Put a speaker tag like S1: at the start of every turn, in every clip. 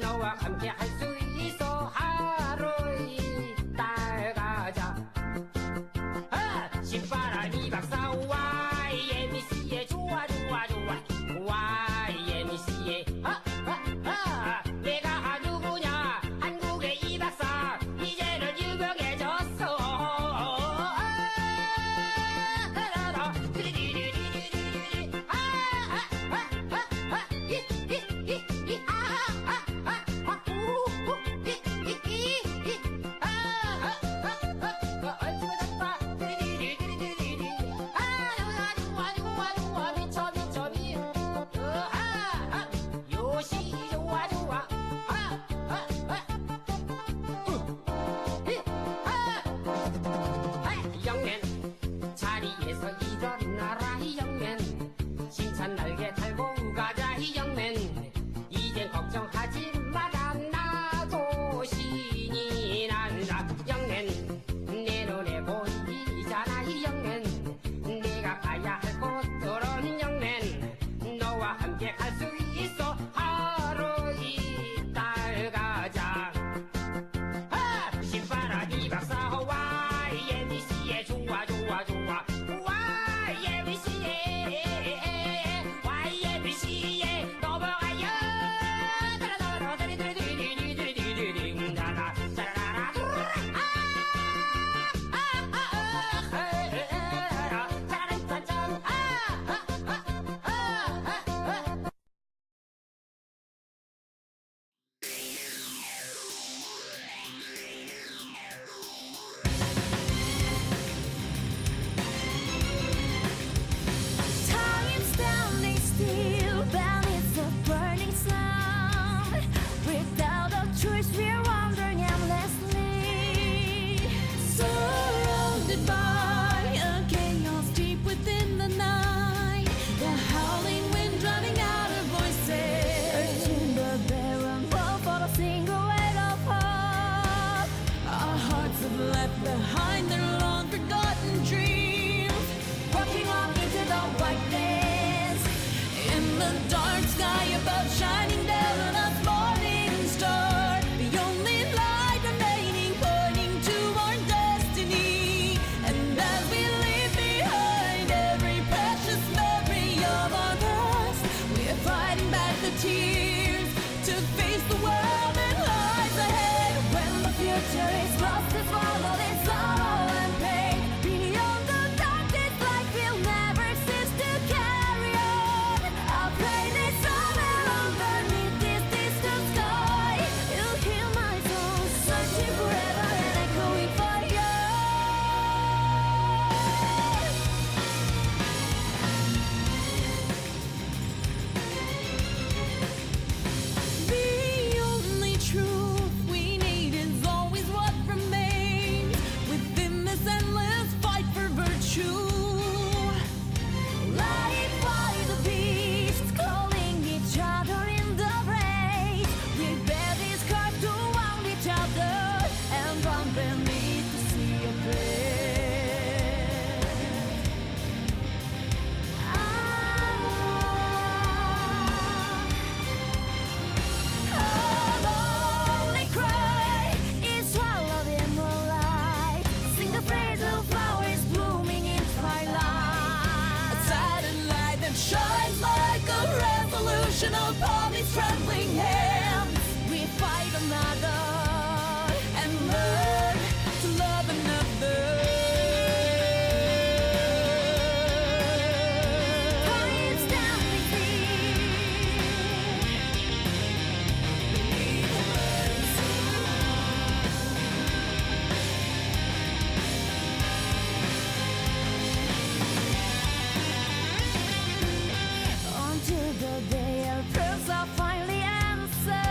S1: 너와 함께 할 수 있어 하루 이따 가자 아! 신바람이 박사와 예미씨의 좋아 좋아 좋아 와 예미씨의 어, 하하하 아, 내가 누구냐 한국의 이 박사 이제는 유명해졌어 아, 드리리리리리리리. 아, 아, 아, 아, 아, 이, 이, 이, 이. 아, 아, 아, 아, 우, 우, 이, 이, 이, 이. 아, 아, 아, 아, 아, 얼추 맞았다. 드리리리리리리리. 아, 아주, 아주, 아주, 아주, 아주, 미쳐, 미쳐, 미. 어, 아, 아, 요시 좋아, 좋아. 아, 아, 아. 으, 이, 아. 아, 영맨 자리에서 일어나라 이 영맨 칭찬 날개 달고 가자 이 영맨 이젠 걱정하지 마라 나도 신이 난다 영맨 내 눈에 보이잖아 이 영맨 내가 가야 할 곳들은 영맨 너와 함께 갈 수 있어 하루 이달 가자 아! 신바람이 박사와 예미씨의 좋아 좋아 좋아 와 예미씨의 와 예미씨의 넘어가요 따라따라 따리따리따리따리따리따리따리 따라 따라라 따라라 아아아아 따란따란 아아아아아
S2: Time standing still, but it's a burning sun. Without a choice, we're wandering endlessly. Surrounded by a chaos deep within the night. The howling wind driving out our voices. Urging the barren world for a single ray of hope. Our hearts have left behind their long forgotten dreams. Walking up into the whiteness in the dark sky above, shining down on us morning star. The only light remaining, pointing to our destiny. And as we leave behind every precious memory of our past, we are fighting back the tears to face the world that lies ahead. When the future is lost, to swallow this sorrow and pain. Beyond the darkness, light will never cease to carry on. I pray that somewhere on beneath this distant sky, you'll hear my song, searching forever and echoing for you. The only truth we need is always what remains within this endless fight for virtue. Light by the beasts, calling each other in the race. We bear these cards around each other and from beneath the sea of Ah. pain. Holy cry is swallowed in the light. Single phrase of flowers blooming in twilight. A sudden light that shines like a revolution upon these trembling hands. We fight another and learn to love another. Time standing still. Until the day our prayers are finally answered.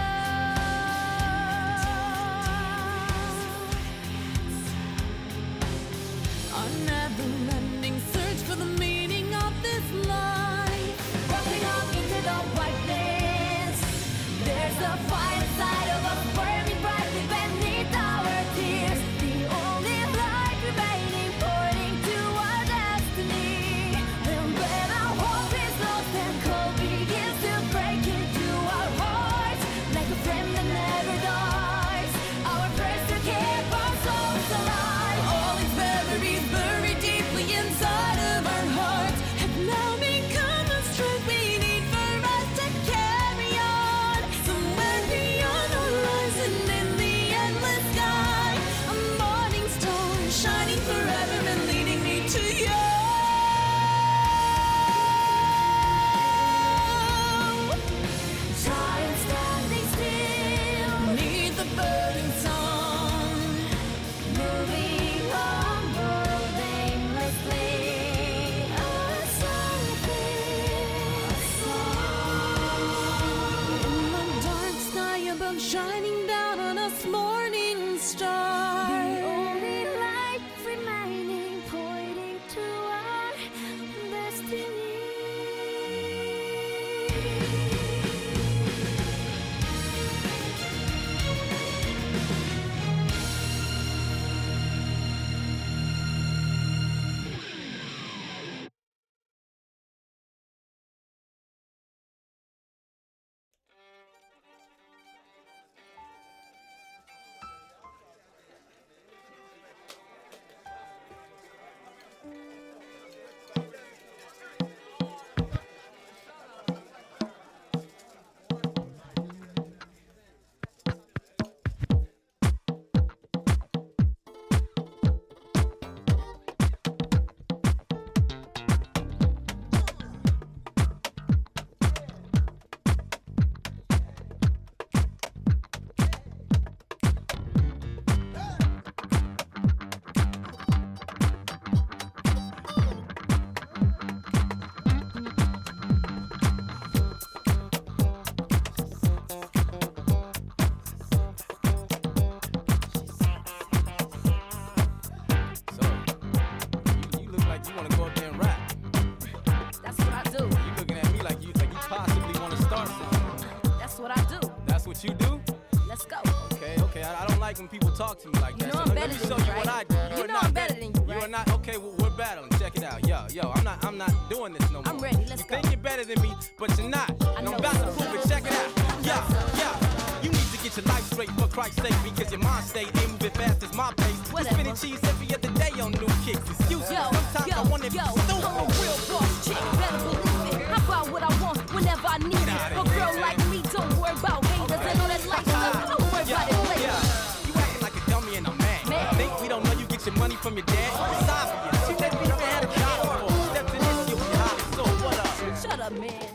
S3: like when people talk to me like
S2: You know
S3: that. so
S2: I'm
S3: now let
S2: better
S3: me
S2: than
S3: show
S2: you,
S3: you what I
S2: right?
S3: do.
S2: You
S3: are
S2: know
S3: not
S2: I'm
S3: bet-
S2: better than you,
S3: You are
S2: right?
S3: not okay. Well, we're battling. Check it out. Yo, yo, I'm not. I'm not doing this no more.
S2: I'm ready, let's
S3: you
S2: go.
S3: Think you're better than me, but you're not. And I'm
S2: know
S3: about
S2: so.
S3: to prove it. Check it out. Yeah, yeah. You need to get your life straight for Christ's sake because your mind state ain't moving fast as my pace. We're
S2: Whatever.
S3: spinning cheese every other day on new kicks. Excuse me.
S2: Yo,
S3: Sometimes
S2: yo,
S3: I want it
S2: yo, I'm a
S3: stupid.
S2: real boss chick, better believe it. I buy what I want whenever I need it. A girl like me don't worry about haters. I know that's lifestyle. I'll worry about it later.
S3: You acting like a dummy and a man.
S2: Man.
S3: Think we don't know you get your money from your dad? It's obvious. She let me know I had a job before. Stepped in this, you'll be hot. So what up?
S2: Shut up, man.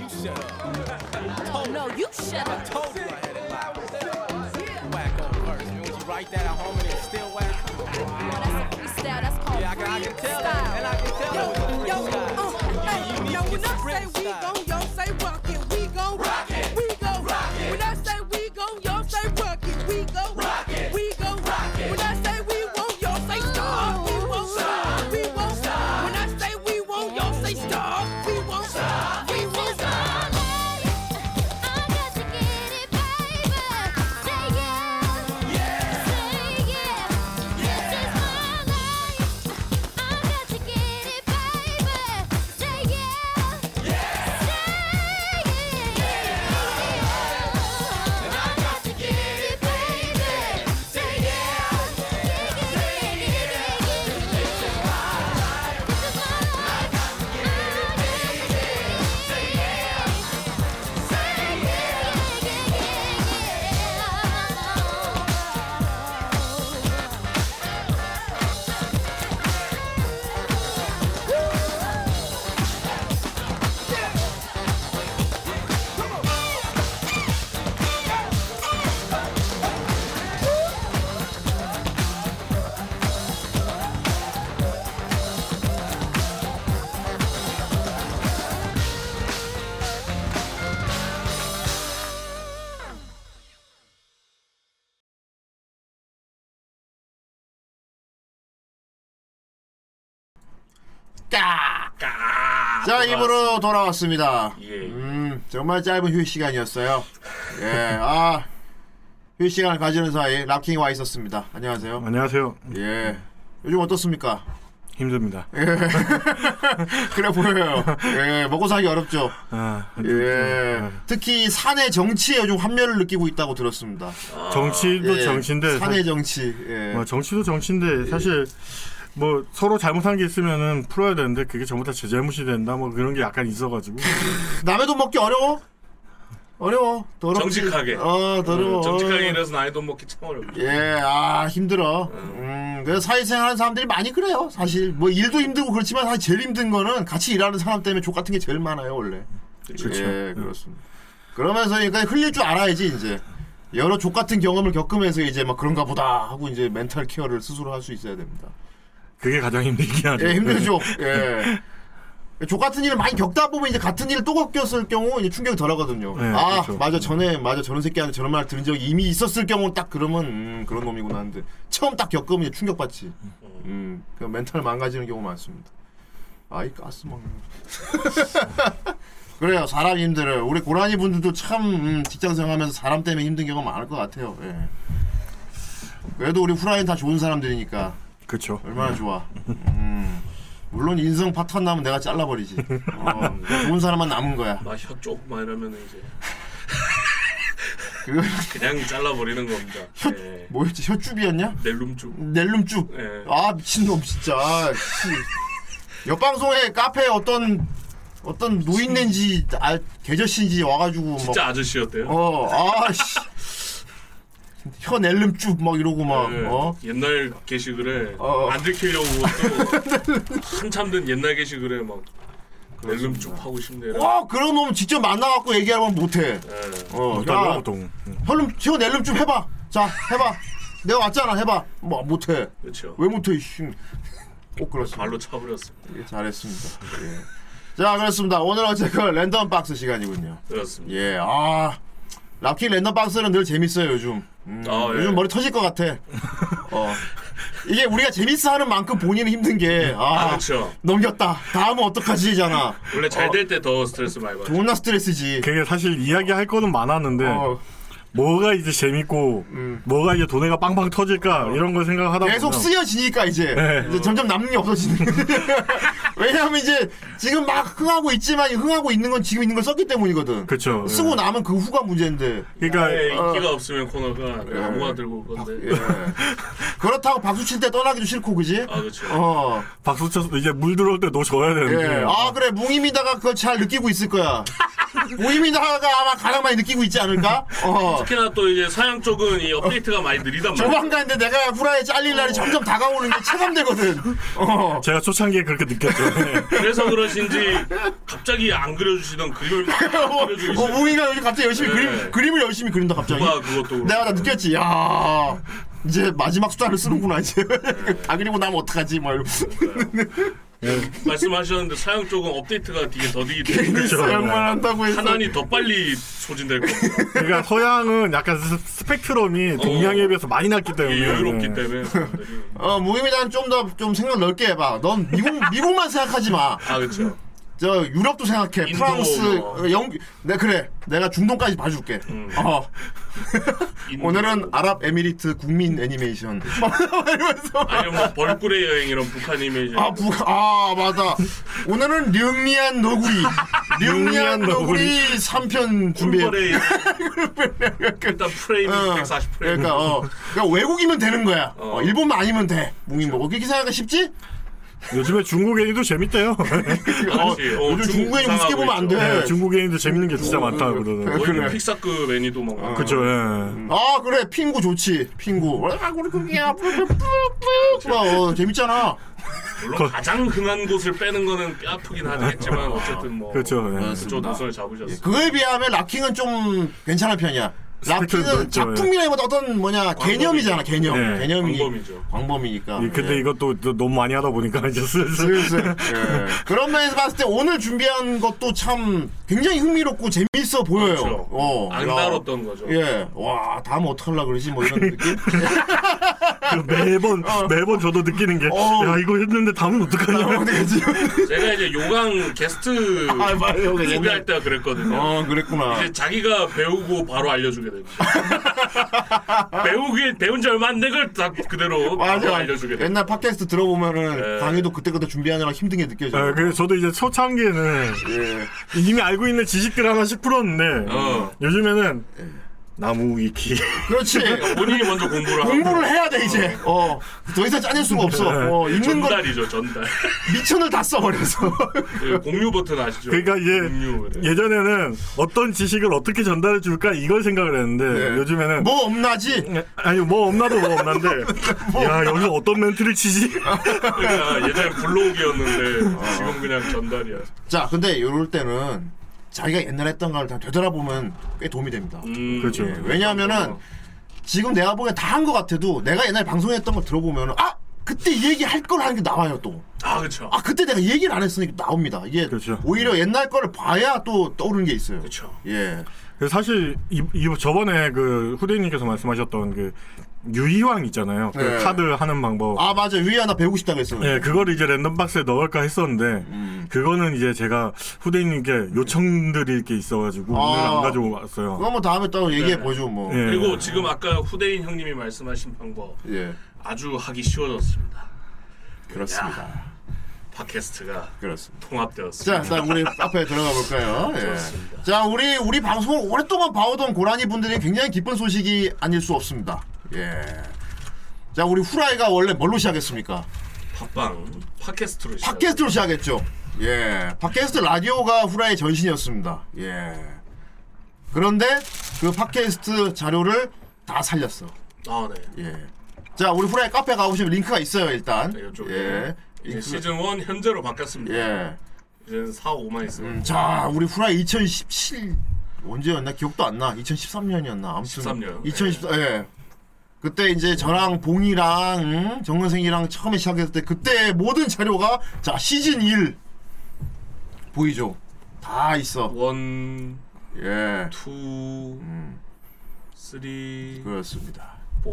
S3: You shut up.
S2: No, you shut up.
S3: Told you I had it live. Whack on verse. Man, would you write that at home and it's still whack?
S2: Oh, that's a freestyle. That's called
S3: Yeah, I can, I can tell it.
S2: freestyle.
S3: And I can tell it was
S4: Yo,
S3: a freestyle.
S4: uh, hey,
S3: You
S4: yo,
S3: need to
S4: when
S3: get
S4: I
S3: some
S4: say we
S3: freestyle.
S4: gon', y'all say rock it. We gon' rock it. We gon' rock it. When I say we gon', y'all say rock it. We gon' rock it. We gon' rock it. When I say we won't, y'all say stop. We
S2: Oh,
S4: won't stop. We won't stop. When I say we won't, y'all say stop. We won't stop. We won't stop.
S5: 자 입으로 돌아왔습니다.
S6: 예.
S5: 음 정말 짧은 휴식 시간이었어요. 예, 아 휴식 시간을 가지는 사이 락킹이 와 있었습니다. 안녕하세요.
S6: 안녕하세요.
S5: 예, 요즘 어떻습니까?
S6: 힘듭니다.
S5: 그래 보여요. 예, 먹고 살기 어렵죠.
S6: 아,
S5: 예, 특히 산의 정치에 요즘 환멸을 느끼고 있다고 들었습니다.
S6: 정치도
S5: 예,
S6: 정치인데
S5: 산의
S6: 사,
S5: 정치. 예.
S6: 뭐 정치도 정치인데 사실 뭐 서로 잘못한 게 있으면은 풀어야 되는데 그게 전부 다 제 잘못이 된다 뭐 그런 게 약간 있어가지고
S5: 남의 돈 먹기 어려워? 어려워. 더럽지.
S7: 정직하게.
S5: 어, 더러워.
S7: 음, 정직하게 일해서 나이 돈 먹기 참 어렵죠.
S5: 예, 아 힘들어. 음, 그래서 사회생활 하는 사람들이 많이 그래요. 사실 뭐 일도 힘들고 그렇지만 사실 제일 힘든 거는 같이 일하는 사람 때문에 족 같은 게 제일 많아요 원래.
S6: 그렇죠.
S7: 음.
S5: 예, 그렇습니다. 그러면서 그러니까 흘릴 줄 알아야지 이제 여러 족 같은 경험을 겪으면서 이제 막 그런가 보다 하고 이제 멘탈 케어를 스스로 할 수 있어야 됩니다.
S6: 그게 가장 힘들긴 하죠.
S5: 예, 힘들죠.
S6: 네.
S5: 예. 족 같은 일을 많이 겪다 보면 이제 같은 일을 또 겪었을 경우 이제 충격이 덜하거든요.
S6: 네,
S5: 아
S6: 그렇죠.
S5: 맞아 전에 맞아 저런 새끼한테 저런 말 들은 적이 이미 있었을 경우 딱 그러면 음, 그런 놈이구나 하는데 처음 딱 겪으면 이제 충격받지. 음, 그 멘탈 망가지는 경우 많습니다. 아이 가스 먹는. 그래요 사람 힘들어요. 우리 고라니 분들도 참 음, 직장생활하면서 사람 때문에 힘든 경우 많을 것 같아요. 예. 그래도 우리 후라이는 다 좋은 사람들이니까.
S6: 그렇죠.
S5: 얼마나 좋아. 음. 물론 인성 파탄 나면 내가 잘라버리지. 어, 좋은 사람만 남은 거야.
S7: 막혀 쪽막 이러면 이제
S5: 그
S7: 그냥 잘라버리는 겁니다. 예.
S5: 뭐였지? 혀쭈비였냐?
S7: 낼름 쪽.
S5: 넬룸쭈.
S7: 예.
S5: 아 미친놈 진짜. 아, 씨. 옆 방송에 카페에 어떤 어떤 노인네인지 아, 개저씨인지 와가지고 막
S7: 진짜 아저씨였대요.
S5: 어, 아 씨. 혀 넬름쭈 막 이러고 막
S7: 예.
S5: 어.
S7: 옛날 게시글에
S5: 어.
S7: 안 들키려고 또 한참 된 옛날 게시글에 막
S6: 어,
S7: 낼름
S5: 음.
S7: 쭉 하고 싶네요.
S5: 와 어, 그런 놈 직접 만나갖고 얘기하면 못해.
S7: 예.
S5: 어,
S6: 못하고
S5: 야,
S6: 보통. 음.
S5: 혈름 튀어 낼름 좀 해봐. 자, 해봐. 내가 왔잖아, 해봐. 뭐 못해.
S7: 그렇죠.
S5: 왜 못해, 이씨. 꼭 그렇습니다.
S7: 발로 차버렸습니다.
S5: 예, 잘했습니다. 예. 자, 그렇습니다. 오늘은 어쨌건 랜덤 박스 시간이군요.
S7: 그렇습니다.
S5: 예, 아. 락킹 랜덤 박스는 늘 재밌어요, 요즘. 음,
S7: 아, 예.
S5: 요즘 머리 터질 것 같아. 어. 이게 우리가 재밌어 하는 만큼 본인은 힘든 게, 아.
S7: 아, 그렇죠.
S5: 넘겼다. 다음은 어떡하지잖아.
S7: 원래 잘 될 때 더 스트레스 많이 받죠. 그,
S5: 존나 스트레스지.
S6: 그게 사실 이야기할 거는 많았는데
S5: 어.
S6: 뭐가 이제 재밌고
S5: 음. 어.
S6: 뭐가 이제 돈에가 빵빵 터질까 이런 걸 생각하다
S5: 계속
S6: 보면
S5: 쓰여지니까 이제,
S6: 네.
S5: 이제 점점 남는 게 없어지는 거예요. 왜냐하면 이제 지금 막 흥하고 있지만 이 흥하고 있는 건 지금 있는 걸 썼기 때문이거든.
S7: 그렇죠.
S6: 그쵸.
S5: 쓰고 예.
S6: 예.
S5: 나면 그 후가 문제인데.
S6: 그러니까
S7: 네, 인기가 없으면 코너가 아무거나 들고 올
S5: 아. 예.
S7: 건데.
S5: 그렇다고 박수 칠 때 떠나기도 싫고 그지?
S7: 아 그렇죠.
S5: 어.
S6: 박수 쳐서 이제 물 들어올 때너 줘야 되는데
S5: 예. 아 그래 뭉이미다가 그걸 잘 느끼고 있을 거야. 뭉이미다가 아마 가장 많이 느끼고 있지 않을까? 어.
S7: 특히나 또 이제 서양 쪽은 이 업데이트가 많이 느리단 말이에요.
S5: 조만간 근데 내가 후라이 잘릴 날이 점점 다가오는 게 체감되거든. 어.
S6: 제가 초창기에 그렇게 느꼈죠. 예.
S7: 그래서 그러신지 갑자기 안 그려주시던 그림을 막 그려주시고
S5: 어, 뭉이가 요즘 갑자기 열심히
S7: 네.
S5: 그림, 그림을 열심히 그린다 갑자기.
S7: 누가 그것도
S5: 내가
S7: 그렇고.
S5: 다 느꼈지. 야 이제 마지막 수단을 쓰는구나 이제. 다 그리고 나면 어떡하지? 막 이러고.
S7: 말씀하셨는데 서양 쪽은 업데이트가 되게 더디기 때문에 그렇죠.
S5: 그래서 양말 한다고 해서.
S7: 하나니 더 빨리 소진될 거고
S6: 그러니까 서양은 약간 스- 스펙트럼이 동양에 비해서 많이 낮기 때문에
S7: 이게 여유롭기
S6: 예.
S7: 때문에 사람들이.
S5: 어, 무의미단 좀 더 좀 생각 넓게 해봐. 넌 미국 미국만 생각하지 마.
S7: 아 그렇죠.
S5: 저 유럽도 생각해.
S7: 인도
S5: 프랑스,
S7: 뭐.
S5: 어, 영, 네 그래. 내가 중동까지 봐줄게. 어.
S7: 인도.
S5: 오늘은 아랍 에미리트 국민 애니메이션. 막 이러면서.
S7: 아니면 뭐 벌꿀의 여행 이런 북한 이미지.
S5: 아, 부, 아, 맞아. 오늘은 령리한 너구리. 령리한 너구리 3편 준비해.
S7: 꿀벌의 여행. 일단 프레임이
S5: 어,
S7: 140 프레임.
S5: 그러니까 어, 그러니까 외국이면 되는 거야. 어,
S7: 어.
S5: 일본만 아니면 돼. 뭉이 먹어. 그렇게 생각하기 쉽지?
S6: 요즘에 중국 애니도 재밌대요.
S5: 어,
S7: 그렇지. 어,
S5: 요즘 중국에 좀 우습게
S7: 이상하고
S5: 보면 안
S7: 있죠.
S5: 돼.
S6: 예, 중국 애니도 재밌는 게 진짜 많다
S5: 그-
S6: 그러더라고.
S7: 거의
S5: 그래. 어.
S7: 픽사급 애니도 막. 나오고.
S6: 그죠. 예.
S5: 아 그래 핑구 좋지 핑구 아 우리 그게야 뿌뿌뿌뿌 어, 재밌잖아
S7: 물론 가장 흥한 곳을 빼는 거는 뼈 아프긴 하겠지만 어쨌든 뭐.
S5: 네,
S6: 그렇죠. 예.
S7: 그쪽 노선을 잡으셨어.
S5: 그거에 비하면 락킹은 좀 괜찮은 편이야 락킹은
S6: 넓죠, 예.
S5: 작품이라기보다 어떤 뭐냐 개념이잖아 개념
S6: 네,
S5: 개념이
S7: 광범위죠.
S5: 광범위니까
S6: 이- 근데
S5: 예.
S6: 이것도 또 너무 많이 하다 보니까 이제 슬슬
S5: 슬슬 예. 그런 면에서 봤을 때 오늘 준비한 것도 참 굉장히 흥미롭고 재밌어 보여요
S7: 그렇죠.
S5: 어,
S7: 안
S5: 야.
S7: 다뤘던 거죠.
S5: 예, 와 다음 어떡할라 그러지 뭐 이런 느낌
S6: 그 매번 매번 저도 느끼는 게
S5: 어.
S6: 야 이거 했는데 다음은 어떡하냐.
S7: 제가 이제 요강 게스트
S5: 아 맞아요 그
S7: 소개할
S5: 옛날-
S7: 때가 그랬거든요.
S5: 어 그랬구나
S7: 이제 자기가 배우고 바로 알려주게 됩니다. 배우기 배운 지 얼마 안 된 걸 다 그대로 바로
S5: 맞아.
S7: 알려주게 됩니다.
S5: 옛날 팟캐스트 들어보면은
S7: 예.
S5: 강의도 그때그때 준비하느라 힘든 게 느껴져요.
S6: 예, 그래서 저도 이제 초창기에는
S7: 아,
S5: 예.
S6: 이미 알고 있는 지식들 하나씩 풀었는데
S7: 어.
S6: 요즘에는 나무 위키
S5: 그렇지.
S7: 본인이 먼저 예. 공부를 하고
S5: 공부를 해야 돼 이제. 어. 더 이상 짜낼 수가 없어.
S7: 예.
S5: 어, 있는 걸
S7: 그 전달이죠 전달.
S5: 미천을 다 써버려서.
S7: 그 공유 버튼 아시죠?
S6: 그러니까 이제
S7: 공유. 예.
S6: 예전에는 어떤 지식을 어떻게 전달해 줄까 이걸 생각을 했는데 요즘에는
S5: 뭐 없나지.
S6: 아니 뭐 없나도 뭐 없는데 야 여기서 어떤 멘트를 치지
S7: 그러니까 예전에 블로그였는데
S5: 아.
S7: 지금 그냥 전달이야.
S5: 자, 근데 이럴 때는 자기가 옛날 했던 걸 다 되돌아보면 꽤 도움이 됩니다.
S7: 음, 어.
S6: 그렇죠.
S5: 예, 왜냐하면은 지금 내가 보기엔 다 한 것 같아도 내가 옛날 방송했던 걸 들어보면은 아 그때 이 얘기 할 걸 하는 게 나와요 또.
S7: 아 그렇죠.
S5: 아 그때 내가 얘기를 안 했으니까 나옵니다. 이게
S6: 그렇죠.
S5: 오히려 옛날 거를 봐야 또 떠오르는 게 있어요.
S7: 그렇죠.
S5: 예.
S6: 그래서 사실 이, 이 저번에 그 후대님께서 말씀하셨던 그 유희왕 있잖아요 그
S5: 네.
S6: 카드 하는 방법
S5: 아 맞아 위에 하나 배우고 싶다고 했어요.
S6: 예, 그걸 이제 랜덤 박스에 넣을까 했었는데
S5: 음.
S6: 그거는 이제 제가 후대님께 요청드릴 게 있어가지고 오늘
S5: 아.
S6: 안 가져왔어요.
S5: 그거 뭐 다음에 또 얘기해 보죠 뭐.
S6: 예.
S7: 그리고 지금 아까 후대인 형님이 말씀하신 방법
S5: 예.
S7: 아주 하기 쉬워졌습니다.
S5: 그렇습니다.
S7: 팟캐스트가
S5: 그렇습니다.
S7: 통합되었습니다.
S5: 자, 일단 우리 앞에 들어가 볼까요? 예. 자, 우리 우리 방송을 오랫동안 봐오던 고라니 분들이 굉장히 기쁜 소식이 아닐 수 없습니다. 예. 자, 우리 후라이가 원래 뭘로 시작했습니까?
S7: 팟빵 팟캐스트로 시작.
S5: 팟캐스트로 시작했죠. 예. 팟캐스트 라디오가 후라이 전신이었습니다. 예. 그런데 그 팟캐스트 자료를 다 살렸어.
S7: 아 네.
S5: 예. 자, 우리 후라이 카페 가보시면 링크가 있어요, 일단.
S7: 네, 이쪽에
S5: 예.
S7: 이제
S5: 링크.
S7: 시즌 1 현재로 바뀌었습니다.
S5: 예. 음.
S7: 이제 4, 5만 있으면
S5: 자, 우리 후라이 2017 언제였나 기억도 안 나. 2013년이었나 아무튼
S7: 13년.
S5: 2014 예. 그때 이제 저랑 봉이랑 음, 정은생이랑 처음에 시작했을 때 그때 모든 자료가 자 시즌 1 보이죠? 다 있어.
S7: 1,
S5: 예. 음.
S7: 2, 3,
S5: 그 그렇습니다.
S7: 4.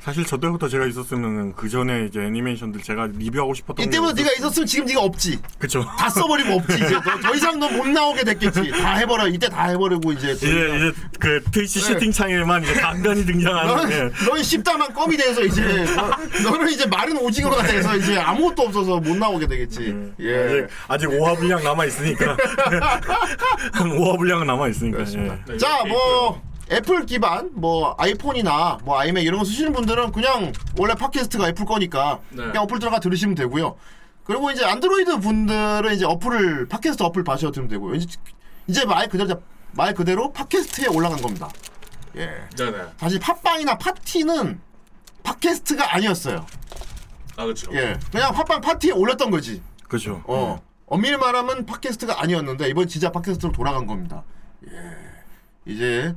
S6: 사실 저 때부터 제가 있었으면 그 전에 이제 애니메이션들 제가 리뷰하고 싶었던
S5: 이때부터
S6: 게
S5: 네가 있었으면 지금 네가 없지.
S6: 그쵸
S5: 다 써버리고 없지 이제 너, 더 이상 너 못 나오게 됐겠지. 다 해버려. 이때 다 해버리고 이제. 또
S6: 예, 이제 이제 그
S5: 네.
S6: 트위치 채팅창에만 이제 간간히 등장하는
S5: 너는
S6: 예.
S5: 너는 씹다만 껌이 돼서 이제 너, 너는 이제 마른 오징어가 돼서 이제 아무것도 없어서 못 나오게 되겠지.
S7: 음.
S5: 예.
S6: 아직 아직 5화 분량 남아 있으니까 한 5화 분량은 남아 있으니까 예.
S7: 네,
S5: 자,
S7: 이렇게
S5: 뭐 애플 기반 뭐 아이폰이나 뭐 아이맥 이런 거 쓰시는 분들은 그냥 원래 팟캐스트가 애플 거니까
S7: 네.
S5: 그냥 어플 들어가 들으시면 되고요. 그리고 이제 안드로이드 분들은 이제 어플을 팟캐스트 어플 바셔 들으면 되고요. 이제, 이제 말 그대로 말 그대로 팟캐스트에 올라간 겁니다. 예.
S7: 있고요. 네네.
S5: 사실 팟빵이나 파티는 팟캐스트가 아니었어요.
S7: 아 그렇죠.
S5: 예. 그냥 팟빵 파티에 올렸던 거지.
S6: 그렇죠.
S5: 어.
S7: 음.
S5: 엄밀히 말하면 팟캐스트가 아니었는데 이번 진짜 팟캐스트로 돌아간 겁니다. 예. 이제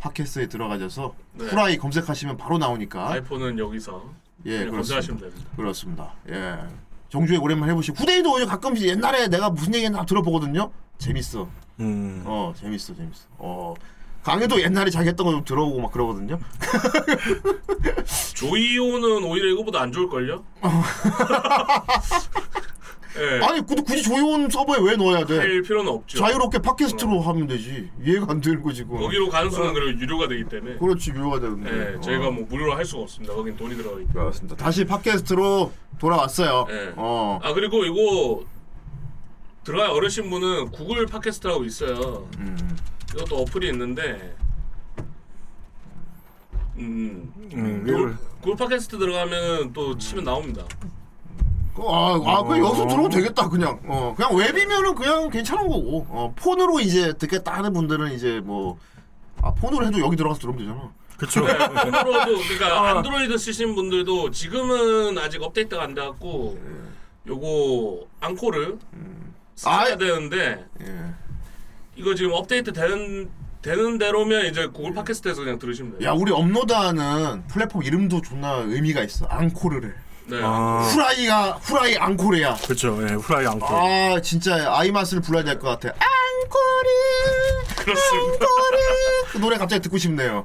S5: 팟캐스트에 들어가셔서
S7: 네.
S5: 후라이 검색하시면 바로 나오니까.
S7: 아이폰은 여기서
S5: 예,
S7: 그냥 검색하시면
S5: 그렇습니다.
S7: 됩니다.
S5: 그렇습니다. 예. 정주에 오랜만에 해보시고 후대인도 오히려 가끔씩 옛날에 내가 무슨 얘기했나 들어보거든요. 재밌어.
S6: 음.
S5: 어, 재밌어, 재밌어. 어. 강해도 옛날에 자기 했던 거 좀 들어보고 막 그러거든요.
S7: 조이오는 오히려 이거보다 안 좋을 걸요? 예.
S5: 아니, 근데 굳이 조이온 서버에 왜 넣어야 돼?
S7: 할 필요는 없죠.
S5: 자유롭게 팟캐스트로 하면 되지. 이해가 안 되는 거지, 그거.
S7: 여기로 가는 순간 그리고 유료가 되기 때문에
S5: 그렇지, 유효가 되는데.
S7: 예,
S5: 어.
S7: 저희가 뭐 무료로 할 수가 없습니다. 거긴 돈이 들어가기 때문에.
S5: 그렇습니다. 다시 팟캐스트로 돌아왔어요.
S7: 예.
S5: 어.
S7: 아 그리고 이거 들어가 어려신 분은 구글 팟캐스트라고 있어요. 이것도 어플이 있는데 음,
S6: 음,
S7: 구글,
S6: 이걸
S7: 구글 팟캐스트 들어가면 또 치면 나옵니다.
S5: 그- 아, 아, 그냥 여기서 들어도 되겠다, 그냥. 어, 그냥 웹이면은 그냥 괜찮은 거고. 어, 폰으로 이제 듣겠다 하는 분들은 이제 뭐, 아, 폰으로 해도 여기 들어가서 들으면 되잖아.
S6: 그렇죠.
S7: 폰으로도 그러니까
S5: 아.
S7: 안드로이드 쓰신 분들도 지금은 아직 업데이트가 안 돼갖고 요거 앙코르 써야
S5: 아,
S7: 되는데
S5: 예.
S7: 이거 지금 업데이트 되는 되는 대로면 이제 구글 팟캐스트에서 그냥 들으시면 돼요.
S5: 야, 우리 업로드하는 플랫폼 이름도 존나 의미가 있어. 앙코르래.
S7: 네.
S6: 아,
S5: 후라이가, 후라이 앙코르야.
S6: 그렇죠. 예, 후라이 안고.
S5: 아, 진짜 아이맛을 불러야 될 것 같아. 앙코르!
S7: 그렇습니다.
S5: 앙코르! 그 노래 갑자기 듣고 싶네요.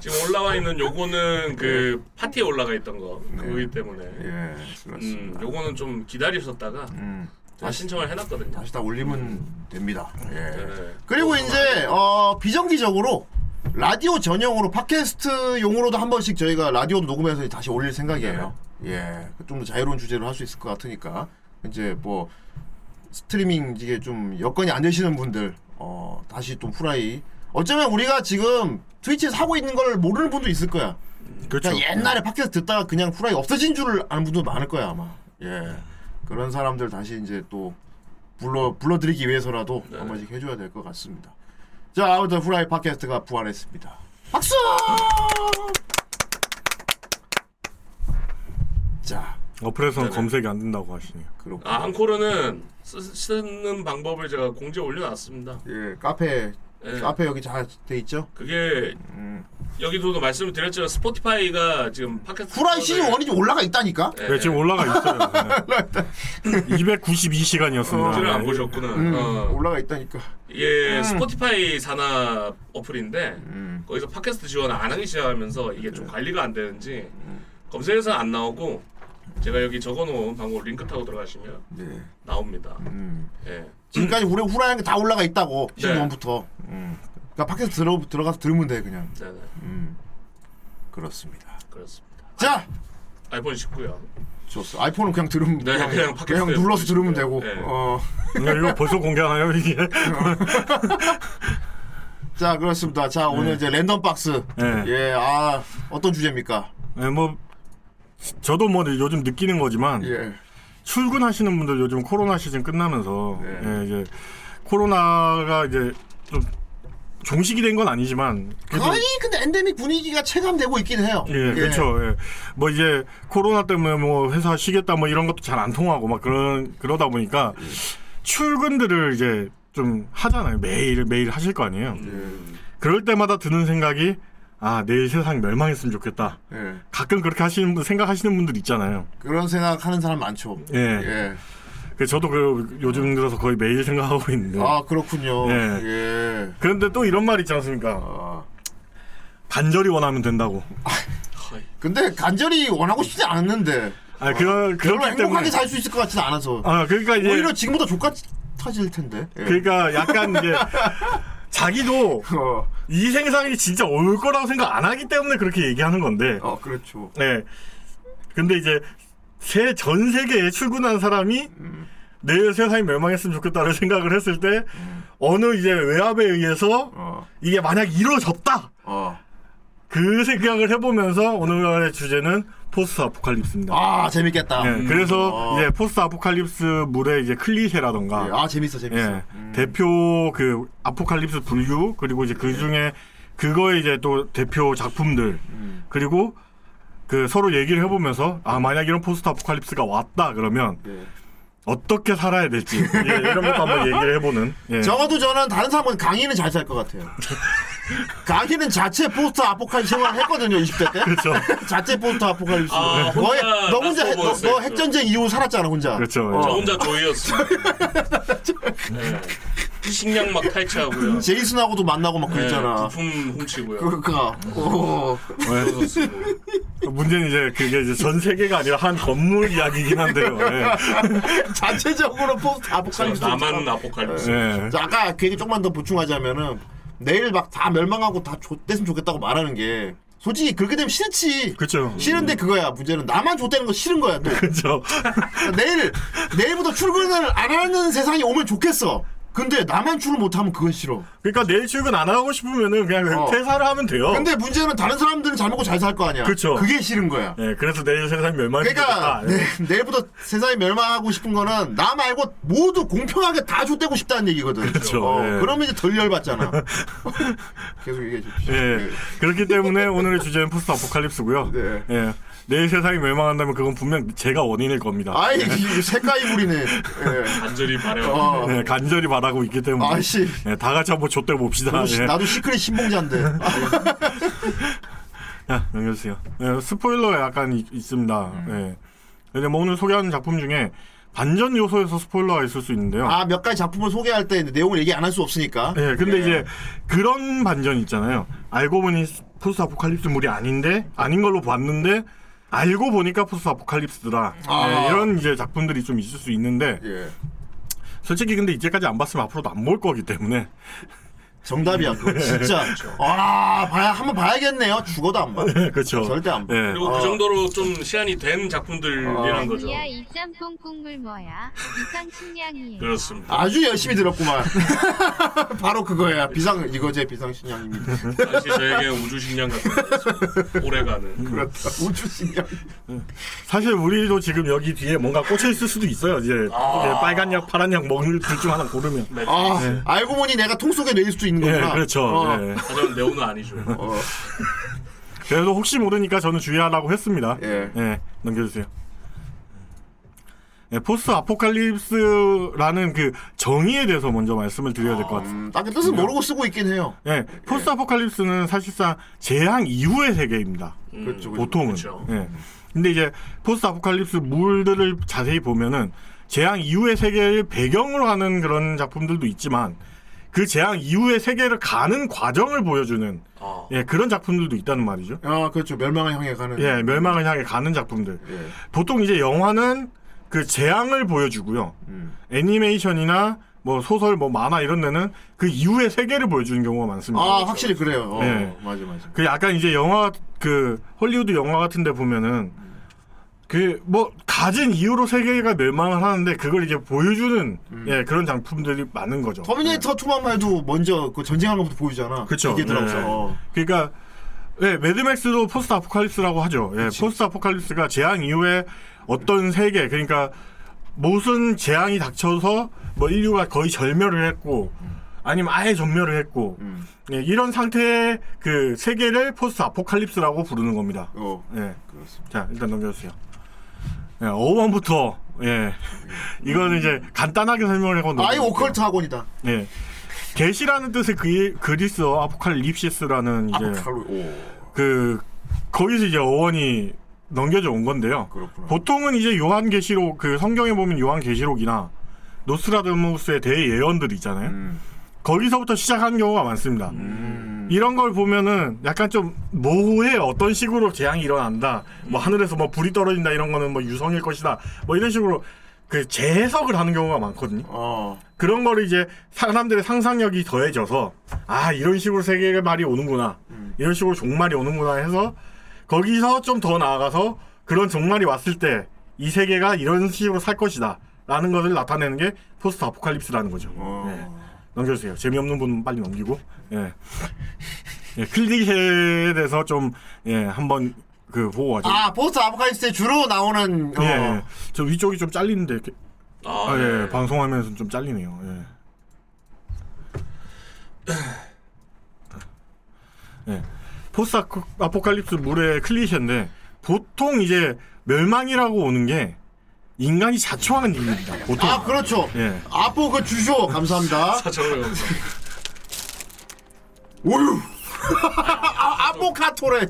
S7: 지금 올라와 있는 요거는 그 파티에 올라가 있던 거
S5: 네.
S7: 그거기 때문에
S5: 예, 그렇습니다.
S7: 음, 요거는 좀 기다리셨다가
S5: 음.
S7: 제가 신청을 해놨거든요.
S5: 네, 다시 다 올리면 됩니다. 예.
S7: 네.
S5: 그리고 이제 어, 비정기적으로 라디오 전용으로 팟캐스트 용으로도 한 번씩 저희가 라디오 녹음해서 다시 올릴 생각이에요. 예, 좀 더 자유로운 주제로 할 수 있을 것 같으니까 이제 뭐 스트리밍 이게 좀 여건이 안 되시는 분들 어, 다시 또 후라이 어쩌면 우리가 지금 트위치에서 하고 있는 걸 모르는 분도 있을 거야.
S6: 그렇죠.
S5: 그냥 옛날에 팟캐스트 듣다가 그냥 후라이 없어진 줄을 아는 분도 많을 거야 아마. 예. 그런 사람들 다시 이제 또 불러 불러드리기 위해서라도
S6: 네.
S5: 한 번씩 해줘야 될 것 같습니다. 자 아무튼 후라이 팟캐스트가 부활했습니다. 박수. 자
S6: 어플에서는
S5: 네,
S6: 검색이 안 된다고 하시네요.
S5: 그렇고
S7: 아 앙코르는 쓰, 쓰는 방법을 제가 공지에 올려놨습니다.
S5: 예 카페
S6: 네.
S7: 예.
S5: 카페 여기 잘 돼 있죠?
S7: 그게
S5: 음.
S7: 여기서도 말씀을 드렸지만 스포티파이가 지금 팟캐스트
S5: 후라이 시즌
S7: 코너를
S5: 1이 좀 올라가 있다니까.
S6: 네, 지금 올라가 있어요. 네.
S5: 어,
S6: 292시간이었습니다.
S7: 지를 안 보셨구나.
S5: 음,
S7: 어.
S5: 올라가 있다니까.
S7: 이게
S5: 음.
S7: 스포티파이 산하 어플인데 거기서 팟캐스트 지원 안 하기 시작하면서 이게
S5: 음.
S7: 좀 관리가 안 되는지 검색해서 안 나오고 제가 여기 적어놓은 방법 링크 타고 들어가시면
S5: 네.
S7: 나옵니다.
S5: 음.
S7: 예.
S5: 지금까지 우리 후라이한 게 다 올라가 있다고 시즌
S7: 네.
S5: 1부터. 그러니까 팟캐스트 들어, 들어가서 들으면 돼 그냥.
S7: 네, 네.
S5: 그렇습니다.
S7: 그렇습니다.
S5: 자,
S7: 아이폰 19요.
S5: 좋았어. 아이폰은 그냥 들으면
S7: 네, 그냥 팟캐스트에
S5: 그냥 눌러서 들으면
S7: 네.
S5: 되고.
S7: 네.
S5: 어,
S6: 야, 이거 벌써 공개하나요 이게?
S5: 자 그렇습니다. 자 오늘 이제 랜덤 박스.
S6: 네.
S5: 예, 아 어떤 주제입니까?
S6: 네, 뭐 저도 뭐 요즘 느끼는 거지만
S5: 예,
S6: 출근하시는 분들 요즘 코로나 시즌 끝나면서
S5: 네.
S6: 예, 이제 코로나가 이제 좀 종식이 된 건 아니지만 그래도
S5: 거의 근데 엔데믹 분위기가 체감되고 있긴 해요.
S6: 예, 그렇죠. 예. 뭐 이제 코로나 때문에 뭐 회사 쉬겠다 뭐 이런 것도 잘 안 통하고 막 그런 그러다 보니까 출근들을 이제 좀 하잖아요. 매일 매일 하실 거 아니에요.
S5: 예.
S6: 그럴 때마다 드는 생각이 아 내일 세상 멸망했으면 좋겠다.
S5: 예,
S6: 가끔 그렇게 하시는 분- 생각하시는 분들 있잖아요.
S5: 그런 생각하는 사람 많죠.
S6: 예.
S5: 예,
S6: 그 저도 그 요즘 들어서 거의 매일 생각하고 있는데.
S5: 아 그렇군요.
S6: 예.
S5: 예,
S6: 그런데 또 이런 말 있지 않습니까?
S5: 아,
S6: 간절히 원하면 된다고.
S7: 허이.
S5: 근데 간절히 원하고 싶지 않았는데
S6: 아 그런
S5: 별로
S6: 그렇기 때문에.
S5: 행복하게 살 수 있을 것 같진 않아서
S6: 아 그러니까 이제
S5: 오히려 지금보다 족같이 타질 텐데. 예.
S6: 그러니까 약간 이제 자기도
S5: 어,
S6: 이 생상이 진짜 올 거라고 생각 안 하기 때문에 그렇게 얘기하는 건데.
S5: 어, 그렇죠.
S6: 네. 근데 이제 새 전 세계에 출근한 사람이 내 세상이 멸망했으면 좋겠다는 생각을 했을 때 어느 이제 외압에 의해서
S5: 어,
S6: 이게 만약 이루어졌다
S5: 어.
S6: 그 생각을 해보면서 오늘날의 주제는 포스트 아포칼립스입니다.
S5: 아 재밌겠다.
S6: 예,
S5: 음.
S6: 그래서
S5: 어.
S6: 이제 포스트 아포칼립스 물의 이제 클리셰라던가
S5: 예, 아 재밌어
S6: 예,
S5: 재밌어. 음.
S6: 대표 그 아포칼립스 분류 그리고 이제 그
S5: 네.
S6: 중에 그거의 이제 또 대표 작품들
S5: 음.
S6: 그리고 그 서로 얘기를 해보면서 아 만약 이런 포스트 아포칼립스가 왔다 그러면
S5: 예.
S6: 어떻게 살아야 될지 예, 이런 것도 한번 얘기를 해보는 예.
S5: 적어도 저는 다른 사람은 강의는 잘 살 것 같아요. 강의는 자체 포스트 아포칼립스 생활을 했거든요 20대 때.
S6: 그렇죠
S5: 자체 포스트 아포칼립스.
S7: 아,
S5: 너의
S7: 혼자
S5: 너 혼자 해- 너,
S7: 낯서보였어요.
S5: 너 핵전쟁 이후 살았잖아 혼자.
S6: 그렇죠
S7: 저
S6: 어.
S7: 혼자 조이였어. 네. 식량 막 탈취하고요. 네,
S5: 제이슨하고도 만나고 막 그랬잖아.
S7: 부품 훔치고요.
S5: 그러니까. 어.
S7: 그거 쓰고.
S6: 예. 문제는 이제 그게 이제 전 세계가 아니라 한 건물 이야기이긴 한데요 예.
S5: 자체적으로 포스트 아포칼립스.
S7: 그렇죠.
S5: 네.
S7: 나만 아포칼립스.
S6: 예.
S5: 자, 아까 그 얘기 조금만 더 보충하자면은 내일 막 다 멸망하고 다 좆됐으면 좋겠다고 말하는 게 솔직히 그렇게 되면 싫지.
S6: 그렇죠
S5: 싫은데 그거야 문제는 나만 좆되는 거 싫은 거야 또
S6: 그렇죠
S5: 내일 내일부터 출근을 안 하는 세상이 오면 좋겠어 근데 나만 출근 못하면 그건 싫어
S6: 그러니까 내일 출근 안 하고 싶으면은 그냥
S5: 어.
S6: 퇴사를 하면 돼요
S5: 근데 문제는 다른 사람들은 잘 먹고 잘 살 거 아니야
S6: 그쵸.
S5: 그게 싫은 거야
S6: 예, 그래서 내일 세상이 멸망했다.
S5: 그러니까 내, 내일부터 세상이 멸망하고 싶은 거는 나 말고 모두 공평하게 다 좆되고 싶다는 얘기거든
S6: 그쵸,
S5: 어,
S6: 예.
S5: 그러면 이제 덜 열받잖아 계속 얘기해 주십시오
S6: 예, 그렇기 때문에 오늘의 주제는 포스트 아포칼립스고요.
S5: 네.
S6: 예, 내일 세상이 멸망한다면 그건 분명 제가 원인일 겁니다.
S5: 아이 이 색깔이 무리네 예.
S7: 간절히 바래요.
S5: 어.
S6: 예, 간절히 바라고 있기 때문에
S5: 아이씨 아,
S6: 예, 다 같이 한번 좆대 봅시다.
S5: 나도, 시-
S6: 예.
S5: 나도 시크릿 신봉자인데
S6: 야, 넘겨주세요. 예, 스포일러 약간 이- 있습니다.
S5: 음.
S6: 예. 근데 뭐 오늘 소개하는 작품 중에 반전 요소에서 스포일러가 있을 수 있는데요.
S5: 아 몇 가지 작품을 소개할 때 내용을 얘기 안 할 수 없으니까.
S6: 예, 근데 이제 그런 반전 있잖아요. 알고 보니 포스트 아포칼립스 물이 아닌데 아닌 걸로 봤는데 알고 보니까 포스트 아포칼립스더라.
S5: 아.
S6: 예, 이런 이제 작품들이 좀 있을 수 있는데
S5: 예.
S6: 솔직히 근데 이제까지 안 봤으면 앞으로도 안 볼 거기 때문에
S5: 정답이야 네. 그거 진짜. 아 봐야 한번 봐야겠네요. 죽어도 안 봐.
S6: 그렇죠.
S5: 절대 안 봐.
S6: 예.
S7: 그리고 그 정도로 좀 시간이 된
S5: 어.
S7: 작품들이란 거죠.
S8: 이야 이 짬뽕 국물 뭐야? 이상 식량이에요.
S7: 그렇습니다.
S5: 아주 열심히 들었구만. 바로 그거야. 비상 이거제 비상신양입니다.
S7: 다시 저에게 우주 식량 같은 거였습니다. 오래가는.
S6: 음.
S5: 그렇다. 우주신양.
S6: 사실 우리도 지금 여기 뒤에 뭔가 꽂혀 있을 수도 있어요. 이제 이제 빨간 약, 파란 약 먹는 둘중 하나 고르면.
S7: 네.
S5: 아 알고 보니 내가 통 속에 뇌일 수도 있는
S6: 예,
S5: 거구나.
S6: 그렇죠.
S5: 어.
S6: 예.
S7: 하지만 내 오늘 아니죠.
S6: 음.
S5: 어.
S6: 그래도 혹시 모르니까 저는 주의하라고 했습니다.
S5: 예.
S6: 예, 넘겨주세요. 예, 포스트 아포칼립스라는 그 정의에 대해서 먼저 말씀을 드려야 될 것 같습니다.
S5: 음, 딱히 뜻은 모르고 쓰고 있긴 해요.
S6: 예, 포스트 아포칼립스는 사실상 재앙 이후의 세계입니다.
S7: 음,
S5: 그렇죠. 그렇죠.
S6: 보통은.
S7: 그렇죠.
S6: 예. 근데 이제 포스트 아포칼립스 물들을 자세히 보면은 재앙 이후의 세계를 배경으로 하는 그런 작품들도 있지만 그 재앙 이후의 세계를 가는 과정을 보여주는
S7: 아,
S6: 예, 그런 작품들도 있다는 말이죠.
S5: 아 그렇죠. 멸망을 향해 가는.
S6: 예, 멸망을 향해 가는 작품들.
S5: 예.
S6: 보통 이제 영화는 그 재앙을 보여주고요.
S5: 음.
S6: 애니메이션이나 뭐 소설, 뭐 만화 이런 데는 그 이후의 세계를 보여주는 경우가 많습니다.
S5: 아 확실히 그래요. 어,
S6: 예.
S5: 맞아 맞아.
S6: 그 약간 이제 영화 그 헐리우드 영화 같은 데 보면은 그 뭐 가진 이유로 세계가 멸망을 하는데 그걸 이제 보여주는
S5: 음.
S6: 예, 그런 작품들이 많은 거죠.
S5: 터미네이터 2만 해도 먼저 그 전쟁하는 것부터 보이잖아.
S6: 그쵸.
S5: 이게 들어서.
S6: 네.
S5: 어.
S6: 그러니까 예, 매드맥스도 포스트 아포칼립스라고 하죠. 예, 포스트 아포칼립스가 재앙 이후에 어떤 세계 그러니까 무슨 재앙이 닥쳐서 뭐 인류가 거의 절멸을 했고 아니면 아예 전멸을 했고
S5: 음.
S6: 예, 이런 상태의 그 세계를 포스트 아포칼립스라고 부르는 겁니다.
S5: 어.
S6: 예.
S5: 그렇습니다.
S6: 자, 일단 넘겨주세요. 예, 어원부터 예. 이거는 이제 간단하게 설명을 하고
S5: 아이
S6: 넘어갈게요.
S5: 오컬트 학원이다.
S6: 예. 게시라는 뜻의 그, 그리스어 아포칼립시스라는 이제
S5: 아보칼로. 오.
S6: 그 거기서 이제 어원이 넘겨져 온 건데요.
S5: 그렇구나.
S6: 보통은 이제 요한 계시록 그 성경에 보면 요한 계시록이나 노스라다무스의 대예언들이 있잖아요.
S5: 음.
S6: 거기서부터 시작한 경우가 많습니다. 이런 걸 보면은 약간 좀 모호해 어떤 식으로 재앙이 일어난다 뭐
S5: 음.
S6: 하늘에서 뭐 불이 떨어진다 이런 거는 뭐 유성일 것이다 뭐 이런 식으로 그 재해석을 하는 경우가 많거든요
S5: 어.
S6: 그런 거를 이제 사람들의 상상력이 더해져서 아 이런 식으로 세계의 말이 오는구나
S5: 음.
S6: 이런 식으로 종말이 오는구나 해서 거기서 좀 더 나아가서 그런 종말이 왔을 때 이 세계가 이런 식으로 살 것이다 라는 것을 나타내는 게 포스트 아포칼립스라는 거죠
S5: 어.
S6: 예. 넘겨주세요 재미없는 분은 빨리 넘기고 예. 예, 클리셰에 대해서 좀 예, 한번 그 보고 가죠
S5: 아 포스트 아포칼립스에 주로 나오는 어.
S6: 예, 예. 저 위쪽이 좀 잘리는데 이렇게
S7: 아,
S6: 아, 예,
S7: 예.
S6: 방송하면서 좀 잘리네요. 예. 예. 포스트 아코- 아포칼립스 물의 클리셰인데 보통 이제 멸망이라고 오는 게 인간이 자초하는 일입니다. 보통.
S5: 아 그렇죠.
S6: 예.
S5: 아포 그 주쇼 감사합니다.
S7: 사정을 감사.
S5: 오유. 아, 아포카토레.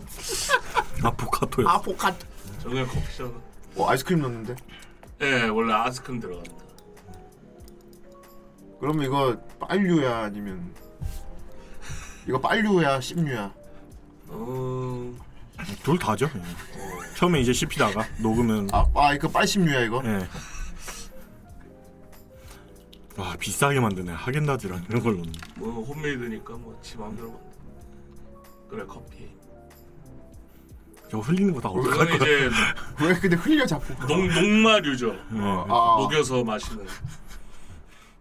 S6: 아포카토요.
S5: 아포카토.
S7: 저 그냥 커피숍.
S5: 어 아이스크림 넣는데.
S7: 예, 원래 아스크림 들어갑니다.
S5: 그럼 이거 빨류야 아니면 이거 빨류야 씹류야.
S7: 어,
S6: 둘 다죠. 예. 처음에 이제 씹히다가 녹으면
S5: 아, 아 이거 빨씹류야 이거.
S6: 예. 와 아, 비싸게 만드네 하겐다즈랑 이런 걸로.
S7: 뭐 홈메이드니까 뭐지 마음대로 만들. 그래 커피.
S6: 저거 흘리는 거 다 어떡할
S7: 그건
S6: 거야.
S7: 이제
S5: 왜 근데 흘려 자꾸.
S7: 농 녹마류죠.
S6: 예.
S5: 아,
S7: 녹여서 마시는.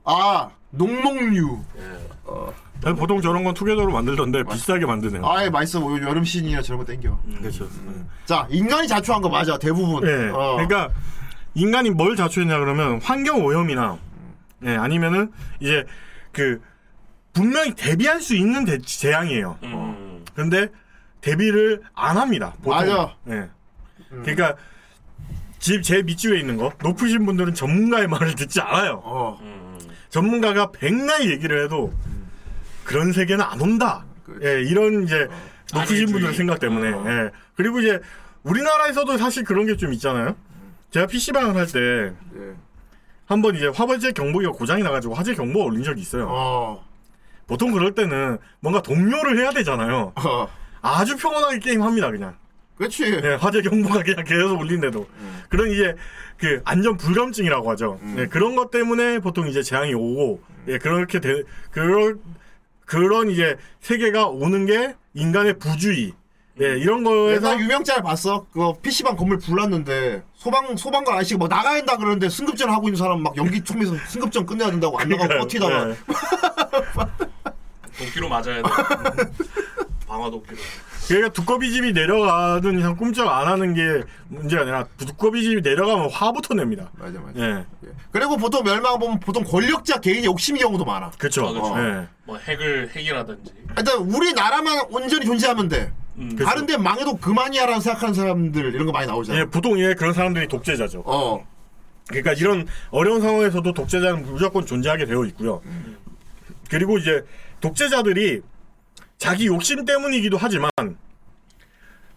S6: 어.
S5: 아 농목류.
S7: 예.
S6: 아니, 보통 저런 건 투게더로 만들던데 비싸게 만드네요.
S5: 아예 맛있어 보여 여름 시즌이라 저런 거 땡겨.
S6: 그렇죠.
S5: 자 인간이 자초한 거 맞아 대부분.
S6: 예.
S5: 어.
S6: 그러니까 인간이 뭘 자초했냐 그러면 환경 오염이나 예, 아니면은 이제 그 분명히 대비할 수 있는 대, 재앙이에요.
S7: 음.
S6: 근데 대비를 안 합니다. 보통.
S5: 맞아.
S6: 예. 그러니까 집 제 밑줄에 있는 거 높으신 분들은 전문가의 말을 듣지 않아요.
S5: 어.
S7: 음,
S6: 전문가가 백날 얘기를 해도 그런 세계는 안 온다. 예, 이런 이제 높으신
S7: 자기주의.
S6: 분들의 생각 때문에.
S7: 어.
S6: 예. 그리고 이제 우리나라에서도 사실 그런 게 좀 있잖아요. 제가 PC방을 할 때
S5: 예.
S6: 한번 이제 화재 경보기가 고장이 나가지고 화재 경보가 울린 적이 있어요.
S5: 어.
S6: 보통 그럴 때는 뭔가 동료를 해야 되잖아요.
S5: 어.
S6: 아주 평온하게 게임합니다, 그냥.
S5: 그렇지.
S6: 예, 화재 경보가 그냥 계속 울린데도.
S7: 음.
S6: 그런 이제 그 안전 불감증이라고 하죠. 예, 그런 것 때문에 보통 이제 재앙이 오고,
S7: 음.
S6: 예, 그렇게 되, 그런, 그런 이제 세계가 오는 게 인간의 부주의.
S7: 음.
S6: 예, 이런 거에서.
S5: 옛날 유명자를 봤어. 그거 PC방 건물 불났는데 소방 소방관 아저씨가 뭐 나가야 한다 그러는데 승급전 하고 있는 사람 막 연기 총면서 승급전 끝내야 된다고 안 나가고 버티다가
S6: 예.
S7: 도끼로 맞아야 돼. 방화 도끼로.
S6: 그러니까 두꺼비 집이 내려가는 이상 꿈쩍 안 하는 게 문제가 아니라 두꺼비 집이 내려가면 화부터 냅니다.
S5: 맞아 맞아.
S6: 예.
S5: 예. 그리고 보통 멸망 보면 보통 권력자 개인의 욕심이 경우도 많아.
S6: 그쵸.
S7: 아, 그쵸.
S6: 예.
S7: 뭐 핵을 핵이라든지.
S5: 일단 우리나라만 온전히 존재하면 돼.
S7: 음.
S6: 그쵸.
S5: 다른 데 망해도 그만이야라고 생각하는 사람들 이런 거 많이 나오잖아.
S6: 그렇죠. 예, 보통 예, 그런 사람들이 독재자죠.
S5: 어.
S6: 그러니까 이런 어려운 상황에서도 독재자는 무조건 존재하게 되어 있고요. 그리고 이제 독재자들이 자기 욕심 때문이기도 하지만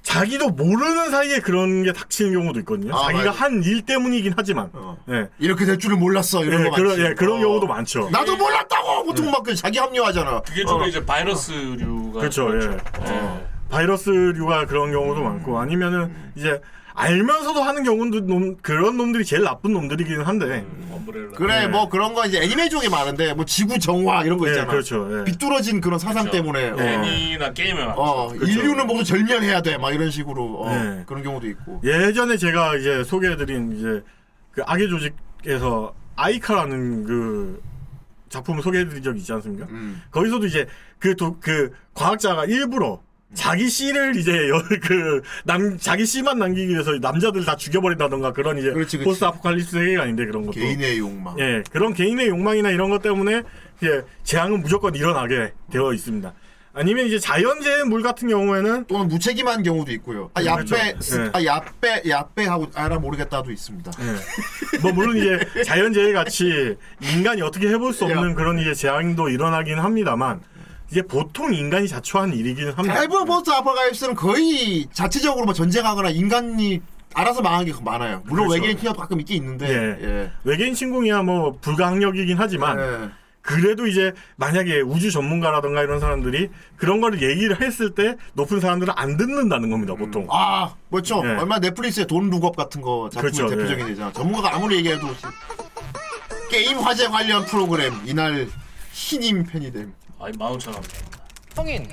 S6: 자기도 모르는 사이에 그런 게 닥치는 경우도 있거든요.
S5: 아,
S6: 자기가
S5: 맞아.
S6: 한 일 때문이긴 하지만.
S5: 어.
S6: 예.
S5: 이렇게 될 줄은 몰랐어. 이런
S6: 예,
S5: 거 많지.
S6: 그런, 예, 그런
S5: 어.
S6: 경우도 많죠. 예.
S5: 나도 몰랐다고 보통 막그 자기 합리화잖아.
S7: 예.
S5: 어.
S7: 그게 주로 이제 바이러스류가.
S6: 어. 그렇죠. 예.
S7: 예.
S6: 바이러스류가 그런
S5: 음.
S6: 경우도 많고 아니면은 이제 알면서도 하는 경우도 놈, 그런 놈들이 제일 나쁜 놈들이긴 한데.
S5: 음.
S7: 엄브렐라.
S5: 그래
S6: 예.
S5: 뭐 그런 거 이제 애니메 쪽에 많은데 뭐 지구 정화 이런 거
S6: 예,
S5: 있잖아.
S6: 그렇죠. 예.
S5: 비뚤어진 그런 사상
S7: 그렇죠.
S5: 때문에. 어.
S7: 애니나 게임에 맞
S5: 어,
S6: 그렇죠.
S5: 인류는 모두 절멸해야 돼. 막 이런 식으로 어,
S6: 네.
S5: 그런 경우도 있고.
S6: 예전에 제가 이제 소개해드린 이제 그 악의 조직에서 아이카라는 그 작품을 소개해드린 적이 있지 않습니까?
S5: 음.
S6: 거기서도 이제 그, 도, 그 과학자가 일부러 자기 씨를 이제 여- 그 남, 자기 씨만 남기기 위해서 남자들 다 죽여버린다던가 그런 이제
S5: 그렇지, 그렇지.
S6: 포스트 아포칼립스 세계가 아닌데 그런 것도.
S5: 개인의 욕망.
S6: 예, 그런 개인의 욕망이나 이런 것 때문에 예, 재앙은 무조건 일어나게 되어 있습니다. 아니면 이제 자연재해 물 같은 경우에는
S5: 또는 무책임한 경우도 있고요. 아,
S6: 그렇죠.
S5: 야빼, 스-
S6: 네.
S5: 아, 야빼, 야빼 하고 알아 모르겠다도 있습니다.
S6: 예. 뭐 물론 이제 자연재해 같이 인간이 어떻게 해볼 수 없는
S5: 야.
S6: 그런 이제 재앙도 일어나긴 합니다만 이제 보통 인간이 자초한 일이긴 합니다.
S5: 대부분 포스트 아포칼립스는 거의 자체적으로 뭐 전쟁하거나 인간이 알아서 망한 게 많아요. 물론
S6: 그렇죠.
S5: 외계인 피해도 가끔 있긴 있는데.
S6: 예.
S5: 예.
S6: 외계인 침공이야 뭐 불가항력이긴 하지만
S5: 예.
S6: 그래도 이제 만약에 우주 전문가라던가 이런 사람들이 그런 거를 얘기를 했을 때 높은 사람들은 안 듣는다는 겁니다, 보통.
S5: 아, 그렇죠.
S6: 예.
S5: 얼마 넷플릭스의 돈 룩업 같은 거 작품이
S6: 그렇죠,
S5: 대표적인 예잖아. 전문가가 아무리 얘기해도 게임 화제 관련 프로그램 이날 신임 팬이 됨.
S7: 아니 마운천 원.
S9: 성인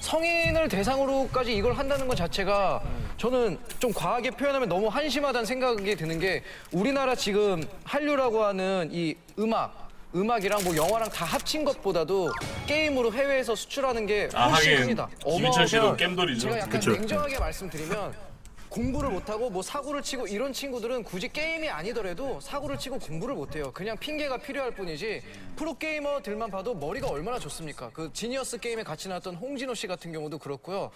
S9: 성인을 대상으로까지 이걸 한다는 것 자체가 저는 좀 과하게 표현하면 너무 한심하다는 생각이 드는 게 우리나라 지금 한류라고 하는 이 음악 음악이랑 뭐 영화랑 다 합친 것보다도 게임으로 해외에서 수출하는 게
S7: 아,
S9: 훨씬
S7: 하긴.
S9: 큽니다.
S7: 김희철 씨도
S9: 어마어마한-
S7: 겜돌이죠.
S9: 제가 약간
S6: 그쵸.
S9: 냉정하게 말씀드리면 공부를 못하고 뭐 사고를 치고 이런 친구들은 굳이 게임이 아니더라도 사고를 치고 공부를 못해요. 그냥 핑계가 필요할 뿐이지 프로게이머들만 봐도 머리가 얼마나 좋습니까? 그 지니어스 게임에 같이 나왔던 홍진호 씨 같은 경우도 그렇고요.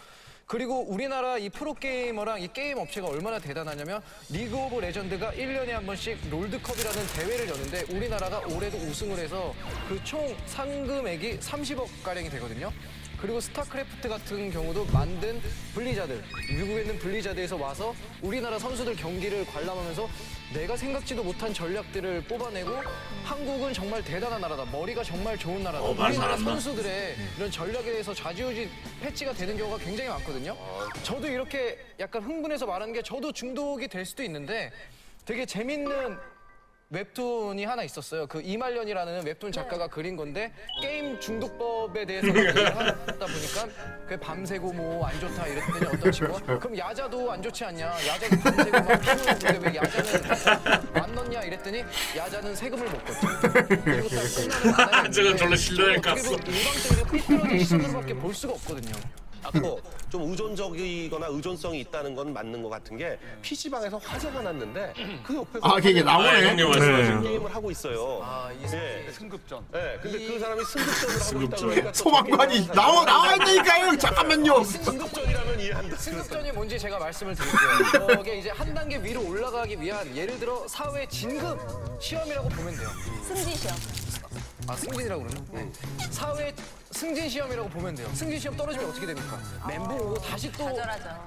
S9: 그리고 우리나라 이 프로게이머랑 이 게임 업체가 얼마나 대단하냐면 리그 오브 레전드가 1년에 한 번씩 롤드컵이라는 대회를 여는데 우리나라가 올해도 우승을 해서 그 총 상금액이 30억가량이 되거든요. 그리고 스타크래프트 같은 경우도 만든 블리자드 미국에 있는 블리자드에서 와서 우리나라 선수들 경기를 관람하면서 내가 생각지도 못한 전략들을 뽑아내고 한국은 정말 대단한 나라다 머리가 정말 좋은 나라다
S7: 어, 말
S9: 우리나라
S7: 잘한다.
S9: 선수들의 이런 전략에 대해서 좌지우지 패치가 되는 경우가 굉장히 많거든요 저도 이렇게 약간 흥분해서 말하는 게 저도 중독이 될 수도 있는데 되게 재밌는 웹툰이 하나 있었어요. 그 이말년이라는 웹툰 작가가 그린 건데 게임 중독법에 대해서
S7: 네.
S9: 막 얘기를 하다 보니까 그 밤새고 뭐 안 좋다 이랬더니 어떤
S7: 그렇죠.
S9: 친구가 그럼 야자도 안 좋지 않냐? 야자도 밤새고 막 피우는데 왜 야자는 안 넣냐? 이랬더니 야자는 세금을 못 걷죠. 그리고 딱 끝나는 만남이
S7: 저건 졸라
S9: 있는데
S7: 신뢰할 것
S9: 어떻게 보면 일방적으로 삐뚤어진 시선으로밖에 볼 수가 없거든요.
S10: 앞으로 아, 좀 의존적이거나 의존성이 있다는 건 맞는 것 같은 게 PC방에서 화제가 났는데 그 옆에서
S5: 아, 그게
S7: 아
S5: 나오네.
S7: 형님
S6: 예.
S7: 말씀하신 거.
S10: 게임을 하고 있어요.
S9: 아, 이
S10: 예.
S9: 승급전.
S10: 네, 근데 그 사람이 승급전을 하고 있다
S7: 승급전.
S10: 그러니까 또
S5: 네. 소방관이
S10: 게임하는
S5: 나와 나와 있다니까요. 잠깐만요.
S10: 승급전이라면 이해한다.
S9: 승급전이 뭔지 제가 말씀을 드릴게요. 저게 이제 한 단계 위로 올라가기 위한 예를 들어 사회 진급 시험이라고 보면 돼요.
S2: 승진시험.
S9: 아 승진이라고 그러나? 네. 사회 승진 시험이라고 보면 돼요. 승진 시험 떨어지면 어떻게 됩니까? 멘붕 오고 다시 또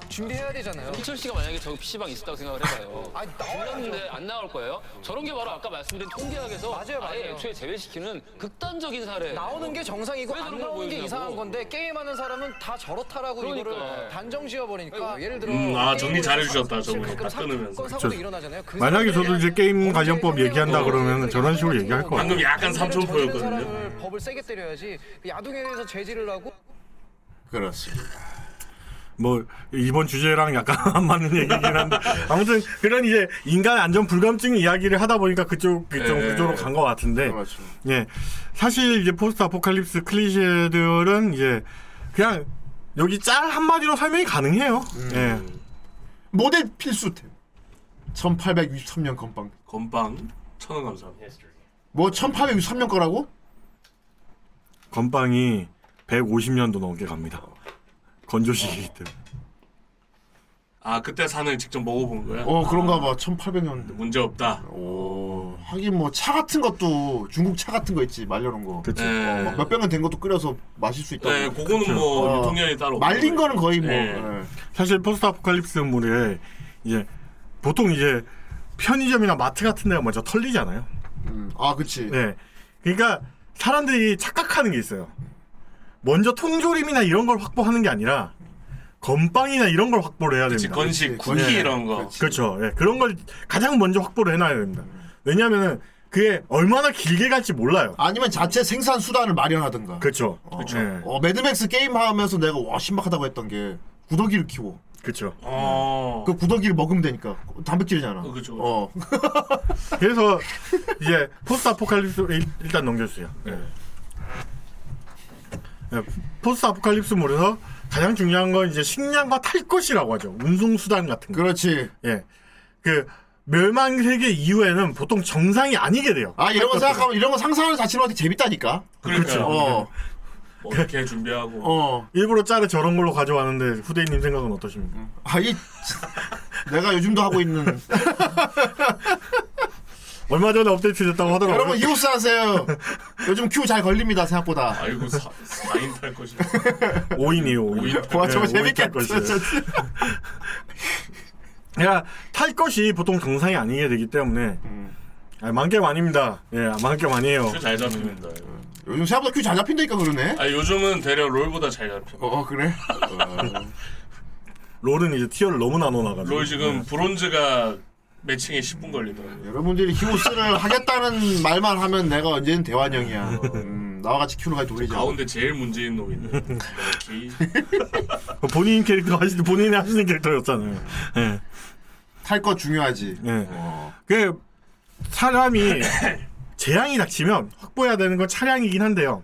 S9: 준비해야 되잖아요.
S11: 희철 씨가 만약에 저 PC방 있었다고 생각을 해봐요.
S9: 아니 나와야죠.
S11: 근데 안 나올 거예요. 저런 게 바로 아까 말씀드린 통계학에서
S9: 맞아요,
S11: 아예
S9: 맞아요.
S11: 애초에 제외시키는 극단적인 사례.
S9: 나오는 게 정상이고
S11: 왜
S9: 안
S11: 그런 걸
S9: 나오는 게
S11: 보여주냐고.
S9: 이상한 건데 게임하는 사람은 다 저렇다라고
S11: 그러니까.
S9: 이거를 단정 지어버리니까 예를 들어
S7: 음, 아,
S9: 게임을
S7: 정리 잘해주셨다,
S9: 해서
S7: 저분이.
S9: 가끔
S7: 다 끊으면서.
S9: 사건, 사고도
S6: 그렇죠.
S9: 일어나잖아요. 그
S6: 만약에
S9: 사람들이
S6: 저도 이제 게임
S9: 언제
S6: 관련법
S9: 상대방을
S6: 얘기한다 그러면
S9: 상대방을
S6: 저런 식으로 얘기할 것
S7: 방금
S6: 같아요.
S7: 약간 삼촌
S9: 저지른
S7: 보였거든요.
S9: 사람을 법을 세게 때려야지 그 야동에 대해서 제지를 하고
S5: 그렇습니다.
S6: 뭐 이번 주제랑 약간 안 맞는 얘기긴 한데 아무튼 그런 이제 인간 안전 불감증 이야기를 하다 보니까 그쪽 그쪽
S7: 예.
S6: 그쪽으로 간 것 같은데
S5: 그렇죠.
S6: 예. 사실 이제 포스트 아포칼립스 클리셰들은 이제 그냥 여기 짤 한마디로 설명이 가능해요.
S5: 음.
S6: 예.
S5: 모델 필수템. 1863년 건빵.
S7: 건빵 천원
S10: 예.
S7: 감사합니다.
S5: 뭐 1863년 거라고?
S6: 건빵이 150년도 넘게 갑니다. 건조식이기
S5: 어.
S6: 때문에.
S7: 아 그때 산을 직접 먹어본 거야?
S5: 어 그런가 봐. 1800년.
S7: 문제 없다.
S5: 오. 하긴 뭐 차 같은 것도 중국 차 같은 거 있지 말려놓은 거.
S6: 그렇죠.
S7: 예.
S5: 어, 막 몇백 년 된 것도 끓여서 마실 수
S7: 네,
S5: 있다고.
S7: 그거는 뭐
S5: 어.
S7: 유통기한이 따로 없고.
S5: 말린 거는 거의 뭐.
S7: 예.
S5: 예.
S6: 사실 포스트 아포칼립스 물에 이제 보통 이제 편의점이나 마트 같은 데가 먼저 털리잖아요.
S5: 음, 아 그치.
S6: 네. 그러니까 사람들이 착각하는 게 있어요. 먼저 통조림이나 이런 걸 확보하는 게 아니라 건빵이나 이런 걸 확보를 해야 됩니다.
S7: 직건식
S5: 그렇지.
S7: 쿠키
S5: 예.
S7: 이런 거.
S5: 그렇지.
S6: 그렇죠. 예, 그런 걸 가장 먼저 확보를 해놔야 됩니다. 왜냐하면 그게 얼마나 길게 갈지 몰라요.
S5: 아니면 자체 생산 수단을 마련하든가.
S6: 그렇죠. 예,
S5: 어, 매드맥스 게임 하면서 내가 와 신박하다고 했던 게 구더기를 키워.
S6: 그렇죠.
S7: 어.
S5: 그 구더기를 먹으면 되니까 단백질이잖아.
S7: 어, 그쵸, 그쵸.
S5: 어.
S6: 그래서 이제 포스트 아포칼립스 일- 일단 넘겨주세요. 예. 예, 포스트 아포칼립스 몰에서 가장 중요한 건 이제 식량과 탈 것이라고 하죠. 운송 수단 같은 거.
S5: 그렇지.
S6: 예. 그 멸망 세계 이후에는 보통 정상이 아니게 돼요.
S5: 아 이런 거 생각하면 이런 거 상상하는 자체는 되게 재밌다니까.
S7: 그러니까
S5: 어,
S7: 어떻게 뭐 준비하고.
S5: 어.
S6: 일부러 짜를 저런 걸로 가져왔는데 후대인님 생각은 어떠십니까?
S5: 음. 아이 내가 요즘도 하고 있는.
S6: 얼마 전에 업데이트 됐다고 하더라고요.
S5: 여러분 이오스 하세요. 요즘 큐 잘 걸립니다 생각보다.
S7: 아이고 사, 4인 탈 것이다.
S6: 5인이요. 5인.
S7: 오인.
S5: 와 저거
S6: 네, 오인 탈
S5: 재밌겠다.
S6: 것이에요. 그러니까 탈 것이 보통 정상이 아니게 되기 때문에 아, 만겜 아닙니다. 예, 만겜 아니에요.
S7: 큐잘 잡힙니다.
S5: 요즘 생각보다 큐 잘 잡힌다니까 그러네.
S7: 아 요즘은 대략 롤보다 잘 잡혀.
S5: 어 그래?
S6: 롤은 이제 티어를 너무 나눠 나가지고.
S7: 롤
S5: 음.
S7: 지금 브론즈가 매칭에 10분 걸리더라고요.
S5: 여러분들이 히오스를 하겠다는 말만 하면 내가 언제는 대환영이야. 음, 나와 같이 큐를 같이 돌리자.
S7: 가운데 제일 문제인 놈이 있네. 오케이.
S6: 그 본인 캐릭터 하시 본인이 하시는 캐릭터였잖아요. 예.
S5: 탈 거 중요하지.
S6: 예. 그 사람이 재앙이 닥치면 확보해야 되는 건 차량이긴 한데요.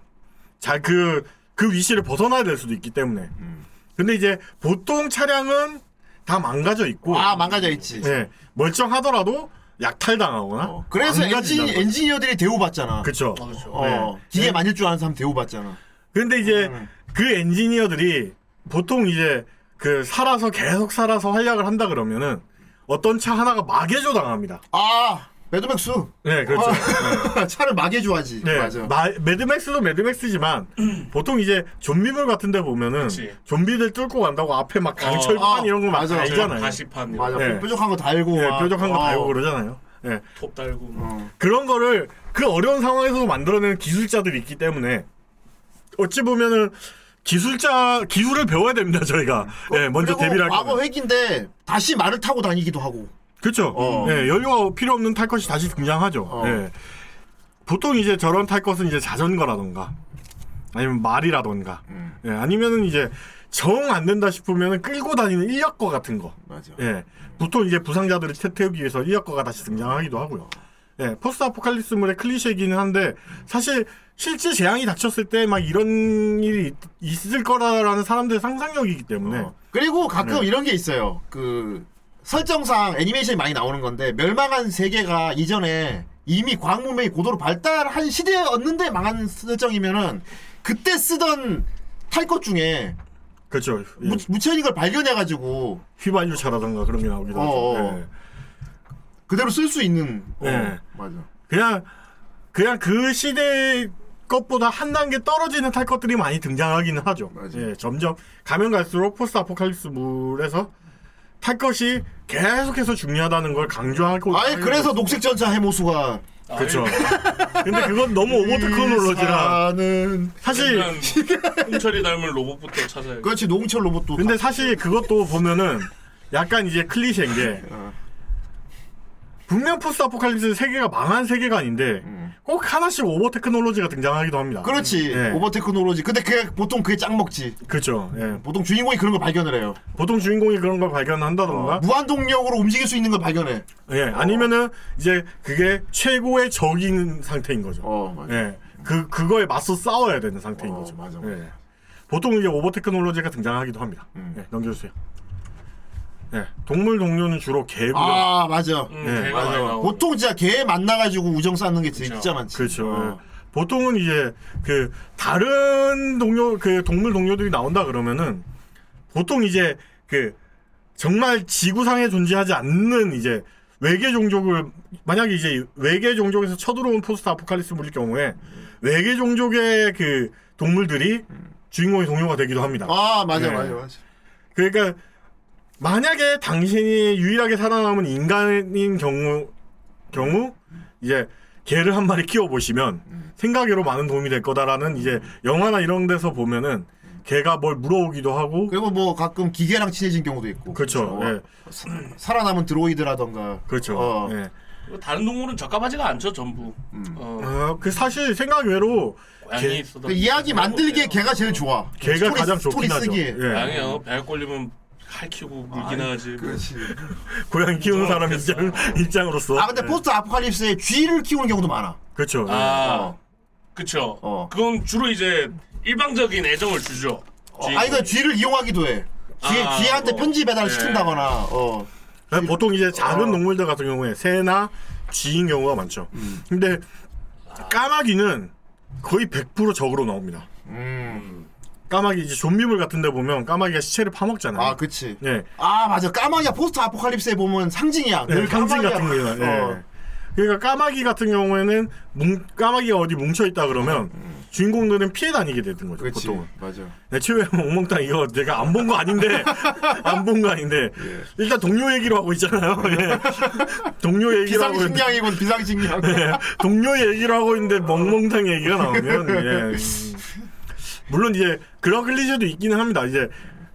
S6: 자, 그, 그 위시를 벗어나야 될 수도 있기 때문에.
S5: 음.
S6: 근데 이제 보통 차량은 다 망가져 있고.
S5: 아 망가져 있지.
S6: 예. 멀쩡하더라도 약탈당하거나.
S5: 어, 그래서
S6: 망가진다고.
S5: 엔진, 엔지니어들이 대우받잖아.
S6: 그쵸. 네.
S5: 어, 기계 만질 줄 아는 사람 대우받잖아.
S6: 근데 이제 그 엔지니어들이 보통 이제 그 살아서 계속 살아서 활약을 한다 그러면은 어떤 차 하나가 마개조 당합니다.
S5: 아 매드맥스.
S6: 네, 그렇죠.
S5: 차를 막해줘야지.
S6: 네,
S5: 맞아.
S6: 마- 매드맥스도 매드맥스지만 보통 이제 좀비물 같은 데 보면은
S7: 그치.
S6: 좀비들 뚫고 간다고 앞에 막 강철판
S5: 아,
S6: 이런 거막
S5: 맞아.
S6: 달잖아요.
S7: 가시판
S5: 맞아.
S6: 네.
S5: 뾰족한 거 달고.
S6: 네,
S5: 막.
S6: 뾰족한 거
S5: 어.
S6: 달고 그러잖아요. 네,
S7: 톱 달고 뭐.
S5: 어.
S6: 그런 거를 그 어려운 상황에서도 만들어내는 기술자들이 있기 때문에 어찌 보면은 기술자 기술을 배워야 됩니다 저희가 예 먼저
S5: 음. 그리고
S6: 데뷔를 할 거면
S5: 과거 회기인데 다시 말을 타고 다니기도 하고.
S6: 그렇죠
S5: 어.
S6: 예 연료가 필요 없는 탈 것이 다시 등장하죠
S5: 어.
S6: 예 보통 이제 저런 탈 것은 이제 자전거라던가 아니면 말이라던가
S5: 음.
S6: 예 아니면은 이제 정 안 된다 싶으면은 끌고 다니는 인력거 같은 거
S5: 맞아.
S6: 예. 보통 이제 부상자들을 태- 태우기 위해서 인력거가 다시 등장하기도 하고요. 예, 포스트 아포칼립스물의 클리셰이기는 한데 사실 실제 재앙이 닥쳤을 때 막 이런 일이 있, 을 거라라는 사람들의 상상력이기 때문에
S5: 어. 그리고
S6: 네.
S5: 가끔 이런 게 있어요. 그 설정상 애니메이션이 많이 나오는 건데 멸망한 세계가 이전에 이미 과학문명이 고도로 발달한 시대였는데 망한 설정이면은 그때 쓰던 탈 것 중에
S6: 그렇죠. 예,
S5: 무, 무채인 걸 발견해가지고
S6: 휘발유차라던가 그런 게 나오기도
S5: 어,
S6: 하죠.
S5: 어.
S6: 예.
S5: 그대로 쓸 수 있는. 어,
S6: 네.
S5: 맞아.
S6: 그냥 그냥 그 시대의 것보다 한 단계 떨어지는 탈 것들이 많이 등장하기는 하죠.
S5: 맞아요.
S6: 예, 점점 가면 갈수록 포스트 아포칼립스물에서 탈 것이 계속해서 중요하다는 걸 강조하고
S5: 아예 그래서
S6: 뭐
S5: 녹색 전차 해모수가
S7: 아,
S6: 그렇죠. 근데 그건 너무
S5: 음,
S6: 오버트
S5: 아.
S6: 크로놀로지라
S5: 사는
S6: 사실
S5: 아.
S7: 일단 홍철이 닮은 로봇부터 찾아야
S5: 그렇지 농철 로봇도
S6: 근데 사실 그것도 보면은 약간 이제 클리셰인 게
S5: 어.
S6: 분명 포스트 아포칼립스 세계가 망한 세계관인데 꼭 하나씩 오버 테크놀로지가 등장하기도 합니다.
S5: 음. 그렇지
S6: 예.
S5: 오버 테크놀로지 근데 그게 보통 그게 짱 먹지
S6: 그렇죠. 예.
S5: 보통 주인공이 그런 걸 발견을 해요
S6: 보통 주인공이 그런 걸 발견한다던가
S5: 무한 동력으로 움직일 수 있는 걸 발견해
S6: 예. 아니면은 이제 그게 최고의 적인 상태인 거죠.
S5: 어 맞아
S6: 예. 그 그거에 맞서 싸워야 되는 상태인
S5: 어,
S6: 거죠.
S5: 맞아, 맞아.
S6: 예. 보통 이제 오버 테크놀로지가 등장하기도 합니다. 예, 넘겨주세요. 예. 동물 동료는 주로 개고요.
S5: 아 맞아
S7: 음,
S6: 네,
S7: 배가 많이
S5: 맞아
S7: 나오고.
S5: 보통 진짜 개 만나가지고 우정 쌓는 게 진짜
S7: 그쵸.
S5: 많지
S6: 그렇죠.
S5: 어.
S6: 예. 보통은 이제 그 다른 동료 그 동물 동료들이 나온다 그러면은 보통 이제 그 정말 지구상에 존재하지 않는 이제 외계 종족을 만약에 이제 외계 종족에서 쳐들어온 포스트 아포칼립스 물일 경우에 외계 종족의 그 동물들이 주인공의 동료가 되기도 합니다.
S5: 아 맞아
S6: 네.
S5: 맞아 맞아
S6: 그러니까 만약에 당신이 유일하게 살아남은 인간인 경우 경우 이제 개를 한 마리 키워 보시면 생각외로 많은 도움이 될 거다라는 이제 영화나 이런 데서 보면은 개가 뭘 물어오기도 하고
S5: 그리고 뭐 가끔 기계랑 친해진 경우도 있고
S6: 그렇죠.
S5: 어.
S6: 예.
S5: 살아남은 드로이드라던가
S6: 그렇죠.
S5: 어.
S6: 예.
S7: 다른 동물은 적합하지가 않죠 전부. 어,
S6: 어, 그 사실 생각외로 개-
S7: 양이 있어도
S5: 음.
S7: 뭐
S5: 그 이야기 만들기에 네. 걔가 제일 좋아
S6: 예. 개가
S5: 스토리,
S6: 가장
S5: 스토리
S6: 좋긴 하죠.
S5: 쓰기에
S6: 예.
S7: 양이요 배가 꼴리면 칼 키우고 물기나 하지. 뭐.
S6: 고양이 키우는 사람
S7: 그렇겠어.
S6: 입장 입장으로서 예,
S5: 아 근데 포스트 아포칼립스에 쥐를 키우는 경우도 많아
S6: 그렇죠.
S7: 아,
S5: 어.
S7: 그쵸.
S5: 어.
S7: 그건 주로 이제 일방적인 애정을 주죠.
S5: 어, 아니 그 쥐를 이용하기도 해. 쥐,
S7: 아,
S5: 쥐한테
S7: 어.
S5: 편지 배달을
S7: 예.
S5: 시킨다거나. 어.
S6: 그러니까 보통 이제 작은
S5: 아.
S6: 동물들 같은 경우에 새나 쥐인 경우가 많죠. 근데 까마귀는 거의 100% 적으로 나옵니다.
S5: 음.
S6: 까마귀 이제 좀비물 같은데 보면 까마귀가 시체를 파먹잖아요.
S5: 아 그치.
S6: 예.
S5: 아 맞아. 까마귀야 포스트 아포칼립스에 보면 상징이야.
S6: 네,
S5: 늘
S6: 강진
S5: 까마귀야.
S6: 같은 거. 예.
S5: 어.
S6: 그러니까 까마귀 같은 경우에는 뭉, 까마귀가 어디 뭉쳐 있다 그러면 주인공들은 피해 다니게 되는 거죠.
S5: 음. 그렇지.
S6: 보통은.
S5: 맞아.
S6: 내 최후의 몽몽땅 이거 내가 안 본 거 아닌데 안 본 거 아닌데
S5: 예.
S6: 일단 동료 얘기로 하고 있잖아요. 예. 동료 얘기로 하고 있는데
S5: 비상식량이군 비상식량.
S6: 예. 동료 얘기를 하고 있는데 멍멍탕 얘기가
S5: 음.
S6: 나오면 예. 물론 이제 그런 클리셰도 있기는 합니다. 이제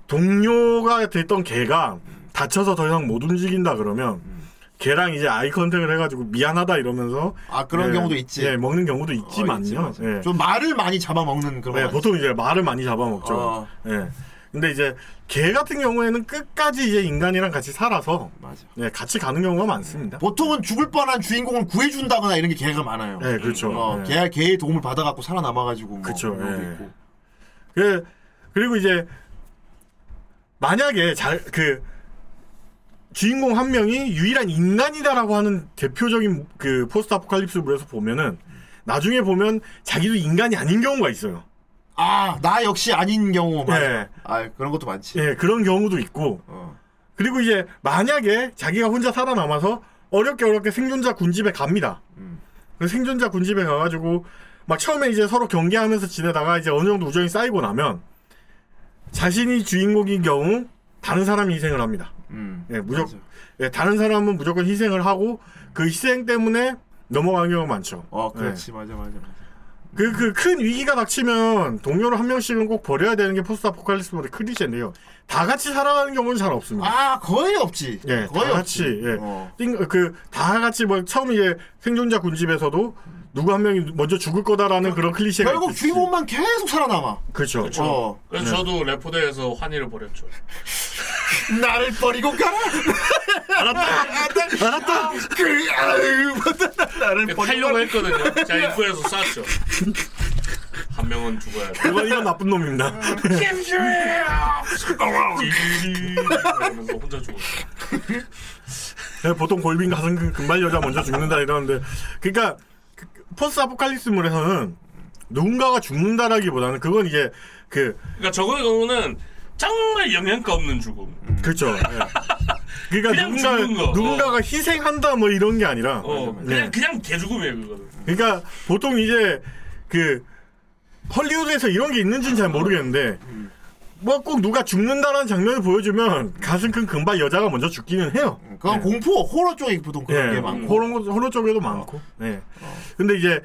S6: 동료가 됐던 개가 다쳐서 더 이상 못 움직인다 그러면 개랑 이제 아이 컨택을 해가지고 미안하다 이러면서
S5: 아, 그런 경우도 있지. 어,
S6: 예, 먹는 경우도
S5: 있지,
S6: 있지만요.
S5: 맞아.
S6: 예.
S5: 좀 말을 많이 잡아먹는 그런.
S6: 네,
S5: 거
S6: 보통 이제 말을 많이 잡아먹죠.
S5: 어.
S6: 예. 근데 이제 개 같은 경우에는 끝까지 이제 인간이랑 같이 살아서
S5: 맞아.
S6: 예, 같이 가는 경우가 많습니다.
S5: 보통은 죽을 뻔한 주인공을 구해준다거나 이런 게 개가 많아요.
S6: 예, 그렇죠.
S5: 어, 개,
S6: 예.
S5: 개의 도움을 받아갖고 살아남아가지고. 뭐
S6: 그쵸,
S5: 그런 것도
S6: 예.
S5: 있고.
S6: 그 그리고 이제 만약에 잘 그 주인공 한 명이 유일한 인간이다라고 하는 대표적인 그 포스트 아포칼립스물에서 보면은 나중에 보면 자기도 인간이 아닌 경우가 있어요.
S5: 아, 나 역시 아닌 경우. 맞아.
S6: 예.
S5: 아, 그런 것도 많지.
S6: 예, 그런 경우도 있고
S5: 어.
S6: 그리고 이제 만약에 자기가 혼자 살아남아서 어렵게 어렵게 생존자 군집에 갑니다.
S5: 음.
S6: 그 생존자 군집에 가가지고 막 처음에 이제 서로 경계하면서 지내다가 이제 어느 정도 우정이 쌓이고 나면 자신이 주인공인 경우 다른 사람이 희생을 합니다.
S5: 음.
S6: 예,
S5: 맞아.
S6: 무조건 예, 다른 사람은 무조건 희생을 하고 그 희생 때문에 넘어가는 경우가 많죠.
S5: 어,
S6: 네.
S5: 그렇지. 맞아, 맞아, 맞아.
S6: 그 그 큰 위기가 닥치면 동료를 한 명씩은 꼭 버려야 되는 게 포스트 아포칼립스물의 클리셰인데요. 다 같이 살아가는 경우는 잘 없습니다.
S5: 아, 거의 없지.
S6: 예,
S5: 거의
S6: 다 같이
S5: 없지.
S6: 예.
S5: 어.
S6: 그다 같이 뭐 처음 이제 생존자 군집에서도 누구 한 명이 먼저 죽을 거다라는 그런 클리셰가
S5: 결국
S6: 있듯이.
S5: 주인공만 계속 살아남아.
S6: 그렇죠.
S5: 어.
S7: 네. 그래서 저도 레포대에서 환희를 벌였죠.
S5: 나를 버리고 가라. 알았다. 알았다. 그 아유, 나를
S7: 근데
S5: 버리고
S7: 타려고 그 했거든요. 제가 입구에서 쐈죠. 한 명은 죽어야 돼.
S6: 뭐 이건 이건 나쁜 놈입니다.
S7: 이러면서 혼자 죽었어요.
S6: 예, 보통 골빈 가슴 근- 금발 여자 먼저 죽는다 이러는데 그러니까 그- 그 포스트 아포칼립스물에서는 누군가가 죽는다라기보다는 그건 이제 그
S7: 그러니까 저거의 경우는 정말 영향가 없는 죽음.
S6: 그렇죠. 예. 그러니까
S7: 그냥 죽는 거.
S6: 누군가
S7: 어.
S6: 누군가가 희생한다 뭐 이런 게 아니라
S7: 어,
S6: 예.
S7: 그냥 그냥 개죽음이에요 그거는.
S6: 그러니까 보통 이제 그 헐리우드에서 이런 게 있는지는 잘 모르겠는데 뭐 꼭 누가 죽는다라는 장면을 보여주면 가슴 큰 금발 여자가 먼저 죽기는 해요.
S5: 그건
S7: 네.
S5: 공포 호러 쪽이 보통 그런
S6: 예,
S5: 게 많고.
S6: 호러, 호러 쪽에도 많고. 예. 근데 이제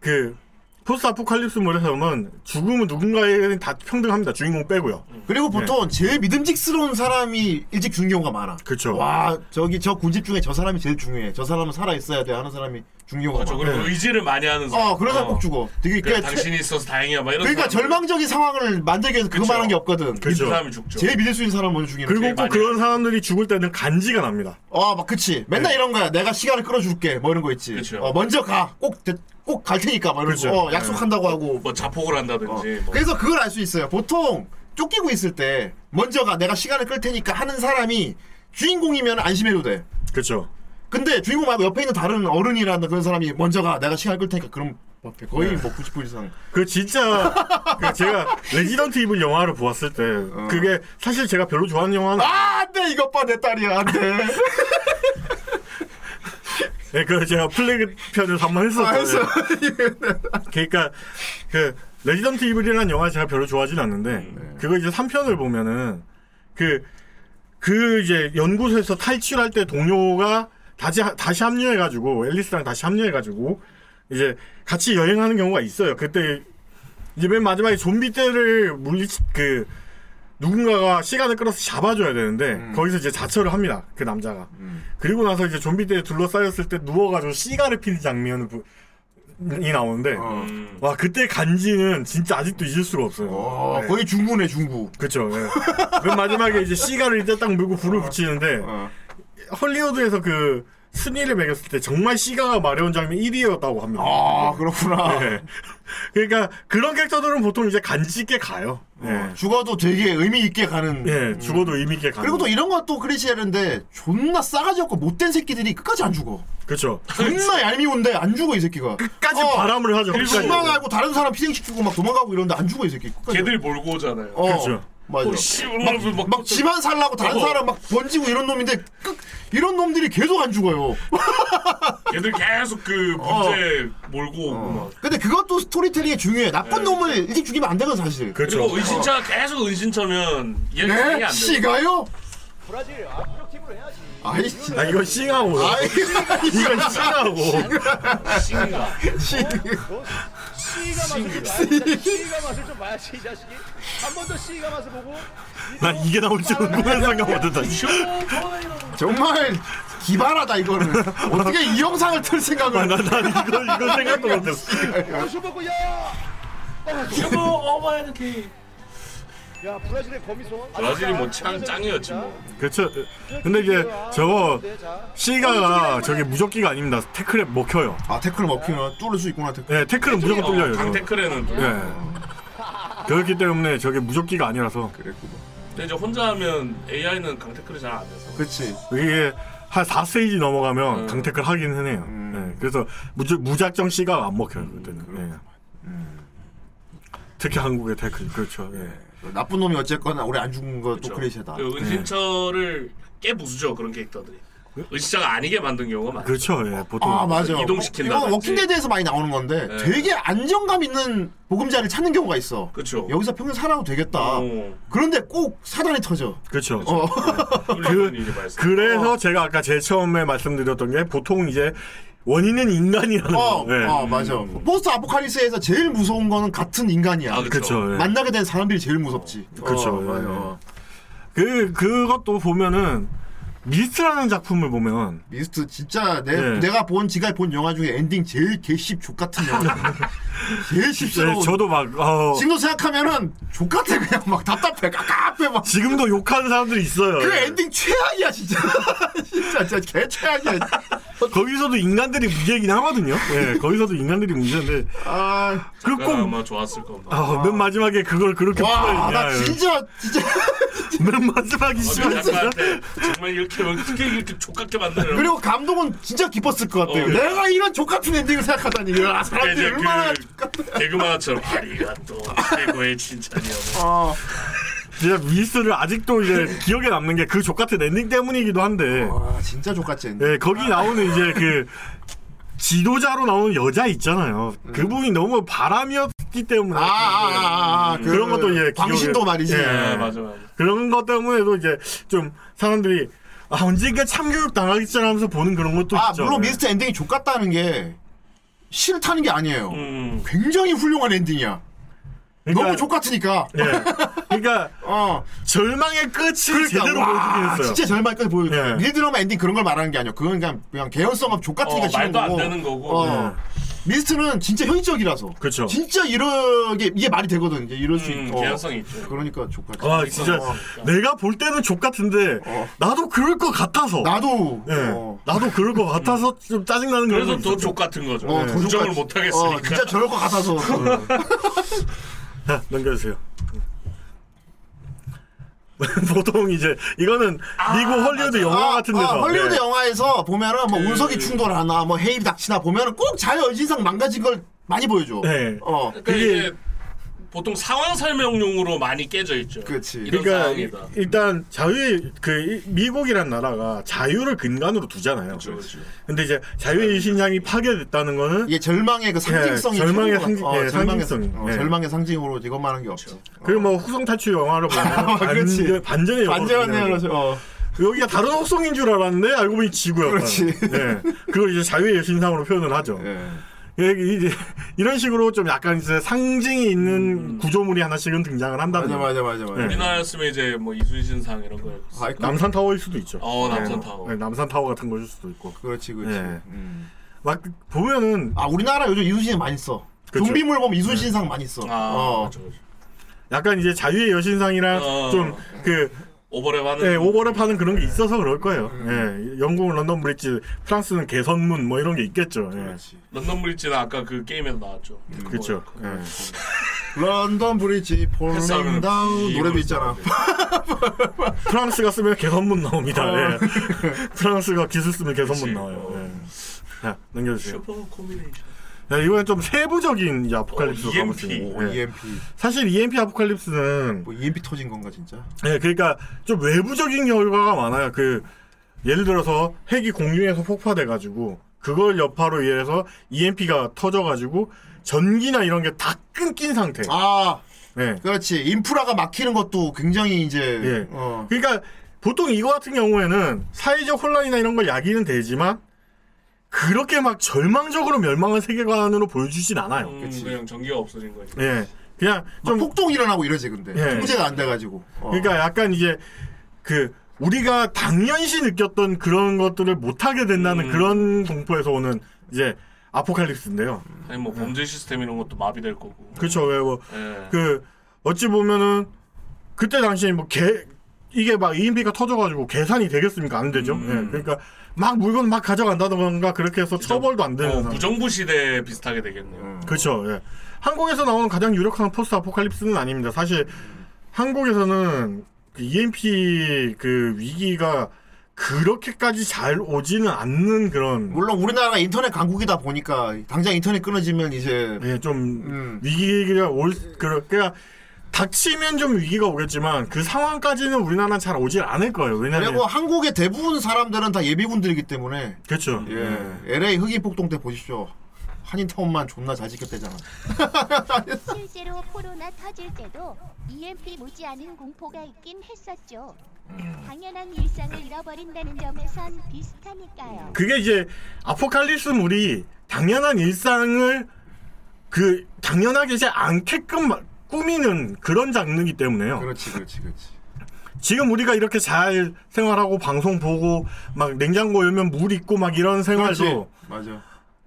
S6: 그 포스트 아포칼립스물에서는 죽음은 누군가에게는 다 평등합니다. 주인공 빼고요.
S7: 음.
S5: 그리고
S7: 네.
S5: 보통 제일 믿음직스러운 사람이 일찍 죽는 경우가 많아.
S6: 그렇죠.
S5: 와 저기 저 군집 중에 저 사람이 제일 중요해. 저 사람은 살아 있어야 돼 하는 사람이 중요한 거
S7: 저
S5: 많아.
S7: 그렇죠.
S5: 네.
S7: 그리고 의지를 많이 하는 사람.
S5: 어 그런 사람 꼭 죽어. 되게
S7: 그래,
S5: 그게
S7: 당신이 있어서 다행이야 막 이런.
S5: 그러니까
S7: 사람들.
S5: 절망적인 상황을 만들기 위해서
S7: 그쵸.
S5: 그만한 게 없거든.
S7: 그
S6: 그죠.
S7: 사람이 죽죠.
S5: 제일 믿을 수 있는 사람 먼저 죽이는.
S6: 그리고
S5: 거지.
S6: 또
S7: 많이
S6: 그런 사람들이 죽을 때는 간지가 납니다.
S5: 어, 막 그치. 맨날 이런 거야. 내가 시간을 끌어줄게. 뭐 이런 거 있지.
S7: 네. 그쵸.
S5: 어, 먼저 가. 꼭꼭갈 테니까. 막 이런
S6: 그쵸.
S5: 거. 어, 약속한다고 하고.
S7: 뭐 자폭을
S5: 어.
S7: 한다든지. 뭐.
S5: 그래서 그걸 알 수 있어요. 보통 쫓기고 있을 때 먼저 가. 내가 시간을 끌 테니까 하는 사람이 주인공이면 안심해도 돼.
S6: 그렇죠.
S5: 근데 주인공 말고 옆에 있는 다른 어른이라는 그런 사람이 먼저 가. 내가 시간을 끌 테니까 그럼 막 거의
S7: 네.
S5: 뭐 90% 이상.
S6: 그 진짜 그 제가 레지던트 이블 영화를 보았을 때 그게 사실 제가 별로 좋아하는 영화는
S5: 아, 안 돼. 이것 봐. 내 딸이야. 안 돼.
S6: 예, 그 제가 플래그 편을 한번 했었어요.
S5: 했어요.
S6: 그러니까 그 레지던트 이블이라는 영화 제가 별로 좋아하진 않는데 그거 이제 3편을 보면은 그 그 이제 연구소에서 탈출할 때 동료가 다시 하- 다시 합류해 가지고 앨리스랑 다시 합류해 가지고 이제 같이 여행하는 경우가 있어요. 그때 이제 맨 마지막에 좀비 떼를 물리치 그 누군가가 시간을 끌어서 잡아줘야 되는데
S5: 음.
S6: 거기서 이제 자처를 합니다. 그 남자가. 그리고 나서 이제 좀비 떼에 둘러싸였을 때 누워가지고 시가를 피는 장면이 부- 이 나오는데
S7: 어.
S6: 와 그때 간지는 진짜 아직도 잊을 수가 없어요.
S5: 어,
S6: 네.
S5: 거의 중구네, 중구.
S6: 그쵸. 예. 맨 마지막에 이제 시가를 이제 딱 물고 불을 붙이는데
S5: 어.
S6: 헐리우드에서 그 순위를 매겼을 때 정말 시가가 마려운 장면 1위였다고 합니다.
S5: 아, 그렇구나.
S7: 네.
S6: 예. 그러니까 그런 캐릭터들은 보통 이제 간지 있게 가요. 예.
S5: 죽어도 되게 의미 있게 가는.
S7: 네.
S6: 예, 죽어도 의미 있게 가는.
S5: 그리고 또 이런 것도 크리시에는데 존나 싸가지 없고 못된 새끼들이 끝까지 안 죽어.
S6: 그렇죠.
S5: 존나 얄미운데 안 죽어 이 새끼가.
S6: 끝까지
S5: 어,
S6: 바람을 하죠.
S5: 그리고
S6: 끝까지.
S5: 실망하고 다른 사람 피생시키고 막 도망가고 이러는데 안 죽어 이 새끼. 끝까지.
S7: 걔들이 몰고 오잖아요.
S5: 어.
S6: 그렇죠.
S5: 맞아.
S7: 어, 씨,
S5: 막,
S7: 오늘 막-
S5: 막 집안 살라고 다른
S7: 어.
S5: 사람 막 번지고 이런 놈인데 끝 이런 놈들이 계속 안 죽어요.
S7: 얘들 계속 그 문제
S5: 어.
S7: 몰고 오고 막.
S5: 근데 그것도 스토리텔링이 중요해.
S6: 네.
S5: 나쁜 놈을 일찍 죽이면 안 되거든 사실.
S7: 그리고
S6: 아,
S7: 의심차 계속 의심차면 얘
S5: 네?
S7: 안 돼.
S5: 씨가요?
S9: 브라질 앞으로 팀으로 해야지.
S5: 아이 씨.
S6: 아 이건 싱하고
S5: 아이
S6: 이건 싱하고
S7: 씨가.
S5: 씨.
S9: C가 맛을 좀 봐야지. C가 맛을 좀 봐야지 이 자식이. 한 번 더 C가 맛을 보고.
S6: 나 이게 나올 줄은 꿈에 생각 못했다.
S5: 정말 기발하다 이거는. 어떻게 이 영상을 틀
S7: 아,
S5: 생각을?
S6: 나나 이거 이거 생각도 못했어.
S9: 슈퍼고야.
S7: 슈퍼 오버헤드 킥.
S9: 야 브라질의 거미손.
S7: 브라질이 뭐창 짱이었지 뭐.
S6: 그렇죠. 근데 이제 저거 시가가 저게 무적기가 아닙니다. 태클에 먹혀요.
S5: 아 태클 먹히면 뚫을 수 있구나 태클.
S6: 네, 태클은 무조건 뚫려요.
S7: 어,
S6: 저거.
S7: 강태클에는. 또.
S6: 예. 그렇기 때문에 저게 무적기가 아니라서
S5: 그랬구만.
S7: 근데 이제 혼자 하면 AI는 강태클이 잘 안 돼서.
S5: 그렇지.
S6: 이게 한 4스테이지 넘어가면
S7: 음.
S6: 강태클 하긴 해요. 예, 그래서 무조, 무작정 시가 안 먹혀요 그때는.
S5: 음.
S6: 예. 특히 한국의 태클 그렇죠. 예.
S5: 나쁜 놈이 어쨌거나 우리 안 죽은 것도
S7: 그렇죠.
S5: 크레이시다.
S7: 그 은신처를 깨부수죠 그런 캐릭터들이. 은신처가 아니게 만든 경우가 많아. 요
S6: 그렇죠. 예, 보통
S5: 아 맞아.
S7: 이동시킨다든지.
S5: 이건 워킹데드에서 많이 나오는 건데
S7: 네.
S5: 되게 안정감 있는 보금자리를 찾는 경우가 있어.
S7: 그렇죠.
S5: 여기서 평생 살아도 되겠다.
S7: 어.
S5: 그런데 꼭 사단이 터져.
S6: 그렇죠.
S5: 어.
S7: 훌륭한 일이 발생.
S6: 그래서 제가 아까 제일 처음에 말씀드렸던 게 보통 이제 원인은 인간이라는
S5: 어,
S6: 거. 예.
S5: 어 맞아. 포스트 아포칼립스에서 제일 무서운 거는 같은 인간이야.
S7: 아, 그쵸.
S6: 그렇죠. 예.
S5: 만나게 된 사람들이 제일 무섭지.
S6: 그쵸.
S5: 어, 맞아.
S6: 예. 그 그것도 보면은 미스라는 작품을 보면
S5: 미스트 진짜 내
S6: 예.
S5: 내가 본 지가 본 영화 중에 엔딩 제일 개씹 족 같은 영화. 제일
S6: 예,
S5: 씹스러워.
S6: 저도 막 어,
S5: 지금도 생각하면은 족 같아 그냥 막 답답해 깝깝해 막.
S6: 지금도 욕하는 사람들이 있어요.
S5: 그
S6: 예.
S5: 엔딩 최악이야 진짜. 진짜 진짜 개 최악이야.
S6: 거기서도 인간들이 문제이긴 하거든요. 예, 거기서도 인간들이 문제인데
S5: 아,
S7: 그러니까
S6: 그꼭
S7: 아마 좋았을 겁니다.
S6: 아, 맨 마지막에 그걸 그렇게
S5: 와,
S6: 풀어야
S5: 나
S6: 되냐.
S5: 진짜 진짜
S6: 맨 마지막이
S7: 어,
S6: 심한
S7: 작가한테 정말 이렇게 어떻게 이렇게 족같게 만드는
S5: 그리고 감독은 진짜 기뻤을 것 같아요.
S6: 네.
S7: 어, 그래.
S5: 내가 이런 족 같은 엔딩을 생각하다니. 야, 사람들이 얼마나
S7: 그 개그마처럼 아리가 또 최고의 칭찬이야. 뭐.
S5: 어,
S6: 진짜 미스를 아직도 이제 기억에 남는 게 그 족같은 엔딩 때문이기도 한데
S5: 와, 진짜 족 같지 엔딩.
S6: 예, 거기 나오는 이제 그 지도자로 나오는 여자 있잖아요. 그분이 너무 바람이었기 때문에
S5: 아, 아, 아, 아, 아,
S6: 그런 것도 이제 기억에-
S5: 광신도 말이지.
S7: 네,
S6: 예.
S7: 맞아 맞아.
S6: 그런 것 때문에도 이제 좀 사람들이 아, 언젠가 참교육 당하겠지 하면서 보는 그런 것도
S5: 아,
S6: 있죠.
S5: 물론
S6: 예.
S5: 미스터 엔딩이 족 같다는 게 싫다는 게 아니에요.
S7: 음.
S5: 굉장히 훌륭한 엔딩이야. 너무 족 같으니까.
S6: 그러니까 예. 그러니까
S5: 어,
S6: 절망의 끝을 제대로 보여주긴
S5: 그러니까, 와,
S6: 했어요.
S5: 진짜 절망까지 보여줘.
S6: 예.
S5: 미드러마 엔딩 그런 걸 말하는 게 아니야. 그건 그냥 그냥 개연성 없이 족 같으니까
S7: 어,
S5: 싫은
S7: 말도 안
S5: 거고.
S7: 되는 거고.
S5: 어. 미스트는 진짜 현실적이라서.
S6: 예. 그쵸.
S5: 진짜 이러게 이게 말이 되거든. 이제 이럴 수
S7: 음,
S5: 있고.
S7: 개연성이 있죠.
S5: 그러니까 족같이.
S6: 와 아, 진짜
S5: 어.
S6: 내가 볼 때는 족 같은데
S5: 어.
S6: 나도 그럴 것 같아서
S5: 나도
S6: 예
S5: 어.
S6: 나도 그럴 것 같아서 좀 짜증나는 그런
S7: 그래서
S6: 건
S7: 더
S6: 있었죠.
S7: 족 같은 거죠. 네.
S5: 어, 더
S7: 부정을
S5: 족같이.
S7: 못 하겠으니까.
S5: 어, 진짜 저럴 것 같아서.
S6: 자, 넘겨주세요. 보통 이제 이거는 미국 헐리우드 영화 같은 데서
S5: 아, 헐리우드
S7: 네.
S6: 예.
S5: 영화에서 보면은
S7: 그
S5: 뭐 운석이 충돌하나 뭐 헤일이 닥치나 보면은 꼭 자기 여진상 망가진 걸 많이 보여줘.
S6: 네.
S5: 어.
S7: 그러니까 이게 보통 상황 설명용으로 많이 깨져 있죠.
S5: 그치.
S7: 이런
S6: 그러니까
S7: 상황이다.
S6: 이- 일단 자유 그 이- 미국이란 나라가 자유를 근간으로 두잖아요.
S7: 그렇죠, 그렇죠.
S6: 근데 이제 자유의 신장이 파괴됐다는 거는
S5: 이게 절망의 그 상징성이
S6: 예, 절망의
S5: 최고야.
S6: 상징- 예,
S5: 절망의,
S6: 상징성이.
S5: 어,
S6: 예.
S5: 절망의 상징으로 이것만한 게 없죠.
S6: 그리고 뭐 후성 탈출 영화로 보면
S5: 아, 그렇지.
S6: 반전, 반전의 영화
S5: 반전이라서 어.
S6: 여기가 다른 혹성인 줄 알았는데 알고 보니 지구였다.
S5: 그렇지.
S6: 예. 그걸 이제 자유의 신상으로 표현을 하죠.
S5: 예.
S6: 예, 이제 이런 식으로 좀 약간 이제 상징이 있는 구조물이 하나씩은 등장을 한다는.
S5: 음. 맞아 맞아 맞아 맞아.
S6: 네.
S7: 우리나라였으면 이제 뭐 이순신상 이런 거.
S5: 아, 그-
S6: 남산 타워일 수도 있죠.
S7: 어,
S5: 네.
S7: 남산 타워.
S6: 예, 남산 타워 같은 거일 수도 있고.
S5: 그렇지 그렇지.
S6: 예.
S5: 음.
S6: 막 보면은
S5: 아 우리나라 요즘 이순신 많이 써.
S6: 그쵸.
S5: 좀비물 보면 이순신상 많이 써.
S7: 아,
S5: 어.
S7: 그렇죠, 그렇죠.
S6: 약간 이제 자유의 여신상이랑
S7: 어. 음.
S6: 좀 그
S7: 네, 오버랩 하는.
S6: 예, 오버랩 하는 그런 게 있어서 그럴 거예요.
S5: 음.
S6: 예. 영국은 런던 브릿지, 프랑스는 개선문 뭐 이런 게 있겠죠.
S7: 음.
S6: 예.
S5: 그렇지.
S7: 런던 브릿지는 아까 그 게임에서 나왔죠.
S5: 음,
S6: 그렇죠.
S7: 그거.
S6: 예.
S5: 런던 브릿지 폴링
S7: 패스하면은
S5: 다운
S7: 이-
S5: 노래도 있잖아.
S6: 프랑스가 쓰면 개선문 나옵니다. 예. 프랑스가 기술 쓰면 개선문
S7: 어. 그치.
S6: 나와요.
S7: 어.
S6: 예. 자, 넘겨주세요.
S7: 슈퍼 코미네이션. 어,
S6: 야, 이거는 좀 세부적인 이 아포칼립스로
S5: 오,
S7: E
S6: 가보시죠.
S7: 뭐.
S5: EMP.
S6: 예.
S5: EMP.
S6: 사실 EMP 아포칼립스는
S5: 뭐 EMP 터진 건가 진짜?
S6: 예, 그러니까 좀 외부적인 결과가 많아요. 그 예를 들어서 핵이 공중에서 폭파돼 가지고 그걸 여파로 인해서 EMP가 터져 가지고 전기나 이런 게 다 끊긴 상태.
S5: 아,
S6: 네.
S5: 그렇지. 인프라가 막히는 것도 굉장히 이제
S6: 예.
S5: 어.
S6: 그러니까 보통 이거 같은 경우에는 사회적 혼란이나 이런 걸 야기는 되지만 그렇게 막 절망적으로 멸망한 세계관으로 보여주진 않아요.
S7: 음, 그냥 전기가 없어진 거지.
S6: 예. 그냥 좀
S5: 아, 폭동 일어나고 이러지 근데
S6: 예.
S5: 통제가 안 돼가지고. 어.
S6: 그러니까 약간 이제 그 우리가 당연시 느꼈던 그런 것들을 못 하게 된다는 그런 공포에서 오는 이제 아포칼립스인데요.
S7: 아니
S5: 네.
S7: 뭐 범죄 시스템 이런 것도 마비될 거고.
S6: 그렇죠. 왜 뭐
S7: 예.
S6: 그 어찌 보면은 그때 당시에 뭐 개 이게 막 EMP가 터져가지고 계산이 되겠습니까? 안 되죠. 예, 그러니까 막 물건 막 가져간다던가 그렇게 해서 처벌도 안 되는
S7: 어,
S6: 상황.
S7: 무정부 시대 비슷하게 되겠네요.
S5: 음.
S6: 그렇죠. 예. 한국에서 나오는 가장 유력한 포스트 아포칼립스는 아닙니다. 사실 한국에서는 그 EMP 그 위기가 그렇게까지 잘 오지는 않는 그런
S5: 물론 우리나라가 인터넷 강국이다 보니까 당장 인터넷 끊어지면 이제
S6: 예, 좀
S5: 음.
S6: 위기가 올 그러- 그러니까 닥치면 좀 위기가 오겠지만 그 상황까지는 우리나라는 잘 오질 않을 거예요. 왜냐면
S5: 그리고 한국의 대부분 사람들은 다 예비군들이기 때문에
S6: 그렇죠.
S5: 예. LA 흑인 폭동 때 보십시오. 한인타운만 존나 잘 지켰대잖아.
S12: 실제로 코로나 터질 때도 EMP 못지않은 공포가 있긴 했었죠. 당연한 일상을 잃어버린다는 점에선 비슷하니까요.
S6: 그게 이제 아포칼립스물이 당연한 일상을 그 당연하게 이제 않게끔 마- 꾸미는 그런 장르이기 때문에요.
S5: 그렇지, 그렇지, 그렇지.
S6: 지금 우리가 이렇게 잘 생활하고 방송 보고 막 냉장고 열면 물 있고 막 이런 생활도
S5: 그렇지. 맞아.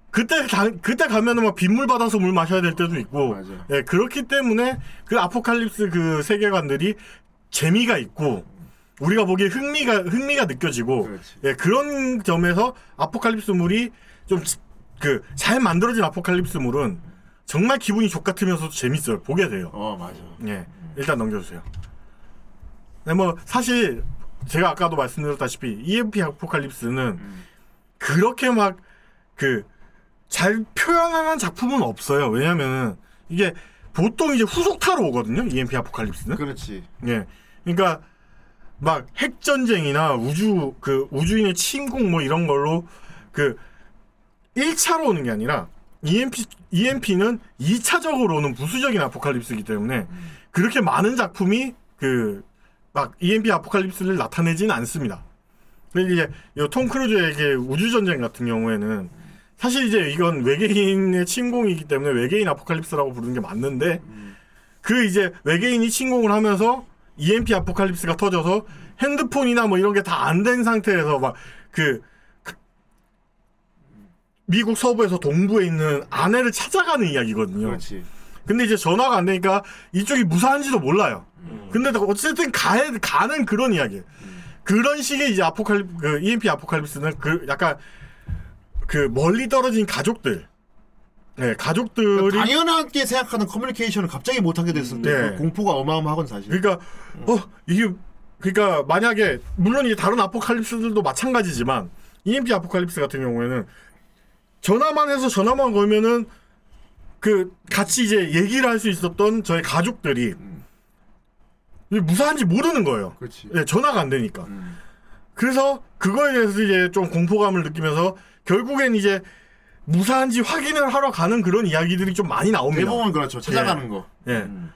S6: 그때 가, 그때 가면은 막 빗물 받아서 물 마셔야 될 때도 있고 예 그렇기 때문에 그 아포칼립스 그 세계관들이 재미가 있고 우리가 보기에 흥미가 흥미가 느껴지고 예 그런 점에서 아포칼립스물이 좀 그 잘 만들어진 아포칼립스물은 정말 기분이 좋 같으면서도 재밌어요 보게 돼요
S5: 어 맞아
S6: 예 일단 넘겨주세요 네, 뭐 사실 제가 아까도 말씀드렸다시피 EMP 아포칼립스는 그렇게 막 그 잘 표현하는 작품은 없어요. 왜냐면은 이게 보통 이제 후속타로 오거든요. EMP 아포칼립스는.
S5: 그렇지.
S6: 예. 그러니까 막 핵전쟁이나 우주 그 우주인의 침공 뭐 이런 걸로 그 1차로 오는 게 아니라 E EMP EMP는 2차적으로 오는 부수적인 아포칼립스이기 때문에 그렇게 많은 작품이 그 막 EMP 아포칼립스를 나타내지는 않습니다. 근데 이제 요톰 크루즈에게 우주 전쟁 같은 경우에는 사실 이제 이건 외계인의 침공이기 때문에 외계인 아포칼립스라고 부르는 게 맞는데 그 이제 외계인이 침공을 하면서 EMP 아포칼립스가 터져서 핸드폰이나 뭐 이런 게 다 안 된 상태에서 막 그 미국 서부에서 동부에 있는 아내를 찾아가는 이야기거든요.
S5: 그렇지.
S6: 근데 이제 전화가 안 되니까 이쪽이 무사한지도 몰라요.
S7: 음.
S6: 근데 어쨌든 가, 가는 그런 이야기. 그런 식의 이제 아포칼립 그 EMP 아포칼립스는 그 약간 그 멀리 떨어진 가족들, 네 가족들이
S5: 그러니까 당연하게 생각하는 커뮤니케이션을 갑자기 못하게 됐을 때
S6: 네.
S5: 그 공포가 어마어마하건 사실.
S6: 그러니까 어 이게 그러니까 만약에 물론 이제 다른 아포칼립스들도 마찬가지지만 EMP 아포칼립스 같은 경우에는 전화만 해서 전화만 걸면은 그 같이 이제 얘기를 할 수 있었던 저희 가족들이 이게 무사한지 모르는 거예요. 예, 전화가 안 되니까. 그래서 그거에 대해서 이제 좀 공포감을 느끼면서 결국엔 이제 무사한지 확인을 하러 가는 그런 이야기들이 좀 많이 나옵니다.
S5: 대부분 그렇죠. 찾아가는
S6: 예.
S5: 거.
S6: 예.
S5: 음.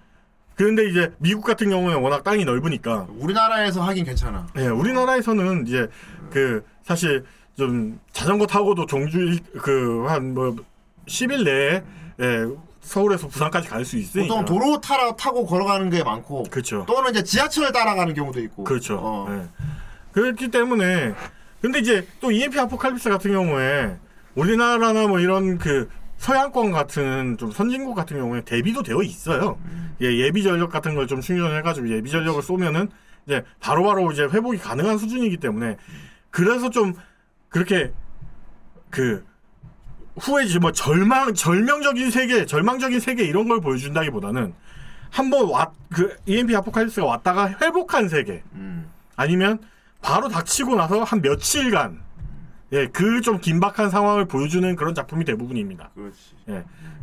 S6: 그런데 이제 미국 같은 경우는 워낙 땅이 넓으니까
S5: 우리나라에서 하긴 괜찮아.
S6: 예, 우리나라에서는 이제 그 사실 좀 자전거 타고도 종주 그한뭐 10일 내에 예, 서울에서 부산까지 갈 수 있으니까
S5: 보통 도로 타라 타고 걸어가는 게 많고
S6: 그러니까. 그렇죠.
S5: 또는 이제 지하철 따라가는 경우도 있고. 어.
S6: 그렇죠. 예. 그렇기 때문에 근데 이제 또 EMP 아포칼립스 같은 경우에 우리나라나 뭐 이런 그 서양권 같은 좀 선진국 같은 경우에 대비도 되어 있어요.
S5: 음.
S6: 예, 예비 전력 같은 걸 좀 충전해가지고 예비 전력을 쏘면은 이제 바로바로 이제 회복이 가능한 수준이기 때문에 그래서 좀 그렇게 그 후회지 뭐 절망 절명적인 세계 절망적인 세계 이런 걸 보여준다기보다는 한번 와그 EMP 아포칼립스가 왔다가
S5: 음,
S6: 회복한 세계 아니면 바로 닥치고 나서 한 며칠간 예, 그 좀 긴박한 상황을 보여주는 그런 작품이 대부분입니다.
S5: 그렇지.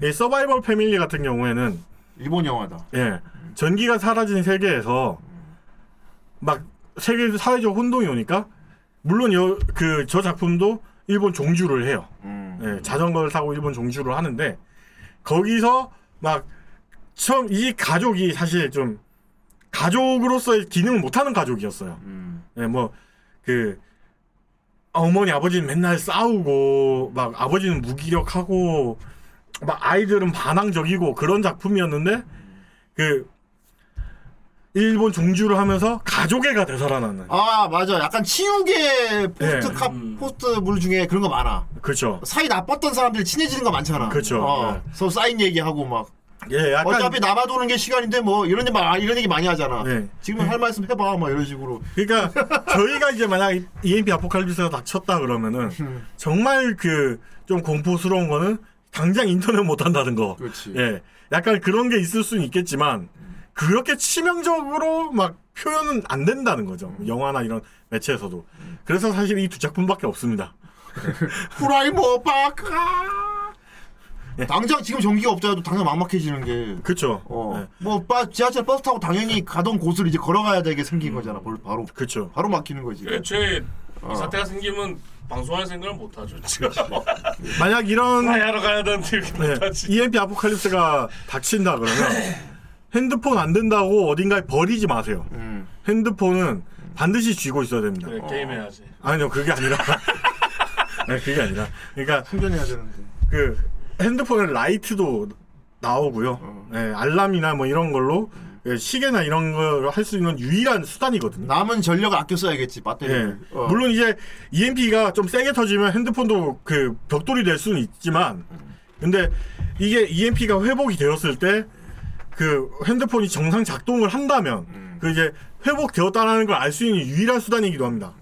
S6: 예, 이 서바이벌 패밀리 같은 경우에는
S5: 일본 영화다.
S6: 예, 전기가 사라진 세계에서 막 세계 사회적 혼동이 오니까 물론 그 저 작품도 일본 종주를 해요.
S5: 음,
S6: 예, 자전거를 타고 일본 종주를 하는데 거기서 막 처음 이 가족이 사실 좀 가족으로서의 기능을 못하는 가족이었어요.
S5: 음.
S6: 예, 뭐그 어머니 아버지는 맨날 싸우고 막 아버지는 무기력하고 막 아이들은 반항적이고 그런 작품이었는데 그 일본 종주를 하면서 가족애가 되살아나는
S5: 아 맞아 약간 치우개
S6: 네.
S5: 포스트 카
S6: 음.
S5: 포스트물 중에 그런 거 많아
S6: 그렇죠
S5: 사이 나빴던 사람들 친해지는 거 많잖아
S6: 그렇죠.
S5: 어, 서로 쌓인 얘기하고 막
S6: 예, 약간-
S5: 어차피 남아 도는 게 시간인데 뭐 이런 얘기 막 이런 얘기 많이 하잖아
S6: 네.
S5: 지금 할 말씀 해봐 막 이런 식으로
S6: 그러니까 저희가 이제 만약 EMP 아포칼립스가 닥쳤다 그러면은 정말 그 좀 공포스러운 거는 당장 인터넷 못 한다는 거. 예. 약간 그런 게 있을 수는 있겠지만 그렇게 치명적으로 막 표현은 안 된다는 거죠. 영화나 이런 매체에서도. 그래서 사실 이 두 작품밖에 없습니다.
S5: 후라이 모바카
S6: 네.
S5: 당장 지금 전기가 없더라도 당장 막막해지는 게
S6: 그렇죠.
S5: 뭐 바, 지하철 버스 타고 당연히 가던 곳을 이제 걸어가야 되게
S6: 음.
S5: 생긴 거잖아 바로 바로
S6: 그렇죠
S5: 바로 막히는 거지
S7: 애초에
S5: 어.
S7: 이 네. 사태가 생기면 방송할 생각을 못 하죠. 지금
S6: 만약 이런
S7: 하야로 가야 되는데 이렇게
S6: 네, EMP 아포칼립스가 닥친다 그러면 핸드폰 안 된다고 어딘가에 버리지 마세요. 핸드폰은 반드시 쥐고 있어야 됩니다.
S7: 그래, 네, 게임해야지.
S6: 아니요, 그게 아니라. 아니, 그게 아니라. 그러니까
S5: 충전해야 되는데.
S6: 그 핸드폰의 라이트도 나오고요. 예, 알람이나 뭐 이런 걸로 예, 시계나 이런 걸 할 수 있는 유일한 수단이거든요.
S5: 남은 전력을 아껴 써야겠지, 배터리를.
S6: 예.
S5: 어.
S6: 물론 이제 EMP가 좀 세게 터지면 핸드폰도 그 벽돌이 될 수는 있지만, 근데 이게 EMP가 회복이 되었을 때 그 핸드폰이 정상 작동을 한다면
S5: 음.
S6: 그 이제 회복되었다라는 걸 알 수 있는 유일한 수단이기도 합니다.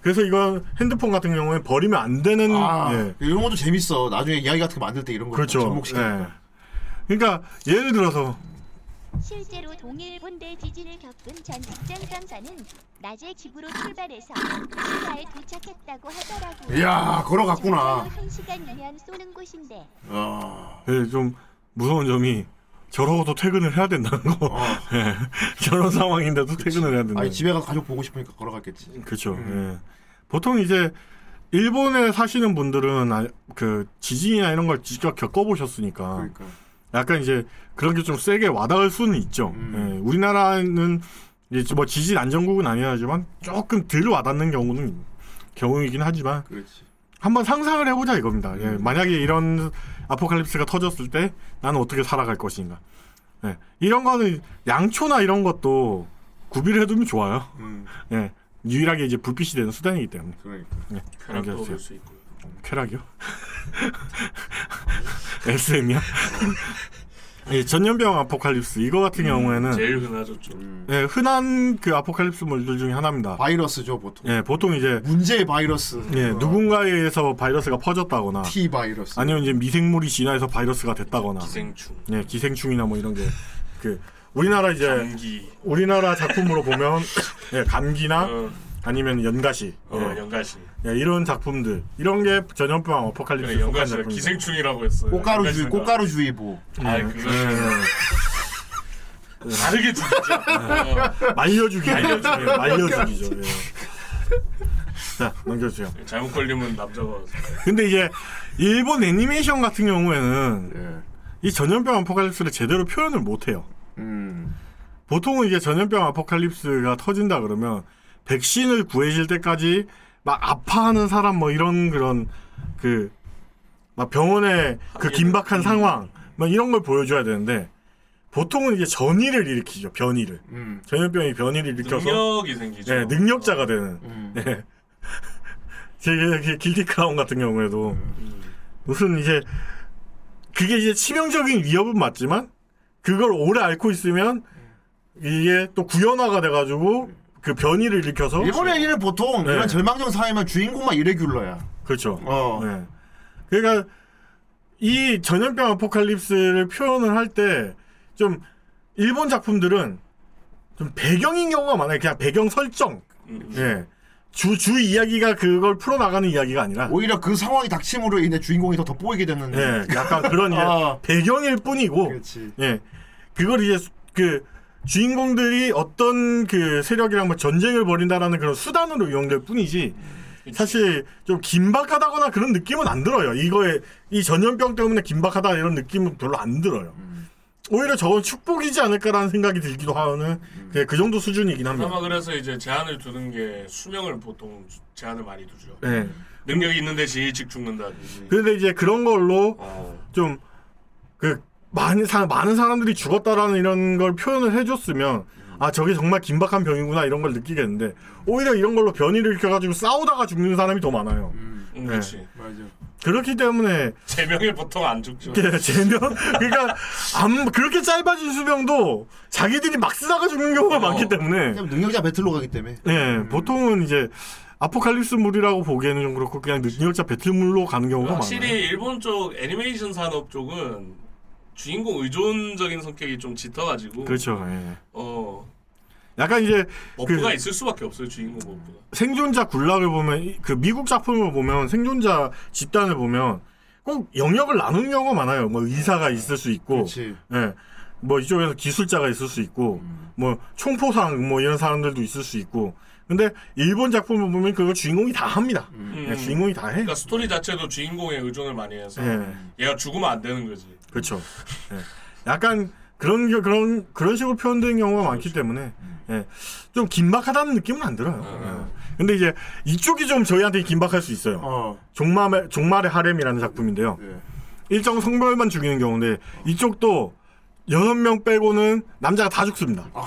S6: 그래서 이건 핸드폰 같은 경우에 버리면 안 되는
S5: 아,
S6: 예.
S5: 이런 것도 재밌어. 나중에 이야기 같은 거 만들 때 이런 거
S6: 그렇죠.
S5: 접목시키는 거.
S6: 그러니까 예를 들어서
S12: 실제로 동일본대 지진을 겪은 전 직장 강사는 낮에 집으로 출발해서 시가에 도착했다고
S6: 네.
S12: 하더라고요.
S6: 이야, 걸어갔구나.
S12: 주차로 한 시간이면 쏘는 곳인데
S6: 예, 좀 무서운 점이 저러고도 퇴근을 해야 된다는 거. 예, 저런 상황인데도 퇴근을 해야 된다.
S5: 어. 아니 집에 가서 가족 보고 싶으니까 걸어갔겠지.
S6: 그렇죠. 예. 보통 이제 일본에 사시는 분들은 아- 그 지진이나 이런 걸 직접 겪어보셨으니까
S5: 그러니까.
S6: 약간 이제 그런 게 좀 세게 와닿을 수는 있죠. 예. 우리나라는 이제 뭐 지진 안전국은 아니지만 조금 덜 와닿는 경우는 경우이긴 하지만 한번 상상을 해보자 이겁니다. 예, 만약에 이런 아포칼립스가 터졌을 때 나는 어떻게 살아갈 것인가. 예, 이런 거는 양초나 이런 것도 구비를 해두면 좋아요. 예, 유일하게 이제 불빛이 되는 수단이기 때문에.
S5: 음, 그러니까.
S6: 예,
S7: 쾌락도
S6: 알겠어요.
S7: 얻을 수 있고.
S6: 쾌락이요? SM이요? 예, 전염병 아포칼립스 이거 같은 경우에는
S7: 음, 제일 흔하죠 좀.
S6: 예, 흔한 그 아포칼립스물들 중에 하나입니다.
S5: 바이러스죠 보통.
S6: 예, 보통 이제
S5: 문제의 바이러스.
S6: 예, 누군가에 의해서 바이러스가 퍼졌다거나
S5: T 바이러스.
S6: 아니면 이제 미생물이 진화해서 바이러스가 됐다거나
S7: 기생충.
S6: 예, 기생충이나 뭐 이런 게 그 우리나라 이제 우리나라 작품으로 보면 예, 감기나 아니면 연가시,
S7: 어,
S6: 예,
S7: 연가시.
S6: 예, 이런 작품들 이런 게 전염병 어퍼칼립스
S7: 그래, 그러니까 연가시가 기생충이라고 했어요.
S5: 꽃가루주의
S7: 연가시가.
S5: 꽃가루주의보.
S6: 네.
S7: 아이,
S6: 예,
S7: 그거- 다르게 진짜.
S6: 네.
S7: 어.
S6: 예. 말려주기,
S7: 말려주기.
S6: 예, 말려주기죠. 예. 자 넘겨주세요.
S7: 네, 잘못 걸리면 남자가
S6: 근데 이제 일본 애니메이션 같은 경우에는
S5: 예.
S6: 이 전염병 아포칼립스를 제대로 표현을 못 해요.
S5: 음,
S6: 보통은 이제 전염병 아포칼립스가 터진다 그러면 백신을 구해질 때까지 막 아파하는 사람 뭐 이런 그런 그 막 병원의 그
S7: 예,
S6: 긴박한 상황 막 이런 걸 보여줘야 되는데 보통은 이제 전이를 일으키죠 변이를
S5: 음,
S6: 전염병이 변이를 일으켜서
S7: 능력이 생기죠.
S6: 네, 능력자가 되는.
S5: 음.
S6: 네. 되게 이렇게 길티 크라운 같은 경우에도
S5: 음.
S6: 무슨 이제 그게 이제 치명적인 위협은 맞지만 그걸 오래 앓고 있으면 이게 또 구연화가 돼가지고 그 변이를 일으켜서
S5: 네, 일본 애니는 보통
S6: 네.
S5: 이런 절망적 사회면 주인공만 이레귤러야.
S6: 그렇죠.
S5: 어.
S6: 네. 그러니까 이 전염병 아포칼립스를 표현을 할 때 좀
S7: 음,
S6: 일본 작품들은 좀 배경인 경우가 많아요. 그냥 배경 설정. 예. 주, 주 이야기가 그걸 풀어나가는 이야기가 아니라
S5: 오히려 그 상황이 닥침으로 인해 주인공이 더 돋보이게 되는
S6: 예, 약간 그런 예,
S7: 아.
S6: 배경일 뿐이고 예, 그걸 이제 수- 그 주인공들이 어떤 그 세력이랑 뭐 전쟁을 벌인다라는 그런 수단으로 이용될 뿐이지 사실 좀 긴박하다거나 그런 느낌은 안 들어요. 이거에 이 전염병 때문에 긴박하다 이런 느낌은 별로 안 들어요.
S7: 음.
S6: 오히려 저건 축복이지 않을까라는 생각이 들기도 하는 예, 그 정도 수준이긴 합니다.
S7: 아마 음. 그래서 이제 제한을 두는 게 수명을 보통 수- 제한을 많이 두죠.
S6: 네.
S7: 능력이 있는데 일찍 죽는다든지. 어.
S6: 그런데 이제 그런 걸로 좀 그 많은 사 많은 사람들이 죽었다라는 이런 걸 표현을 해줬으면 아 저게 정말 긴박한 병이구나 이런 걸 느끼겠는데 오히려 이런 걸로 변이를 일으켜가지고 싸우다가 죽는 사람이 더 많아요.
S7: 음,
S6: 네.
S7: 그렇지.
S6: 그렇기 때문에
S7: 제명에 보통 안 죽죠.
S6: 예, 제명 그러니까 안- 그렇게 짧아진 수명도 자기들이 막 쓰다가 죽는 경우가
S7: 어.
S6: 많기 때문에
S5: 능력자 배틀로 가기 때문에
S6: 예
S7: 음.
S6: 보통은 이제 아포칼립스물이라고 보기에는 좀 그렇고 그냥 능력자 배틀물로 가는 경우가 많아요.
S7: 확실히 일본 쪽 애니메이션 산업 쪽은 주인공 의존적인 성격이 좀 짙어가지고.
S6: 그렇죠. 그 예.
S7: 어
S6: 약간 이제
S7: 버프가 있을 수밖에 없어요 주인공 버프가.
S6: 생존자 군락을 보면 이- 그 미국 작품을 보면 생존자 집단을 보면 꼭 영역을 나누는 경우가 많아요. 뭐 의사가 있을 수 있고, 예, 뭐 이쪽에서 기술자가 있을 수 있고, 뭐 총포상 뭐 이런 사람들도 있을 수 있고. 근데 일본 작품을 보면 그걸 주인공이 다 합니다. 예, 주인공이 다 해.
S7: 음. 그러니까 스토리 자체도 주인공에 의존을 많이 해서
S6: 예.
S7: 얘가 죽으면 안 되는 거지.
S6: 그렇죠. 예. 약간 그런 게- 그런 그런 식으로 표현된 경우가 많기 때문에
S7: 음.
S6: 예. 좀 긴박하다는 느낌은 안 들어요. 예. 근데 이제 이쪽이 좀 저희한테 긴박할 수 있어요. 종말의 종말의 하렘이라는 작품인데요. 일정 성별만 죽이는 경우인데 이쪽도 여섯 명 빼고는 남자가 다 죽습니다.
S7: 어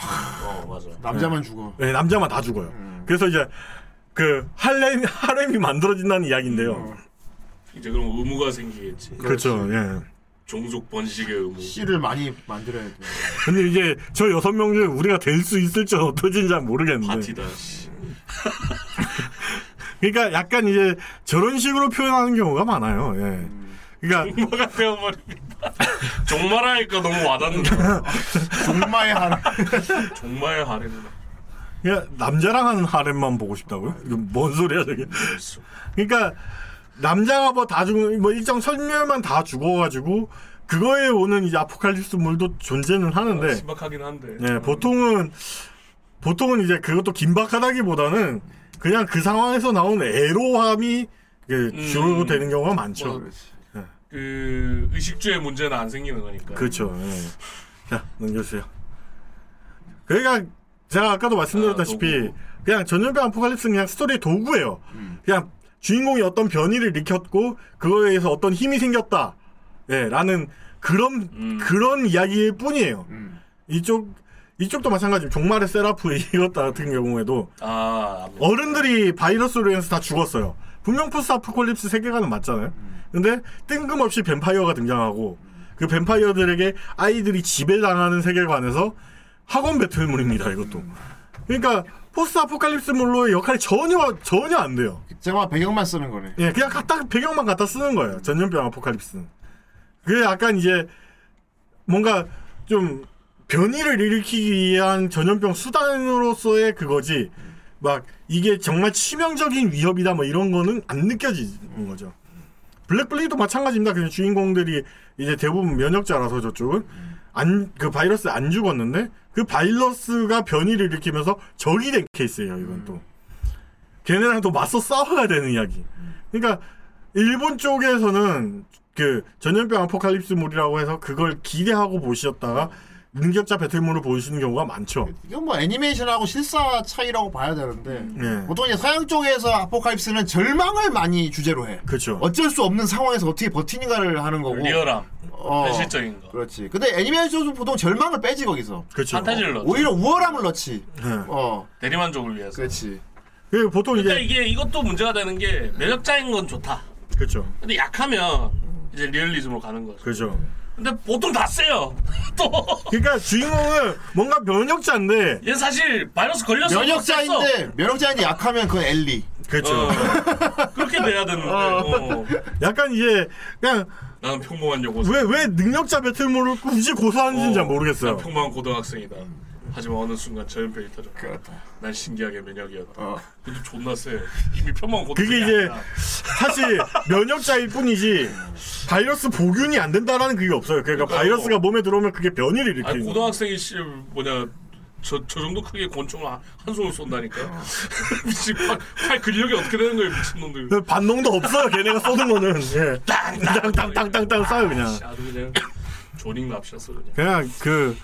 S7: 맞아.
S5: 남자만
S6: 예.
S5: 죽어.
S6: 네, 남자만 다 죽어요. 그래서 이제 그 할렘 하렘이 만들어진다는 이야기인데요.
S7: 이제 그럼 의무가 생기겠지.
S6: 음, 그렇죠. 예.
S7: 종족 번식의 의무.
S6: 네.
S5: 씨를 많이 만들어야 돼.
S6: 근데 이제 저 여섯 명 중에 우리가 될 수 있을지 어떨지는 잘 모르겠는데.
S7: 파티다.
S6: 그러니까 약간 이제 저런 식으로 표현하는 경우가 많아요. 예. 그러니까
S7: 뭐가 되어버립니다. 종말하니까 너무 와닿는다.
S5: 종마의 하렘.
S7: 종마의 하렘.
S6: 그냥 남자랑 하는 하렘만 보고 싶다고요? 이게 뭔 소리야 저게? 그러니까 남자가 뭐 다 죽뭐 일정 선멸만 다 죽어가지고 그거에 오는 이제 아포칼립스물도 존재는 하는데
S7: 심각하긴 한데.
S6: 예, 네. 보통은 보통은 이제 그것도 긴박하다기보다는 그냥 그 상황에서 나온 애로함이 그 주로
S7: 음.
S6: 되는 경우가 많죠.
S7: 뭐, 그 의식주의 문제는 안 생기는 거니까.
S6: 그렇죠. 예. 자 넘겨주세요. 그러니까 제가 아까도 말씀드렸다시피 그냥 전염병 아포칼립스는 그냥 스토리의 도구예요. 그냥 주인공이 어떤 변이를 일으켰고 그거에 의해서 어떤 힘이 생겼다. 예, 라는 그런 그런 이야기일 뿐이에요. 이쪽 이쪽도 마찬가지로 종말의 세라프 이것 같은 경우에도
S7: 아,
S6: 음. 어른들이 바이러스로 인해서 다 죽었어요. 분명 포스트 아포칼립스 세계관은 맞잖아요. 근데 뜬금없이 뱀파이어가 등장하고 그 뱀파이어들에게 아이들이 지배당하는 세계관에서 학원 배틀물입니다. 이것도. 그러니까 포스트 아포칼립스물로의 역할이 전혀 전혀 안 돼요.
S5: 제가 배경만 쓰는 거네.
S6: 예, 그냥 갖다 배경만 갖다 쓰는 거예요. 전염병 아포칼립스는. 그게 약간 이제 뭔가 좀 변이를 일으키기 위한 전염병 수단으로서의 그거지. 막 이게 정말 치명적인 위협이다 뭐 이런 거는 안 느껴지는 거죠. 블랙블리도 마찬가지입니다. 그냥 주인공들이 이제 대부분 면역자라서 저쪽은 안 그 바이러스 안 죽었는데 그 바이러스가 변이를 일으키면서 적이 된 케이스예요. 이건 또. 걔네랑 또 맞서 싸워야 되는 이야기. 그러니까 일본 쪽에서는 그 전염병 아포칼립스물이라고 해서 그걸 기대하고 보셨다가 능력자 배틀물을 보시는 경우가 많죠.
S5: 이건 뭐 애니메이션하고 실사 차이라고 봐야 되는데
S6: 예.
S5: 보통 이제 서양 쪽에서 아포칼립스는 절망을 많이 주제로 해.
S6: 그렇죠.
S5: 어쩔 수 없는 상황에서 어떻게 버티는가를 하는 거고.
S7: 그 리얼함.
S5: 어.
S7: 현실적인 거.
S5: 그렇지. 근데 애니메이션은 보통 절망을 빼지 거기서.
S6: 그렇죠.
S7: 판타지를 넣죠.
S5: 오히려 우월함을 넣지.
S6: 예.
S5: 어.
S7: 대리만족을 위해서.
S5: 그렇지.
S6: 그 보통
S7: 근데 이게 이것도 문제가 되는 게 매력자인 건 좋다.
S6: 그렇죠.
S7: 근데 약하면 이제 리얼리즘으로 가는 거죠.
S6: 그렇죠.
S7: 근데 보통 다 세요.
S6: 그러니까 주인공은 뭔가 면역자인데
S7: 얘 사실 바이러스 걸렸어.
S5: 면역자인데 면역자인데 약하면 그건 엘리.
S6: 그렇죠.
S7: 어. 그렇게 돼야 되는데. 어.
S6: 약간 이제 그냥
S7: 나는 평범한 여고생.
S6: 왜 왜 능력자 배틀물을 굳이 고사하는지는 잘 모르겠어요.
S7: 난 평범한 고등학생이다. 하지만 어느 순간 저연병이 터졌고 난 신기하게 면역이었다. 그래도 존나 세. 이미 편만 고도
S6: 그게 이제 사실 면역자일 뿐이지 바이러스 보균이 안 된다라는 그게 없어요. 그러니까 바이러스가 몸에 들어오면 그게 변이를
S7: 아니
S6: 일으키는.
S7: 고등학생이 씨 뭐냐 저, 저 정도 크게 권총을 한, 한 손을 쏜다니까 미친 팔, 팔 근력이 어떻게 되는 거예요 미친놈들
S6: 거예요. 반농도 없어요. 걔네가 쏘는 거는 예. 땅땅땅땅땅땅 쏴요 그냥.
S7: 씨, 아주 그냥 조닝 납샷어 그냥
S6: 그냥 그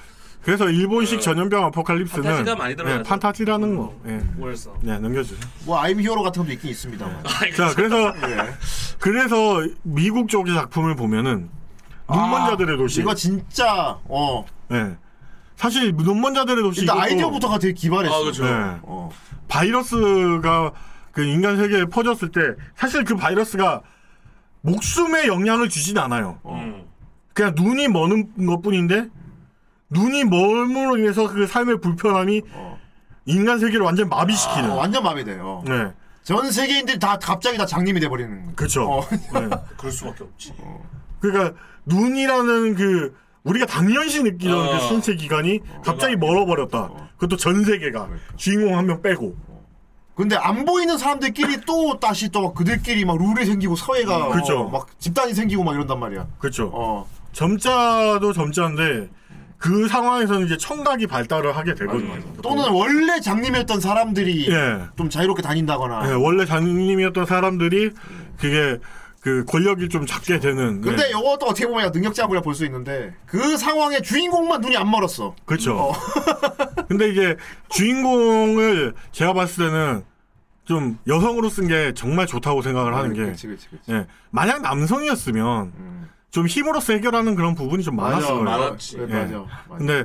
S6: 그래서 일본식 전염병 아포칼립스는
S7: 판타지가 많이 들어가죠. 음.
S6: 예, 판타지라는 거. 예.
S7: 월성
S6: 네 넘겨주세요.
S5: 뭐 아임 히어로 같은 것도 있긴 있습니다만.
S7: 아,
S6: 자 그래서
S5: 예.
S6: 그래서 미국 쪽의 작품을 보면은 눈먼자들의 도시.
S7: 네.
S5: 이거 진짜 어.
S6: 예. 사실 눈먼자들의 도시
S5: 일단
S6: 이것도-
S5: 아이디어부터가 되게 기발했어.
S7: 그렇죠.
S6: 네. 바이러스가 그 인간 세계에 퍼졌을 때 사실 그 바이러스가 목숨에 영향을 주진 않아요.
S7: 음.
S6: 그냥 눈이 머는 것뿐인데 눈이 멀므로 인해서 그 삶의 불편함이 인간 세계를 완전 마비시키는.
S5: 어, 완전 마비돼요.
S6: 네.
S5: 전 세계인들이 다 갑자기 다 장님이 돼버리는. 어.
S6: 그렇죠.
S7: 그럴 수밖에 없지
S6: 그러니까 눈이라는 그 우리가 당연시 느끼던
S7: 어.
S6: 그 신체 기관이 갑자기 멀어버렸다. 그것도 전 세계가 주인공 한 명 빼고.
S5: 근데 안 보이는 사람들끼리 또 다시 또 막 그들끼리 막 룰이 생기고 사회가
S6: 음, 그쵸.
S5: 어, 막 집단이 생기고 막 이런단 말이야.
S6: 그렇죠.
S5: 어.
S6: 점자도 점자인데 그 상황에서는 이제 청각이 발달을 하게 되거든요.
S5: 또는 원래 장님이었던 사람들이
S6: 예.
S5: 좀 자유롭게 다닌다거나.
S6: 예, 원래 장님이었던 사람들이 그게 그 권력이 좀 작게 되는.
S5: 근데
S6: 예.
S5: 이것도 어떻게 보면 능력자구나 볼 수 있는데 그 상황에 주인공만 눈이 안 멀었어.
S6: 그렇죠. 근데 이게 주인공을 제가 봤을 때는 좀 여성으로 쓴 게 정말 좋다고 생각을 하는 게.
S5: 아, 그치, 그치, 그치. 음.
S6: 예, 만약 남성이었으면 좀 힘으로써 해결하는 그런 부분이 좀
S5: 맞아,
S6: 많았을 거예요.
S5: 많았지. 네, 맞아, 맞아.
S6: 근데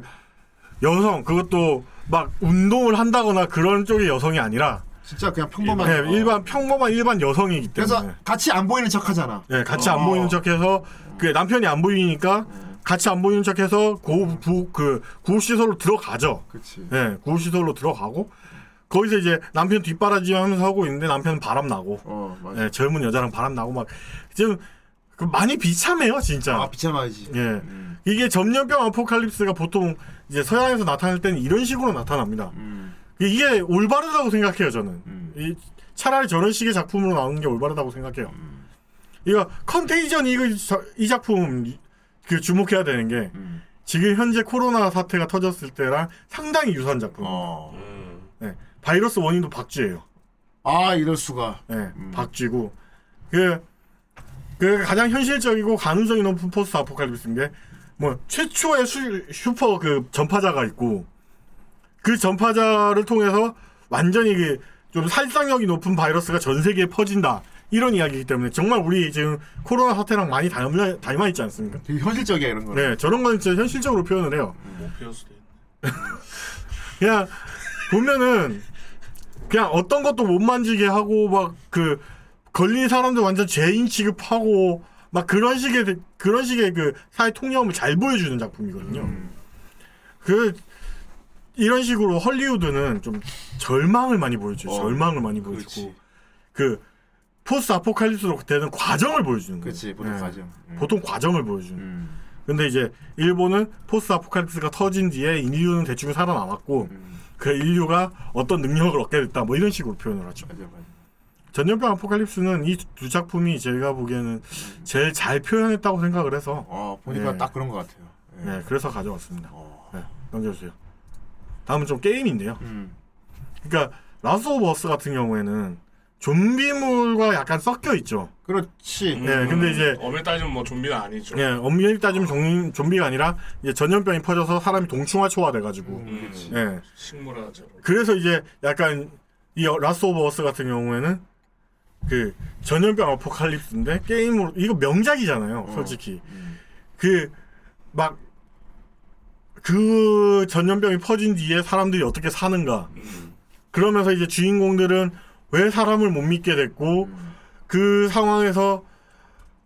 S6: 여성 그것도 막 운동을 한다거나 그런 쪽의 여성이 아니라
S5: 진짜 그냥 평범한.
S6: 예, 일반 평범한 일반 여성이기 때문에.
S5: 어. 그래서 같이 안 보이는 척하잖아.
S6: 예, 같이
S5: 어.
S6: 안 보이는 척해서 그 남편이 안 보이니까 같이 안 보이는 척해서 고그 구호 시설로 들어가죠.
S5: 그치.
S6: 예, 구호 시설로 들어가고 거기서 이제 남편 뒷바라지하면서 하고 있는데 남편은 바람 나고,
S5: 어,
S6: 예, 젊은 여자랑 바람 나고 막 지금 그 많이 비참해요, 진짜. 아,
S5: 비참하지.
S6: 예, 이게 전염병 아포칼립스가 보통 이제 서양에서 나타날 때는 이런 식으로 나타납니다. 이게 올바르다고 생각해요, 저는. 이, 차라리 저런 식의 작품으로 나오는 게 올바르다고 생각해요. 이거 컨테이전 이거 자- 이 작품 이- 그 주목해야 되는 게 지금 현재 코로나 사태가 터졌을 때랑 상당히 유사한 작품.
S5: 어.
S6: 네, 바이러스 원인도 박쥐예요.
S5: 아 이럴 수가.
S6: 네, 박쥐고 그, 그 가장 현실적이고 가능성이 높은 포스트 아포칼립스인 게 뭐 최초의 슈, 슈퍼 그 전파자가 있고 그 전파자를 통해서 완전히 그좀 살상력이 높은 바이러스가 전 세계에 퍼진다 이런 이야기이기 때문에 정말 우리 지금 코로나 사태랑 많이 닮아, 닮아 있지 않습니까?
S5: 되게 현실적이야 이런 거.
S6: 네, 저런 건 진짜 현실적으로 표현을 해요.
S7: 못 피웠을 때
S6: 그냥 보면은 그냥 어떤 것도 못 만지게 하고 막 그 걸린 사람들 완전 죄인 취급하고 막 그런 식의 대- 그런 식의 그 사회 통념을 잘 보여주는 작품이거든요. 그 이런 식으로 헐리우드는 좀 절망을 많이 보여줘요.
S5: 어,
S6: 절망을 많이 보여주고 그 포스트 아포칼립스로 되는 과정을 보여주는 거예요.
S5: 그치,
S6: 네.
S5: 보통 음. 과정.
S6: 보통 과정을 보여주는. 근데 이제 일본은 포스트 아포칼립스가 터진 뒤에 인류는 대충 살아남았고 그 인류가 어떤 능력을 얻게 됐다 뭐 이런 식으로 표현을 하죠. 전염병 아포칼립스는 이 두 작품이 제가 보기에는 제일 잘 표현했다고 생각을 해서
S5: 어, 보니까
S6: 예.
S5: 딱 그런 것 같아요. 예. 어,
S6: 네, 그래서 가져왔습니다. 네, 넘겨주세요. 다음은 좀 게임인데요. 그러니까 라스 오브 어스 같은 경우에는 좀비물과 약간 섞여 있죠.
S5: 그렇지.
S6: 네, 근데 이제
S7: 엄밀히 음. 따지면 뭐 좀비는 아니죠
S6: 예, 엄밀히 따지면 종, 좀비가 아니라 이제 전염병이 퍼져서 사람이 동충하초화 돼가지고
S7: 음,
S6: 예.
S7: 식물화죠
S6: 그래서 이제 약간 이 어- 라스트 오브 어스 같은 경우에는 그 전염병 아포칼립스인데 게임으로 이거 명작이잖아요, 솔직히. 그 막 그 전염병이 퍼진 뒤에 사람들이 어떻게 사는가. 그러면서 이제 주인공들은 왜 사람을 못 믿게 됐고 그 상황에서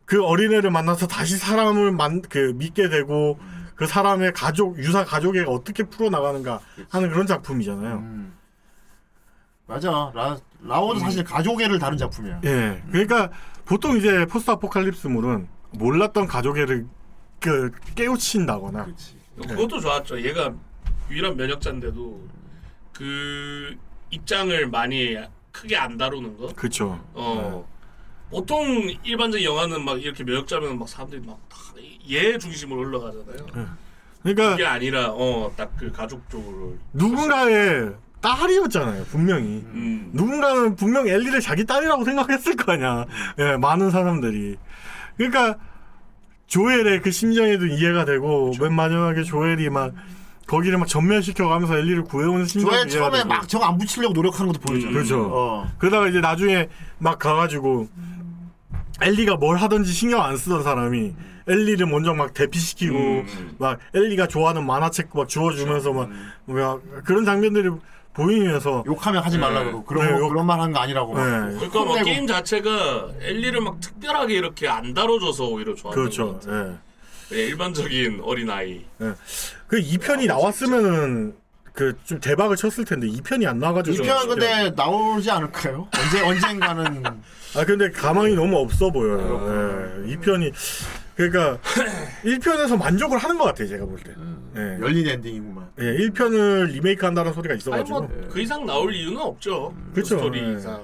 S6: 그 어린애를 만나서 다시 사람을 만, 그 믿게 되고 그 사람의 가족 유사 가족애가 어떻게 풀어나가는가 하는 그런 작품이잖아요.
S5: 맞아. 라
S6: 음.
S5: 라오도 사실 가족애를 다룬 작품이야.
S6: 예. 그러니까 보통 이제 포스트 아포칼립스물은 몰랐던 가족애를 그 깨우친다거나
S7: 그것도 좋았죠 네. 얘가 유일한 면역자인데도 그 입장을 많이 크게 안 다루는 거.
S6: 그렇죠.
S7: 어. 보통 일반적인 영화는 막 이렇게 면역자면 막 사람들이 막다얘 중심으로 흘러가잖아요.
S6: 그러니까
S7: 그게 아니라 어 딱 그 가족 쪽으로
S6: 누군가의 딸이었잖아요, 분명히.
S7: 음.
S6: 누군가는 분명 엘리를 자기 딸이라고 생각했을 거 아니야. 예, 많은 사람들이. 그러니까 조엘의 그 심정에도 이해가 되고 맨 마지막에 조엘이 막 거기를 막 전멸시켜 가면서 엘리를 구해오는 심정이
S5: 조엘 처음에 막 저거 안 붙이려고 노력하는 것도 보여줘요.
S6: 그렇죠.
S5: 어.
S6: 그러다가 이제 나중에 막 가가지고 엘리가 뭘 하든지 신경 안 쓰던 사람이 엘리를 먼저 막 대피시키고
S5: 음.
S6: 막 엘리가 좋아하는 만화책 막 주워주면서 막
S5: 그렇죠.
S6: 뭐야 그런 장면들이 보이면서
S5: 욕하면
S6: 네.
S5: 하지 말라고 그러고 그런 거- 그런 말 하는 거 아니라고 막.
S7: 그러니까 막
S5: 혼내고.
S7: 게임 자체가 엘리를 막 특별하게 이렇게 안 다뤄줘서 오히려 좋아하는
S6: 그렇죠.
S5: 음.
S6: 예.
S7: 그냥 일반적인 어린 아이.
S6: 예. 그이
S5: 아,
S6: 편이 나왔으면은 그 좀 대박을 쳤을 텐데 이 편이 안 나와가지고 좀
S5: 이편
S6: 아쉽게.
S5: 근데 나오지 않을까요? 언제 언젠가는
S6: 아 근데 가망이 너무 없어 보여요. 예. 이 편이 그러니까 1편에서 만족을 하는 것 같아요 제가 볼 때. 예.
S5: 열린 엔딩이구만.
S6: 예, 1편을 리메이크한다는 소리가
S7: 아니
S6: 있어가지고.
S7: 뭐그 이상 나올 이유는 없죠. 그
S6: 그쵸,
S7: 스토리
S6: 예.
S7: 이상.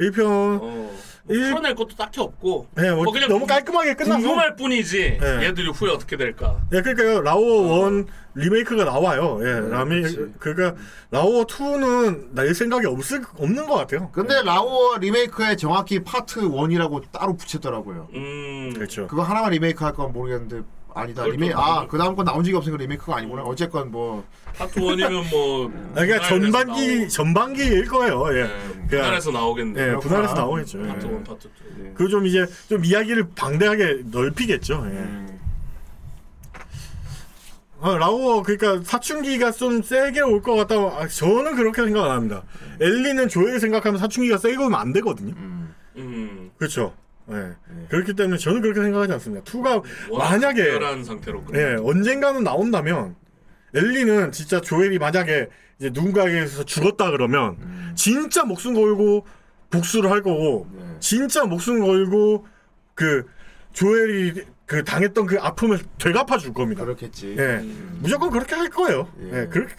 S6: 1편
S7: 뭐 풀어낼 것도 딱히 없고.
S6: 예, 뭐 너무 깔끔하게 끝나서.
S7: 궁금할 뿐이지.
S6: 예.
S7: 얘들이 후에 어떻게 될까.
S6: 예, 그러니까요. 라오어 1 리메이크가 나와요. 예, 라미 그러니까 라오어 2는 낼 생각이 없을 없는 것 같아요.
S5: 근데 라오어 리메이크에 정확히 파트 1이라고 따로 붙였더라고요.
S7: 음.
S6: 그렇죠.
S5: 그거 하나만 리메이크 할 건 모르겠는데 아니다.
S7: 그걸
S5: 리메이
S7: 또
S5: 아,
S7: 만들고.
S5: 그 다음 건 나온 적이 없으니까 리메이크가 아니구나. 어쨌건 뭐
S7: 파트 1이면 뭐.
S6: 그러니까
S7: 분할해서
S6: 전반기
S7: 나오-
S6: 전반기일 거예요. 예. 그냥-
S7: 분할해서 나오겠네.
S6: 예, 분할해서 나오겠죠. 예.
S7: 파트 1, 파트 2.
S6: 그 좀 이제 좀 이야기를 방대하게 넓히겠죠. 예. 아, 라오어 그러니까 사춘기가 좀 세게 올 것 같다. 아, 저는 그렇게 생각 안 합니다. 엘리는 조엘 생각하면 사춘기가 세게 오면 안 되거든요.
S7: 음.
S6: 그렇죠. 예. 그렇기 때문에 저는 그렇게 생각하지 않습니다. 투가
S7: 워낙
S6: 만약에
S7: 특별한 상태로. 끝-
S6: 예, 언젠가는 나온다면 엘리는 진짜 조엘이 만약에 이제 누군가에게서 죽었다 그러면 진짜 목숨 걸고 복수를 할 거고 진짜 목숨 걸고 그 조엘이 그 당했던 그 아픔을 되갚아 줄 겁니다.
S5: 그렇겠지.
S6: 예, 무조건 그렇게 할 거예요. 예, 그렇게.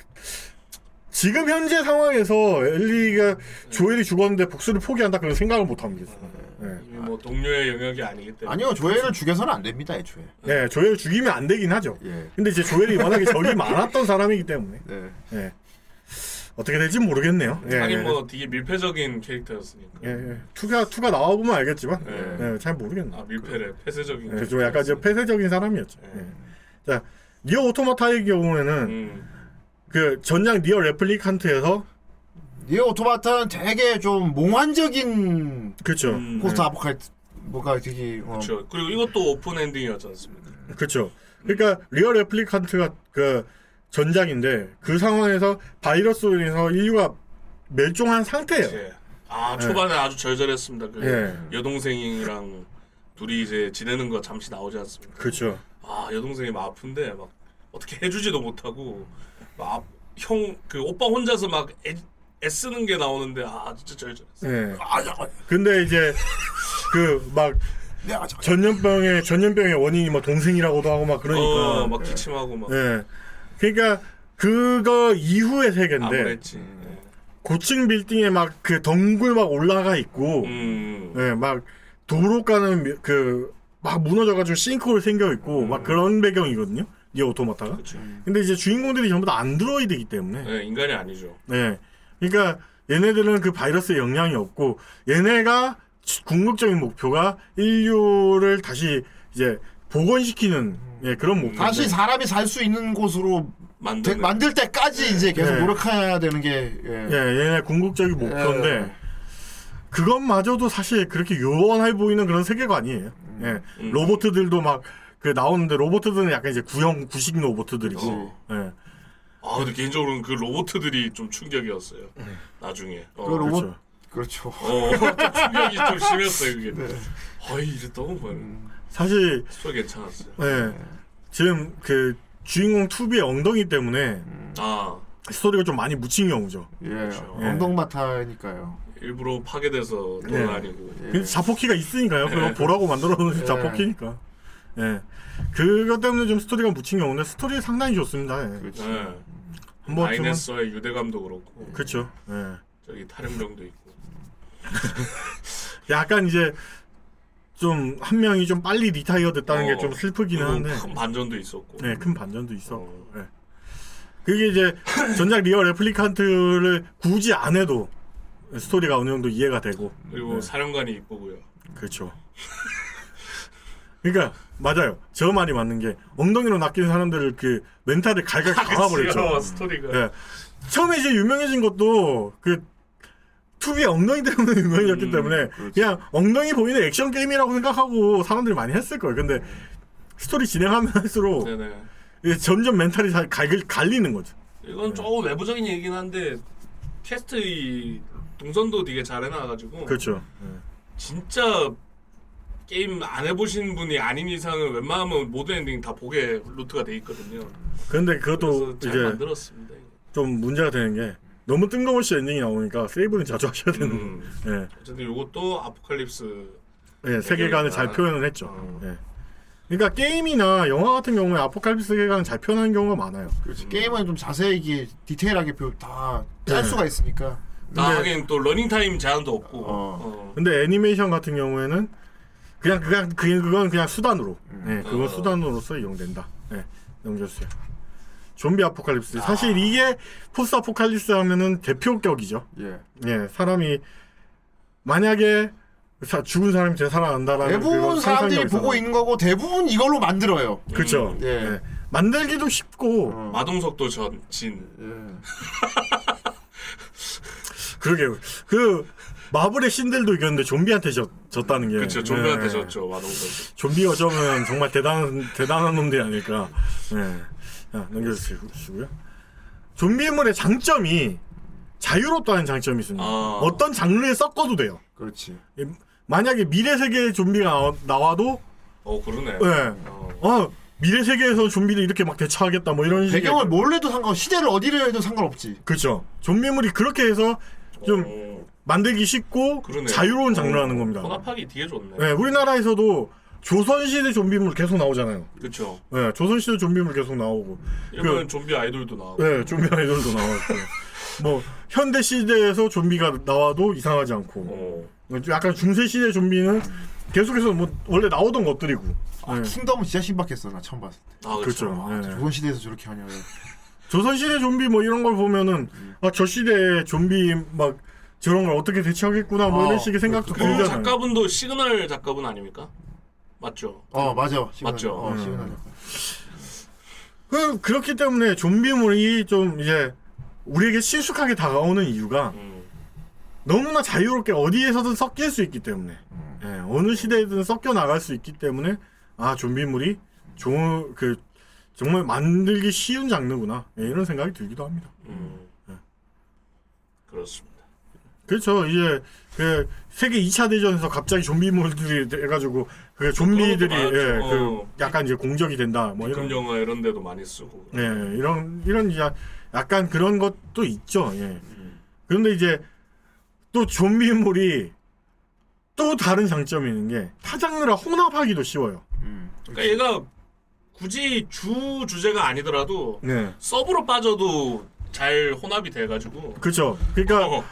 S6: 지금 현재 상황에서 엘리가 조엘이 죽었는데 복수를 포기한다 그런 생각을 못 합니다.
S7: 이미 뭐 동료의 영역이 아니기 때문에.
S5: 아니요. 조엘을 죽여서는 안 됩니다, 애초에.
S6: 예, 조엘 죽이면 안 되긴 하죠.
S5: 예.
S6: 근데 이제 조엘이 워낙에 적이 많았던 사람이기 때문에
S5: 네.
S6: 예. 어떻게 될지 모르겠네요. 예.
S7: 하긴 뭐 되게 밀폐적인 캐릭터였으니까.
S6: 예, 예. 투가 투가 나와보면 알겠지만
S7: 예.
S6: 예, 잘 모르겠네.
S7: 아 네. 밀폐를 폐쇄적인. 네.
S6: 예, 좀 약간 이제 폐쇄적인 사람이었죠. 예. 자, 니어 오토마타의 경우에는
S7: 음.
S6: 그 전장 니어 레플리칸트에서
S5: 니어 오토마타는 되게 좀 몽환적인
S6: 그렇죠.
S5: 포스트 아포칼트 뭐가 되게 어,
S7: 음, 그렇죠. 그리고 이것도 오픈 엔딩이었지 않습니까?
S6: 그렇죠. 그러니까 리얼 레플리칸트가 그 전장인데 그 상황에서 바이러스로 인해서 인류가 멸종한 상태예요.
S7: 예. 아
S6: 예.
S7: 초반에 아주 절절했습니다. 그
S6: 예.
S7: 여동생이랑 둘이 이제 지내는 거 잠시 나오지 않습니까?
S6: 그렇죠.
S7: 아 여동생이 막 아픈데 막 어떻게 해주지도 못하고 막형그 오빠 혼자서 막 애, 애쓰는 게 나오는데 아 진짜 절절했어.
S6: 예.
S7: 아 잠깐.
S6: 근데 이제 그 막 전염병의 전염병의 원인이 뭐 동생이라고도 하고 막 그러니까
S7: 어막 기침하고 막.
S6: 예. 그러니까 그거 이후의 세계인데
S7: 아무랬지.
S6: 고층 빌딩에 막 그 덩굴 막 올라가 있고
S7: 음.
S6: 예, 막 도로가는 그 막 무너져가지고 싱크홀 생겨 있고
S7: 음.
S6: 막 그런 배경이거든요. 이 오토마타가. 근데 이제 주인공들이 전부 다 안드로이드이기 때문에.
S7: 예, 인간이 아니죠.
S6: 예. 그러니까 얘네들은 그 바이러스의 영향이 없고 얘네가 주- 궁극적인 목표가 인류를 다시 이제 복원시키는 예, 그런 목표.
S5: 음. 다시 사람이 살 수 있는 곳으로
S7: 만드는.
S5: 되- 만들 때까지 이제 계속
S6: 예.
S5: 노력해야 되는 게 예.
S6: 예, 얘네 궁극적인 목표인데 그것마저도 사실 그렇게 요원해 보이는 그런 세계관이에요.
S5: 음.
S6: 예, 로봇들도 막 그 나오는데 로봇들은 약간 이제 구형 구식
S5: 어.
S6: 로봇들이고, 예,
S7: 어. 아 근데 개인적으로는 그 로봇들이 좀 충격이었어요.
S6: 예.
S7: 나중에.
S6: 그러니까
S7: 어.
S5: 그 로봇 그렇죠.
S7: 어, 좀 충격이 좀 심했어요 그게.
S6: 네.
S7: 아이 이랬다고 봐요.
S6: 사실
S7: 스토리 괜찮았어요.
S6: 예,
S5: 음.
S6: 지금 그 주인공 투비의 엉덩이 때문에
S5: 음.
S7: 아
S6: 스토리가 좀 많이 묻힌 경우죠.
S5: 예. 엉덩마타니까요. 예.
S7: 일부러 파괴돼서
S6: 네.
S7: 돌아다니고.
S6: 근데 그 자포키가 있으니까요. 그거
S7: 예.
S6: 보라고 만들어 놓은
S7: 예.
S6: 자포키니까. 네.
S5: 그렇죠.
S6: 예. 그것 때문에 좀 스토리가 묻힌 경우인데 스토리 상당히 좋습니다. 예.
S7: 예.
S6: 한 번쯤은-
S7: 마이너스의 유대감도 그렇고
S6: 그렇죠. 예.
S7: 저기 탈영병도 있고
S6: 약간 이제 좀 한 명이 좀 빨리 리타이어 됐다는 게 좀 슬프기는
S7: 그리고
S6: 한데
S7: 어, 큰 반전도 어. 있었고
S6: 네, 큰 반전도 있었고. 예. 그게 이제 전작 리얼 레플리칸트를 굳이 안 해도 스토리가 어느 정도 이해가 되고.
S7: 그리고
S6: 네,
S7: 사령관이 이쁘고요
S6: 그렇죠. 그러니까 맞아요. 저 말이 맞는 게 엉덩이로 낚인 사람들을 그 멘탈을 갈갈
S7: 그치요,
S6: 갈아버렸죠.
S7: 스토리가
S6: 예. 처음에 이제 유명해진 것도 그 투비 엉덩이 때문에
S7: 음,
S6: 유명해졌기 때문에
S7: 그렇죠.
S6: 그냥 엉덩이 보이는 액션 게임이라고 생각하고 사람들이 많이 했을 거예요. 근데 스토리 진행하면 할수록
S7: 네네.
S6: 이제 점점 멘탈이 잘 갈, 갈리는 거죠.
S7: 이건
S6: 네.
S7: 조금 외부적인 얘기긴 한데 캐스트의 동선도 되게 잘 해놔가지고
S6: 그렇죠.
S7: 진짜 게임 안 해보신 분이 아닌 이상은 웬만하면 모든 엔딩 다 보게 루트가 돼 있거든요
S6: 그런데 그것도
S7: 잘
S6: 이제
S7: 만들었습니다
S6: 좀 문제가 되는 게 너무 뜬금없이 엔딩이 나오니까 세이브는 자주 하셔야 되는
S7: 음.
S6: 거예요. 예.
S7: 어쨌든 요것도 아포칼립스
S5: 네,
S6: 예, 세계관을 잘
S7: 배경이다.
S6: 표현을 했죠.
S5: 어.
S6: 예. 그러니까 게임이나 영화 같은 경우에 아포칼립스 세계관을 잘 표현하는 경우가 많아요.
S5: 그렇지. 그렇죠. 게임은 좀 자세히 이게 디테일하게 다짤
S6: 네.
S5: 수가 있으니까.
S7: 나 하긴 또 러닝타임 제한도 없고 어.
S6: 근데 애니메이션 같은 경우에는 그냥 그냥 그- 그건 그냥 수단으로.
S5: 음.
S6: 예, 그건
S7: 어.
S6: 수단으로서 이용된다. 예. 넘겨주세요. 좀비 아포칼립스. 사실 이게 포스트 아포칼립스 하면은 대표격이죠.
S5: 예.
S6: 예, 사람이 만약에 사- 죽은 사람이 되살아난다라는
S5: 대부분
S6: 그런
S5: 사람들이
S6: 상상력이
S5: 보고
S6: 있어요.
S5: 있는 거고 대부분 이걸로 만들어요.
S6: 그렇죠.
S5: 예. 어.
S6: 만들기도 쉽고
S7: 마동석도 전진
S6: 그러게요. 그 마블의 신들도 이겼는데 좀비한테 졌, 다는 게.
S7: 그렇죠 좀비한테
S6: 예.
S7: 졌죠 마동석
S6: 좀비 어점은 정말 대단한 대단한 놈들이 아닐까. 예. 자, 넘겨주시고요. 좀비물의 장점이 자유롭다는 장점이 있습니다.
S7: 아.
S6: 어떤 장르에 섞어도 돼요.
S5: 그렇지.
S6: 예, 만약에 미래 세계의 좀비가 나와- 나와도
S7: 어 그러네
S6: 예. 어, 미래 세계에서 좀비를 이렇게 막 대처하겠다 뭐 이런 식의
S5: 배경을 뭘 해도 상관, 시대를 어디를 해도 상관없지.
S6: 그렇죠. 좀비물이 그렇게 해서 좀 만들기 쉽고
S7: 어. 그러네. 어,
S6: 자유로운 장르라는 겁니다.
S7: 혼합하기 되게 좋네
S6: 네, 우리나라에서도 조선시대 좀비물 계속 나오잖아요.
S7: 그렇죠
S6: 네, 조선시대 좀비물 계속 나오고.
S7: 이번엔 좀비 아이돌도 나오고
S6: 네, 좀비 아이돌도 나왔고. 뭐 현대 시대에서 좀비가 나와도 이상하지
S5: 어.
S7: 어.
S6: 않고. 약간 중세 시대 좀비는 계속해서 뭐 원래 나오던 것들이고. 예,
S5: 아, 킹덤은 진짜 신박했어. 나 처음 봤을 때.
S7: 아,
S6: 그렇죠.
S5: 아,
S6: 네.
S5: 조선 시대에서 저렇게 하냐.
S6: 조선시대 좀비 뭐 이런 걸 보면은
S5: 음.
S6: 아 저 시대에 좀비 막 저런 걸 어떻게 대처하겠구나 뭐 이런 식의 생각도
S7: 그
S5: 그렇죠.
S6: 들잖아요.
S7: 작가분도 시그널 작가분 아닙니까? 맞죠.
S5: 어, 맞아.
S7: 맞죠.
S5: 어, 시그널.
S6: 그, 그렇기 때문에 좀비물이 좀 이제 우리에게 친숙하게 다가오는 이유가
S7: 음,
S6: 너무나 자유롭게 어디에서든 섞일 수 있기 때문에
S7: 음.
S6: 예, 어느 시대에든 섞여 나갈 수 있기 때문에 아 좀비물이 좋은 그 정말 만들기 쉬운 장르구나 예, 이런 생각이 들기도 합니다.
S7: 음. 네. 그렇습니다.
S6: 그렇죠. 이제 그 세계 2차 대전에서 갑자기 좀비물들이 돼가지고 그 좀비들이
S7: 그런 것도
S6: 예,
S7: 많았죠. 어.
S6: 그 약간 이제 공격이 된다 뭐 이런
S7: 금 영화 이런 네. 데도 많이 쓰고.
S6: 예, 이런 이런 야- 약간 그런 것도 있죠. 예. 그런데 이제 또 좀비물이 또 다른 장점이 있는 게 타장르라 혼합하기도 쉬워요.
S7: 그러니까 얘가 굳이 주 주제가 아니더라도
S6: 네.
S7: 서브로 빠져도 잘 혼합이 돼가지고.
S6: 그렇죠.
S7: 네.
S6: 그러니까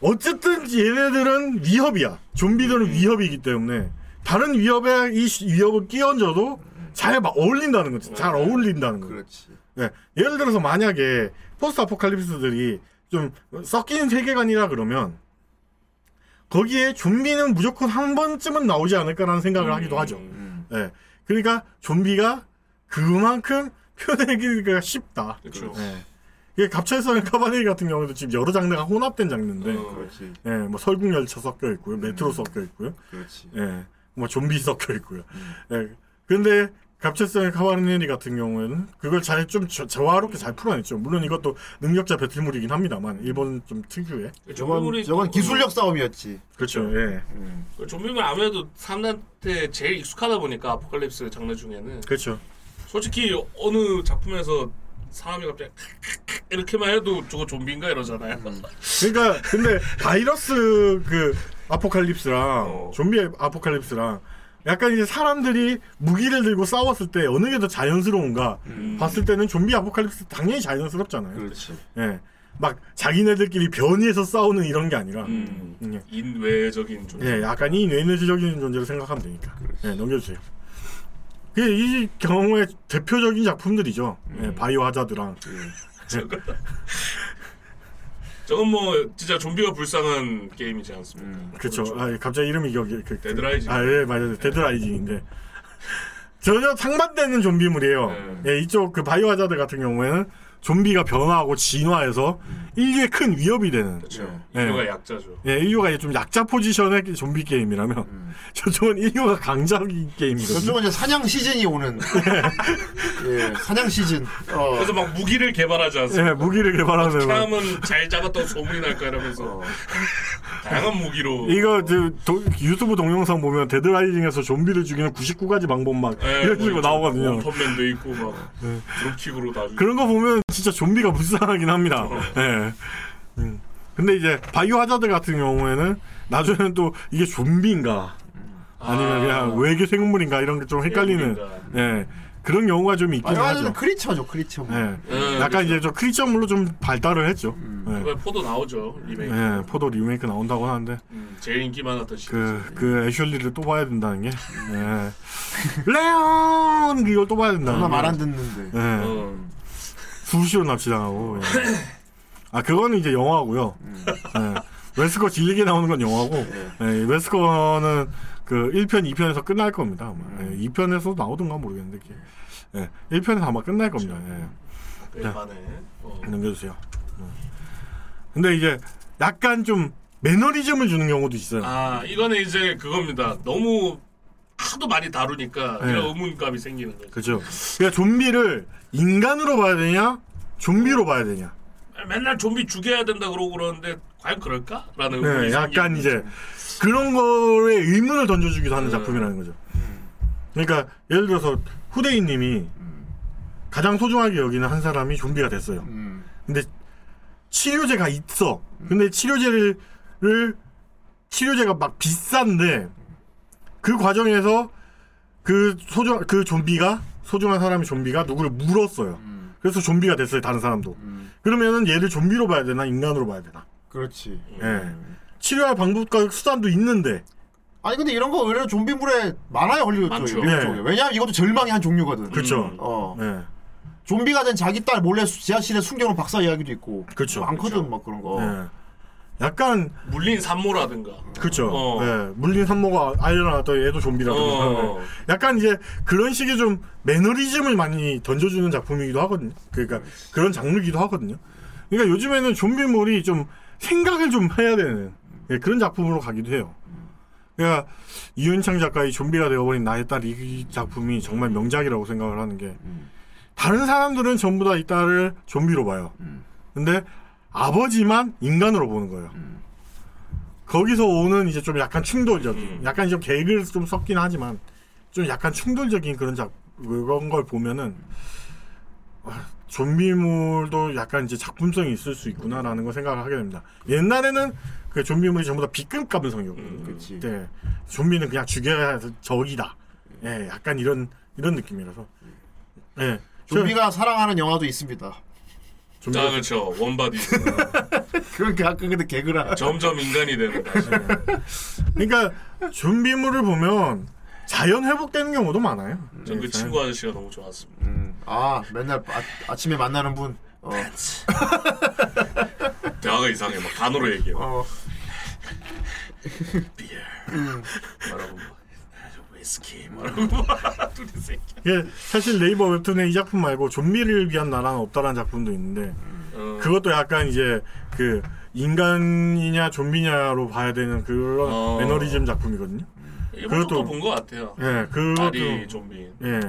S6: 어쨌든 얘네들은 위협이야. 좀비들은
S5: 음.
S6: 위협이기 때문에 다른 위협에 이 시- 위협을 끼얹어도 잘 막 어울린다는 거지. 잘 어울린다는 거.
S5: 네. 그렇지.
S6: 예. 예를 들어서 만약에 포스트 아포칼립스들이 좀 섞이는 세계관이라 그러면 거기에 좀비는 무조건 한 번쯤은 나오지 않을까라는 생각을 하기도 하죠. 예. 그러니까 좀비가 그만큼 표현하기가 쉽다.
S7: 그렇죠.
S6: 예. 이게 갑차에서는 카바네이 같은 경우에도 지금 여러 장르가 혼합된 장르인데,
S5: 음. 그렇지.
S6: 예, 뭐 설국열차 섞여 있고요, 메트로 섞여 있고요,
S5: 그렇지.
S6: 예, 뭐 좀비 섞여 있고요. 예, 근데 갑체성의 카바네이 같은 경우에는 그걸 잘 좀 조화롭게 잘 풀어냈죠. 물론 이것도 능력자 배틀물이긴 합니다만 일본 좀 특유의.
S7: 그 저건- 저건 기술력
S5: 싸움이었지.
S6: 그렇죠. 예.
S7: 그 좀비물 아무래도 사람한테 제일 익숙하다 보니까 아포칼립스 장르 중에는
S6: 그렇죠.
S7: 솔직히 어느 작품에서 사람이 갑자기 이렇게만 해도 저거 좀비인가 이러잖아요.
S6: 그러니까 근데 바이러스 그 아포칼립스랑 좀비 아포칼립스랑 약간 이제 사람들이 무기를 들고 싸웠을 때 어느 게 더 자연스러운가
S7: 음.
S6: 봤을 때는 좀비 아포칼립스 당연히 자연스럽잖아요.
S5: 그렇지.
S6: 예. 막 자기네들끼리 변이에서 싸우는 이런 게 아니라
S7: 음.
S6: 예.
S7: 인외적인 좀
S6: 예, 약간 이 뇌내지적인 존재로 생각하면 되니까. 예, 넘겨주세요. 그게 이 경우의 대표적인 작품들이죠. 예, 바이오 하자드랑.
S7: 저건 뭐 진짜 좀비가 불쌍한 게임이지 않습니까?
S6: 그렇죠. 아, 예, 갑자기 이름이 기억이 그,
S7: 데드 라이징.
S6: 아, 예, 맞아요. 데드 라이징인데 전혀 상반되는 좀비물이에요. 예, 이쪽 그 바이오 하자드 같은 경우에는 좀비가 변화하고 진화해서 인류의 큰 위협이 되는.
S7: 그렇죠.
S6: 예.
S7: 인류가 약자죠.
S6: 예, 인류가 이제 좀 약자 포지션의 좀비 게임이라면 저쪽은 인류가 강자 게임이거든요.
S5: 저쪽은 이제 사냥 시즌이 오는. 예, 사냥 시즌. 어.
S7: 그래서 막 무기를 개발하지 않습니까?
S6: 예, 무기를 개발하는 막-
S7: 사람은 잘 잡았다고 소문이 날까 이러면서 다양한 무기로
S6: 이거 저, 도- 유튜브 동영상 보면 데드라이징에서 좀비를 죽이는 99가지 방법 막
S7: 예,
S6: 네, 뭐 이런 식으로 나오거든요. 예.
S7: 펌맨도 뭐 있고 막 드롭킥으로 다
S6: 그런 거 보면 진짜 좀비가 불쌍하긴 합니다. 예. 음. 근데 이제 바이오 하자드 같은 경우에는 나중에는 또 이게 좀비인가 아니면 그냥 외계 생물인가 이런 게 좀 헷갈리는 예. 그런 경우가 좀 있긴
S5: 아니면
S6: 하죠.
S5: 크리처죠, 크리처.
S6: 예.
S7: 음,
S6: 약간 이제 좀 크리처물로 좀 발달을 했죠.
S7: 이번에 그 포도 나오죠
S6: 예.
S7: 리메이크.
S6: 예. 포도 리메이크 나온다고 하는데
S7: 음, 제일 인기 많았던 시리즈.
S6: 그, 그 애슐리를 또 봐야 된다는 게. 예. 레온! 이걸 또 봐야 된다는
S5: 얼마
S6: 게.
S5: 말안 듣는데.
S6: 예.
S7: 어.
S6: 수시로 납치당하고. 예. 아, 그거는 이제 영화고요. 예. 웨스커 질리게 나오는 건 영화고, 예, 웨스커는 그 1편, 2편에서 끝날 겁니다. 아마. 예, 2편에서 나오든가 모르겠는데. 이게. 예, 1편에서 아마 끝날 겁니다. 예. 네.
S7: 그
S6: 자.
S7: 반에 어.
S6: 넘겨주세요. 음. 근데 이제 약간 좀 매너리즘을 주는 경우도 있어요.
S7: 아 이거는 이제 그겁니다. 너무 하도 많이 다루니까
S6: 네.
S7: 이런 의문감이 생기는 거죠.
S6: 그죠. 그러니까 좀비를 인간으로 봐야 되냐, 좀비로 봐야 되냐.
S7: 맨날 좀비 죽여야 된다 그러고 그러는데 과연 그럴까라는 의문이
S6: 네, 약간
S7: 생기는
S6: 이제 그런 거에 의문을 던져주기도 하는 작품이라는 거죠. 그러니까 예를 들어서 후대인님이 가장 소중하게 여기는 한 사람이 좀비가 됐어요. 근데 치료제가 있어. 근데 치료제를 를- 치료제가 막 비싼데 그 과정에서 그 소중 그 좀비가 소중한 사람이 좀비가 누구를 물었어요. 그래서 좀비가 됐어요. 다른 사람도. 그러면은 얘를 좀비로 봐야 되나 인간으로 봐야 되나?
S5: 그렇지.
S6: 예. 치료할 방법과 수단도 있는데.
S5: 아니 근데 이런 거 의외로 좀비물에 많아요 헐리우드
S6: 많죠.
S5: 쪽에 미국
S6: 네.
S5: 쪽에 왜냐하면 이것도 절망의 한 종류거든
S7: 그렇죠.
S6: 그쵸.
S7: 음.
S5: 어.
S6: 네.
S5: 좀비가 된 자기 딸 몰래 수- 지하실에 숨겨놓은 박사 이야기도 있고
S6: 그쵸.
S5: 많거든 막 그런 거
S6: 예. 약간
S7: 물린 산모라든가
S6: 그렇죠.
S7: 어.
S6: 예. 물린 산모가 아이를 낳았더니 얘도 좀비라든가.
S7: 어.
S6: 예. 약간 이제 그런 식의 좀 매너리즘을 많이 던져주는 작품이기도 하거든요. 그러니까 그런 장르기도 하거든요. 그러니까 요즘에는 좀비물이 좀 생각을 좀 해야 되는 예, 그런 작품으로 가기도 해요. 그러니까 이윤창 작가의 좀비가 되어버린 나의 딸 이 작품이 정말 명작이라고 생각을 하는 게 다른 사람들은 전부 다 이 딸을 좀비로 봐요. 근데 아버지만 인간으로 보는 거예요. 거기서 오는 이제 좀 약간 충돌적인, 약간 좀 계획을 좀 섞긴 하지만 좀 약간 충돌적인 그런 작 그런 걸 보면은 아, 좀비물도 약간 이제 작품성이 있을 수 있구나라는 걸 생각을 하게 됩니다. 옛날에는 그 좀비물이 전부 다 B급 감성이었거든요.
S7: 음.
S6: 네. 좀비는 그냥 죽여야 해서 적이다. 예, 약간 이런 이런 느낌이라서. 예.
S5: 좀비가 사랑하는 영화도 있습니다
S7: 아 그렇죠 원바디
S5: 그러니까 아까 근데 개그라
S7: 점점 인간이 되는 다시
S6: 네, 그러니까 좀비물을 보면 자연 회복되는 경우도 많아요.
S7: 전그
S6: 예, 자연-
S7: 친구 아저씨가 너무 좋았습니다
S5: 아 맨날 아, 침에 만나는 분 어.
S6: 네.
S7: 대화가 이상해 막 단어로 얘기해 막.
S5: 어.
S7: 음. 말하고 막 위스키 말하고 막 둘이 새끼
S6: 예, 사실 네이버 웹툰에 이 작품 말고 좀비를 위한 나라는 없다라는 작품도 있는데
S7: 어.
S6: 그것도 약간 이제 그 인간이냐 좀비냐로 봐야 되는 그런
S7: 어.
S6: 매너리즘 작품이거든요.
S7: 이번 것도 뭐 본것 같아요
S6: 예, 그것도
S7: 딸이 좀비
S6: 예.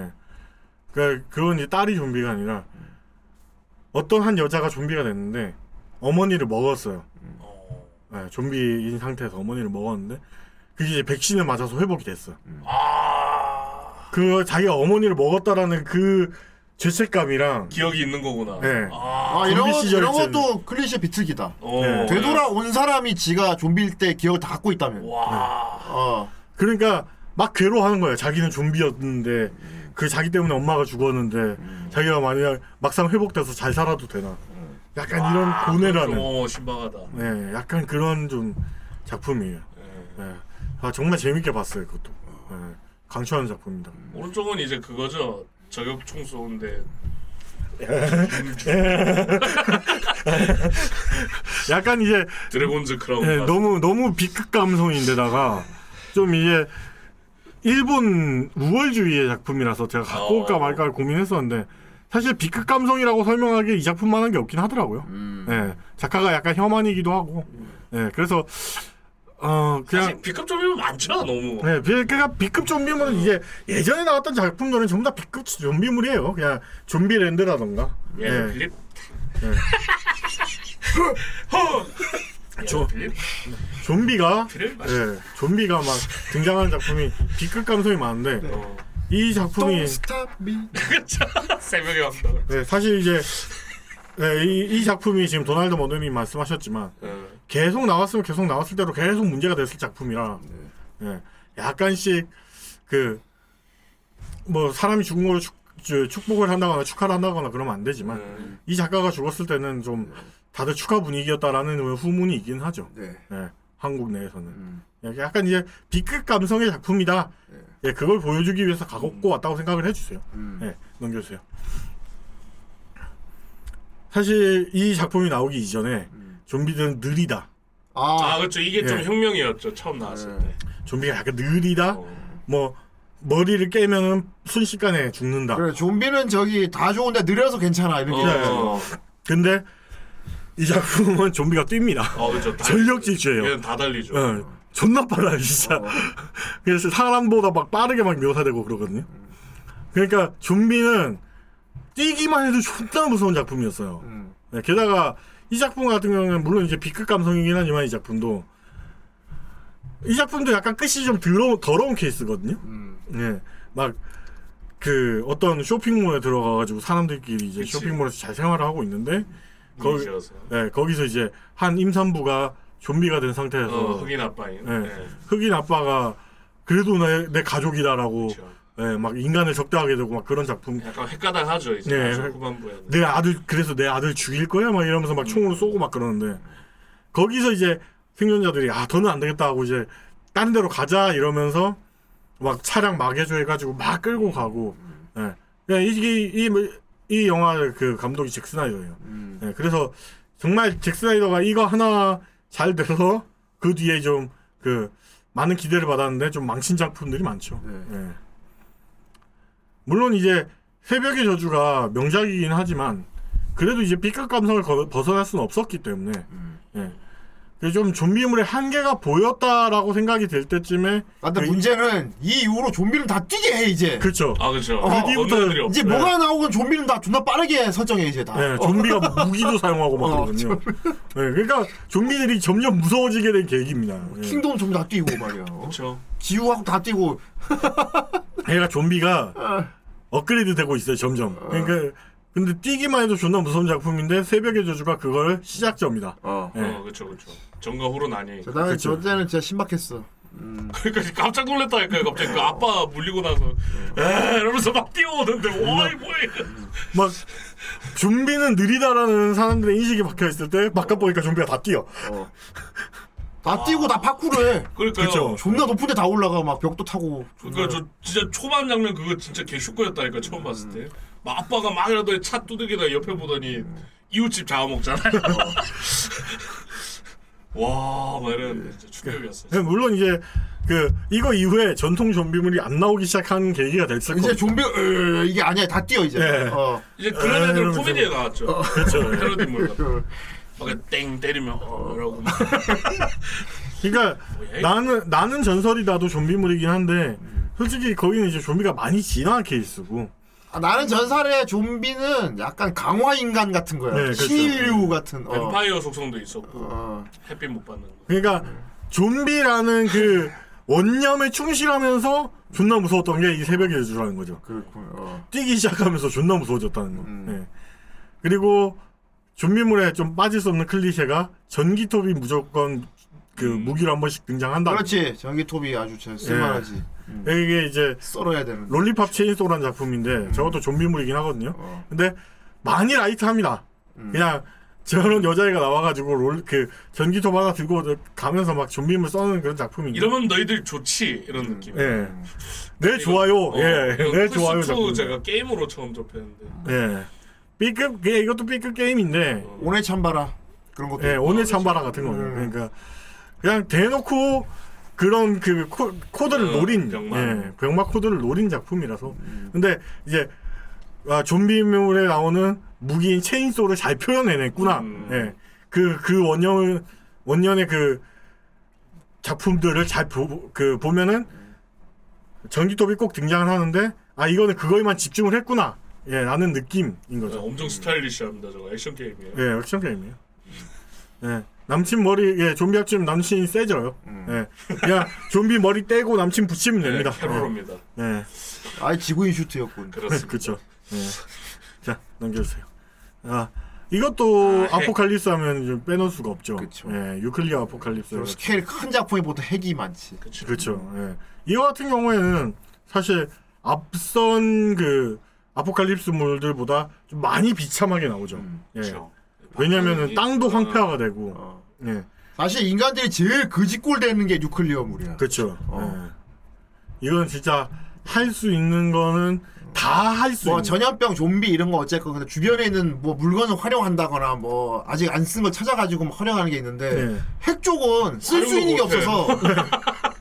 S6: 그러니까 그건 이제 딸이 좀비가 아니라 어떤 한 여자가 좀비가 됐는데 어머니를 먹었어요. 예, 좀비인 상태에서 어머니를 먹었는데 그게 이제 백신을 맞아서 회복이 됐어. 그 자기가 어머니를 먹었다라는 그 죄책감이랑
S7: 기억이 있는 거구나
S6: 예.
S5: 아 이런,
S6: 좀비
S5: 것-
S6: 시절
S5: 이런
S6: 때는.
S5: 것도 클리셰 비트기다
S7: 어,
S6: 네.
S5: 되돌아온 사람이 지가 좀비일 때 기억을 다 갖고 있다면
S7: 와
S5: 어.
S6: 그러니까 막 괴로워하는 거예요. 자기는 좀비였는데 그 자기 때문에 엄마가 죽었는데 자기가 만약 막상 회복돼서 잘 살아도 되나? 약간
S7: 아,
S6: 이런 네. 고뇌라는.
S7: 오 어, 신박하다.
S6: 네, 약간 그런 좀 작품이에요. 네. 아 정말 재밌게 봤어요 그것도. 네, 강추하는 작품입니다.
S7: 오른쪽은 이제 그거죠. 저격 총쏘인데
S6: 약간 이제
S7: 드래곤즈 크라운.
S6: 네,
S7: 가수.
S6: 너무 너무 비극 감성인데다가 좀 이제 일본 우월주의의 작품이라서 제가 갖고 올까 말까 고민했었는데 사실 비극 감성이라고 설명하기 이 작품만한 게 없긴 하더라고요. 네, 작가가 약간 혐한이기도 하고. 네, 그래서 어 그냥
S7: 사실 B급 좀이면 많잖아 너무.
S6: 네, 비- 그러니까 B급 좀비물은 이제 예전에 나왔던 작품들은 전부 다 B급 좀비물이에요. 그냥 좀비랜드라던가.
S7: 예,
S6: 네.
S7: 빌립.
S6: 네.
S7: 저 빌립.
S6: 좀비가
S7: 피를
S6: 예, 좀비가 막 등장하는 작품이 B급 감성이
S7: 네.
S6: 많은데 이 작품이
S7: 새벽에 어. 왔다.
S6: 네, 사실 이제 네, 이, 이 작품이 지금 도널드 머드님 말씀하셨지만
S7: 네.
S6: 계속 나왔으면 계속 나왔을 대로 계속 문제가 됐을 작품이라 예, 약간씩 그 뭐 사람이 죽은 걸로 축, 저, 축복을 한다거나 축하를 한다거나 그러면 안 되지만
S7: 네.
S6: 이 작가가 죽었을 때는 좀 다들 축하 분위기였다라는 후문이 있긴 하죠.
S5: 네.
S6: 예, 한국 내에서는
S5: 음.
S6: 예, 약간 이제 B급 감성의 작품이다. 예, 그걸 보여주기 위해서
S5: 음.
S6: 갖고 왔다고 생각을 해주세요. 예, 넘겨주세요. 사실 이 작품이 나오기 이전에
S5: 음.
S6: 좀비들은 느리다.
S7: 아, 그렇죠. 이게 좀
S6: 예.
S7: 혁명이었죠 처음 나왔을
S6: 네.
S7: 때.
S6: 좀비가 약간 느리다.
S5: 어.
S6: 뭐 머리를 깨면은 순식간에 죽는다.
S5: 그래 좀비는 저기 다 좋은데 느려서 괜찮아 이런 게.
S6: 네.
S5: 있어요.
S6: 근데 이 작품은 좀비가 뜁니다.
S7: 어, 그렇죠. 다-
S6: 전력 질주예요.
S7: 얘는 다 달리죠.
S6: 예, 존나 빨라요 진짜.
S7: 어.
S6: 그래서 사람보다 막 빠르게 막 묘사되고 그러거든요. 그러니까 좀비는 뛰기만 해도 존나 무서운 작품이었어요.
S7: 음.
S6: 네, 게다가 이 작품 같은 경우는 물론 이제 B급 감성이긴 하지만 이 작품도 이 작품도 약간 끝이 좀 더러운, 더러운 케이스거든요.
S7: 음.
S6: 네, 막 그 어떤 쇼핑몰에 들어가가지고 사람들끼리 이제
S7: 그치.
S6: 쇼핑몰에서 잘 생활을 하고 있는데
S7: 문이
S6: 거기,
S7: 지어서.
S6: 네, 거기서 이제 한 임산부가 좀비가 된 상태에서
S7: 어, 흑인 아빠인.
S6: 네.
S7: 예.
S6: 흑인 아빠가 그래도 내, 내 가족이다라고 예, 막 인간을 적대하게 되고 막 그런 작품
S7: 그렇죠. 약간 헷가닥하죠 이제
S6: 네.
S7: 나중 후반부에.
S6: 내 아들 그래서 내 아들 죽일 거야 막 이러면서 막 총으로 쏘고 막 그러는데 거기서 이제 생존자들이 아 더는 안 되겠다 하고 이제 다른 데로 가자 이러면서 막 차량 막해줘 해가지고 막 끌고 가고 예. 그냥 이게 이, 이 영화 그 감독이 잭 스나이더예요.
S5: 음.
S6: 예, 그래서 정말 잭 스나이더가 이거 하나 잘 돼서 그 뒤에 좀 그 많은 기대를 받았는데 좀 망친 작품들이 많죠. 예. 물론 이제 새벽의 저주가 명작이긴 하지만 그래도 이제 B급 감성을 거- 벗어날 수는 없었기 때문에 예. 그래서 좀 좀비물의 한계가 보였다라고 생각이 될 때쯤에
S5: 아, 근데 문제는 이 이후로 좀비를 다 뛰게 해 이제.
S6: 그렇죠.
S7: 아 그렇죠.
S5: 어,
S7: 언더들이
S5: 이제
S7: 없어요.
S6: 네.
S5: 뭐가 나오건 좀비는 다 존나 빠르게 설정해 이제 다.
S6: 예, 좀비가 무기도 사용하고 막 그러거든요. 예, 그러니까 좀비들이 점점 무서워지게 된 계기입니다. 예.
S5: 킹덤 좀비 다 뛰고 말이야.
S7: 그렇죠.
S5: 기우하고 다 뛰고.
S6: 얘가 좀비가 업그레이드 되고 있어요 점점. 그러니까 근데 뛰기만 해도 존나 무서운 작품인데 새벽의 저주가 그걸 시작점이다. 예.
S7: 어, 그렇죠, 그렇죠. 전과 후로 나뉘.
S5: 나는 저 때는 진짜 신박했어.
S7: 그러니까 깜짝 놀랐다니까요. 갑자기 그 아빠 물리고 나서
S6: 네.
S7: 에 이러면서 막 뛰어오는데 와이 뭐야.
S6: 막 좀비는 느리다라는 사람들의 인식이 박혀 있을 때 바깥 보니까 좀비가 다 뛰어. 아.
S5: 다 뛰고 다 파쿠를 해.
S7: 그러니까요.
S5: 그쵸. 존나 높은데 다 올라가 막 벽도 타고.
S6: 네.
S7: 그러니까 저 진짜 초반 장면 그거 진짜 개쇼거였다니까 처음 봤을 때. 막 아빠가 막이라도 차 두들기다 옆에 보더니
S6: 음.
S7: 이웃집 잡아먹잖아요. 와, 막 이랬는데 진짜 충격이었어.
S6: 예, 물론 이제 그 이거 이후에 전통 좀비물이 안 나오기 시작한 계기가 됐을 거예요.
S5: 이제 좀비 으, 이게 아니야 다 뛰어 이제.
S6: 예.
S5: 어.
S7: 이제 그런 애들
S6: 이러면서
S7: 코미디에 나왔죠.
S6: 그렇죠.
S7: 패러디 몰라.
S6: 어.
S7: 막땡 때리면 어 이러고 막.
S6: 그러니까 나는 나는 전설이다도 좀비물이긴 한데 솔직히 거기는 이제 좀비가 많이 진화한 케이스고
S5: 아, 나는 전설의 좀비는 약간 강화 인간 같은 거야.
S6: 네, 그렇죠.
S5: 신류 같은. 어.
S7: 뱀파이어 속성도 있었고 햇빛 못 받는 거.
S6: 그러니까 좀비라는 그 원념에 충실하면서 존나 무서웠던 게 이 새벽의 저주라는 거죠.
S5: 어.
S6: 뛰기 시작하면서 존나 무서워졌다는 거. 예. 그리고 좀비물에 좀 빠질 수 없는 클리셰가
S7: 음.
S6: 전기톱이 무조건 그 무기로 한 번씩 등장한다.
S5: 그렇지 전기톱이 아주 잘 쓸만하지.
S6: 예. 이게 이제
S5: 썰어야 되는
S6: 롤리팝 체인소라는 작품인데 저것도 좀비물이긴 하거든요.
S5: 어.
S6: 근데 많이 라이트합니다. 그냥 저런 여자애가 나와가지고 롤 그 전기톱 하나 들고 가면서 막 좀비물 써는 그런 작품인데
S7: 이러면 너희들 좋지 이런
S5: 음.
S7: 느낌.
S6: 예. 내 좋아요. 예. 내 좋아요
S7: 어, 플스2
S6: 작품.
S7: 제가 게임으로 처음 접했는데.
S6: 예. B급 예, 이것도 B급
S7: 어.
S6: 게임인데
S5: 오늘 참바라 그런 것도 음.
S6: 예, 오늘 참바라 같은 거예요. 그러니까 그냥 대놓고 그런 그 코, 코드를 노린 병마. 예, 병마 코드를 노린 작품이라서
S5: 음.
S6: 근데 이제 아, 좀비물에 나오는 무기인 체인소를 잘 표현해냈구나. 예. 그, 그 원년, 원년의 그 작품들을 잘 보, 그 보면은 전기톱이 꼭 등장을 하는데 아, 이거는 그거에만 집중을 했구나. 예, 라는 느낌인
S7: 네,
S6: 거죠. 음.
S7: 엄청 스타일리시합니다 저거 액션 게임이에요.
S6: 예, 액션 게임이에요. 예. 남친 머리, 예, 좀비 합치면 남친이 세져요. 예. 그냥 좀비 머리 떼고 남친 붙이면
S7: 네,
S6: 됩니다.
S7: 캐롤입니다.
S6: 예. 예.
S5: 아예 지구인 슈트였군.
S7: 그렇습니다.
S6: 그쵸. 예. 자, 넘겨주세요. 아, 이것도
S5: 아,
S6: 아,
S5: 핵.
S6: 포칼립스 하면 좀 빼놓을 수가 없죠. 예, 유클리어 아포칼립스.
S5: 저 음. 스케일 큰 작품이 보다 핵이 많지.
S6: 그렇죠. 예. 이와 같은 경우에는 사실 앞선 그 아포칼립스물들보다 좀 많이 비참하게 나오죠. 예. 왜냐면은 땅도 황폐화가 되고. 예.
S5: 사실 인간들이 제일 거지꼴 되는 게 뉴클리어물이야.
S6: 그렇죠. 예. 이건 진짜 할 수 있는 거는 다 할 수
S5: 뭐
S6: 있는
S5: 전염병, 좀비 이런 거 어쨌건 근데 주변에 있는 뭐 물건을 활용한다거나 뭐 아직 안 쓴 걸 찾아가지고 막 활용하는 게 있는데
S6: 네. 뭐,
S5: 핵 쪽은 쓸 수
S6: 활용을
S5: 있는 게
S6: 못해.
S5: 없어서
S6: 네.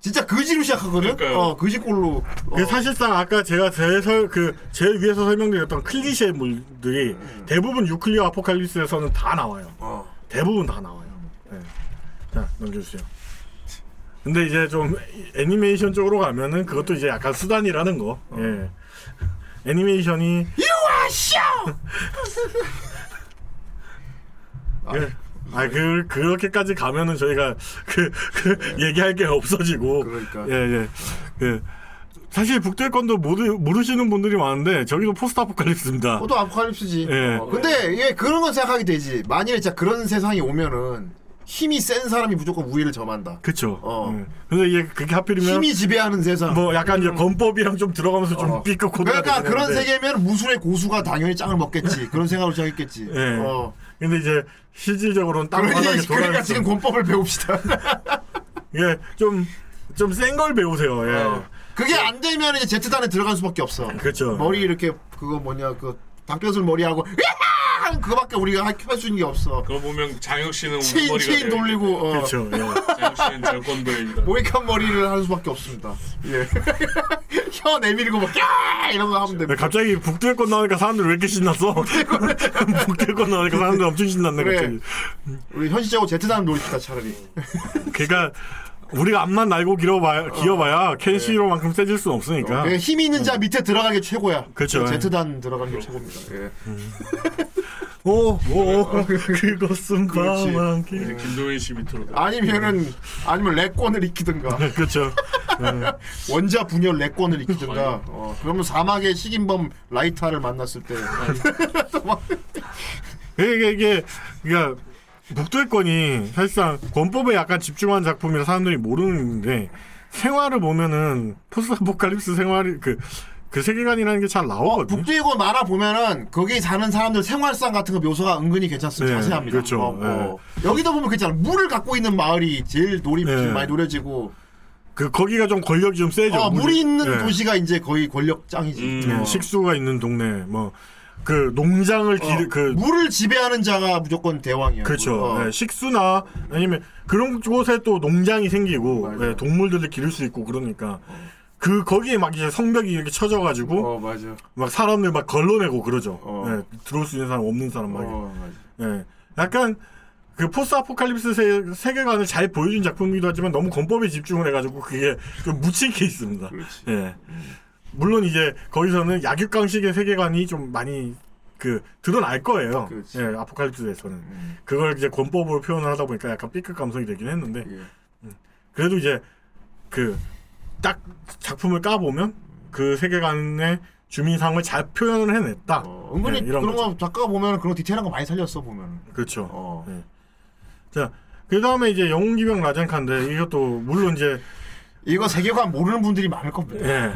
S5: 진짜 거지로 시작하거든. 어, 거지꼴로.
S6: 그 사실상 아까 제가 제일 설, 그 제일 위에서 설명드렸던 클리셰 물들이 대부분 유클리어 아포칼립스에서는 다 나와요.
S5: 어,
S6: 대부분 다 나와요. 예. 자 넘겨주세요. 근데 이제 좀 애니메이션 쪽으로 가면은 그것도 이제 약간 수단이라는 거. 예. 애니메이션이
S1: You
S6: 예. 아, 그, 그렇게까지 가면은 저희가 그, 그 얘기할 게 없어지고. 예, 예. 예. 사실 북대권도 모르, 모르시는 분들이 많은데, 저기도 포스트 아포칼립스입니다.
S5: 그것도 아포칼립스지.
S6: 예.
S5: 어, 근데 예 그런 건 생각하게 되지. 만일에 진짜 그런 세상이 오면은 힘이 센 사람이 무조건 우위를 점한다.
S6: 그쵸. 예. 근데 이게 그게 하필이면.
S5: 힘이 지배하는 세상.
S6: 뭐 약간 이제 건법이랑 좀 들어가면서 좀
S5: 음. 어.
S6: B급 코드가
S5: 그러니까
S6: 되긴
S5: 그런
S6: 하는데.
S5: 세계면 무술의 고수가 당연히 짱을 먹겠지. 그런 생각으로 시작했겠지.
S6: 예.
S5: 어.
S6: 근데 이제 실질적으로는 땅
S5: 그러니-
S6: 바닥에 돌아.
S5: 그러니까 지금 권법을 배웁시다.
S6: 예, 좀좀 센 걸 배우세요. 예.
S5: 그게 안 되면 이제 제트단에 들어갈 수밖에 없어.
S6: 그렇죠.
S5: 어. 머리 이렇게 그거 뭐냐 그 닭뼈슬 머리하고 으아! 하는 그거밖에 우리가 할 수 있는 게 없어.
S6: 음,
S7: 그거 보면 장혁 씨는
S5: 체인-
S7: 머리가
S5: 체인
S7: 돼요.
S5: 돌리고, 어.
S6: 그렇죠.
S5: 그쵸, 예.
S7: 장혁 씨는 절권도입니다.
S6: 뭐?
S5: 모이칸 머리를 할 수밖에 없습니다. 예. 혀 내밀고 막 야! 이런 거 하면 됩니다.
S6: 야, 갑자기 북두의권 나오니까 사람들 왜 이렇게 신났어? 북두의권 나오니까 사람들 엄청 신났네
S5: 그래.
S6: 갑자기. 그렇죠.
S5: 우리 현실적으로 제트단 놀이다 차라리.
S6: 그러니까 우리가 앞만 날고 길어봐야,
S5: 네.
S6: 기어봐야 켄시로만큼 세질 수는 없으니까.
S5: 예, 힘이 있는 자 밑에 들어가는 게 최고야.
S6: 아. 음. 그렇죠.
S5: 제트단 들어가는 게 최고입니다. 예.
S6: 오, 오, 그것은
S5: 어, 그렇지.
S6: 밤한
S7: 이제 김동현 씨 밑으로.
S5: 아니면은 아니면 레권을 익히든가.
S6: 그렇죠.
S5: 원자 분열 레권을 익히든가. 어, 그러면 사막의 식인범 라이타를 만났을 때
S6: 네. 예, 이게 이게 그러니까 북두의권이 사실상 권법에 약간 집중한 작품이라 사람들이 모르는데 생활을 보면은 포스아포칼립스 생활이 그. 그 세계관이라는 게 잘 나오거든요.
S5: 뭐 북두의권 만화 보면은 거기 사는 사람들 생활상 같은 거 묘사가 은근히 괜찮습니다.
S6: 네,
S5: 자세합니다.
S6: 그렇죠.
S5: 어, 어. 여기도 보면 그렇잖아. 물을 갖고 있는 마을이 제일 놀이
S6: 네.
S5: 많이 노려지고
S6: 그 거기가 좀 권력이 좀 세죠.
S5: 어, 물이 있는
S6: 예.
S5: 도시가 이제 거의 권력장이지.
S7: 음.
S6: 예,
S5: 어.
S6: 식수가 있는 동네 뭐 그 농장을 기르 그
S5: 어, 물을 지배하는 자가 무조건 대왕이야.
S6: 그렇죠.
S5: 어.
S6: 예, 식수나 아니면 그런 곳에 또 농장이 생기고 예, 동물들을 기를 수 있고 그러니까 그 거기에 막 이제 성벽이 이렇게 쳐져가지고
S5: 어, 맞아.
S6: 막 사람들 막 걸러내고 그러죠. 예, 들어올 수 있는 사람 없는 사람 막.
S7: 어.
S6: 예, 약간 그 포스 아포칼립스 세- 세계관을 잘 보여준 작품이기도 하지만 너무 건법에 집중을 해가지고 그게 좀 묻힌 게 있습니다. 예. 물론 이제 거기서는 약육강식의 세계관이 좀 많이 그 드러날 거예요. 예, 아포칼립스에서는
S5: 음.
S6: 그걸 이제 권법으로 표현을 하다 보니까 약간 삐끗 감성이 되긴 했는데
S5: 예.
S6: 음. 그래도 이제 그 딱 작품을 까 보면 그 세계관의 주민상을 잘 표현을 해냈다.
S5: 어, 은근히
S6: 예, 이런
S5: 그런
S6: 거죠.
S5: 거 작가가 보면 그런 거 디테일한 거 많이 살렸어 보면.
S6: 그렇죠. 예. 자, 그 다음에 이제 영웅기병 라젠카인데 이것도 물론 이제
S5: 이거 세계관 모르는 분들이 많을 겁니다.
S6: 예.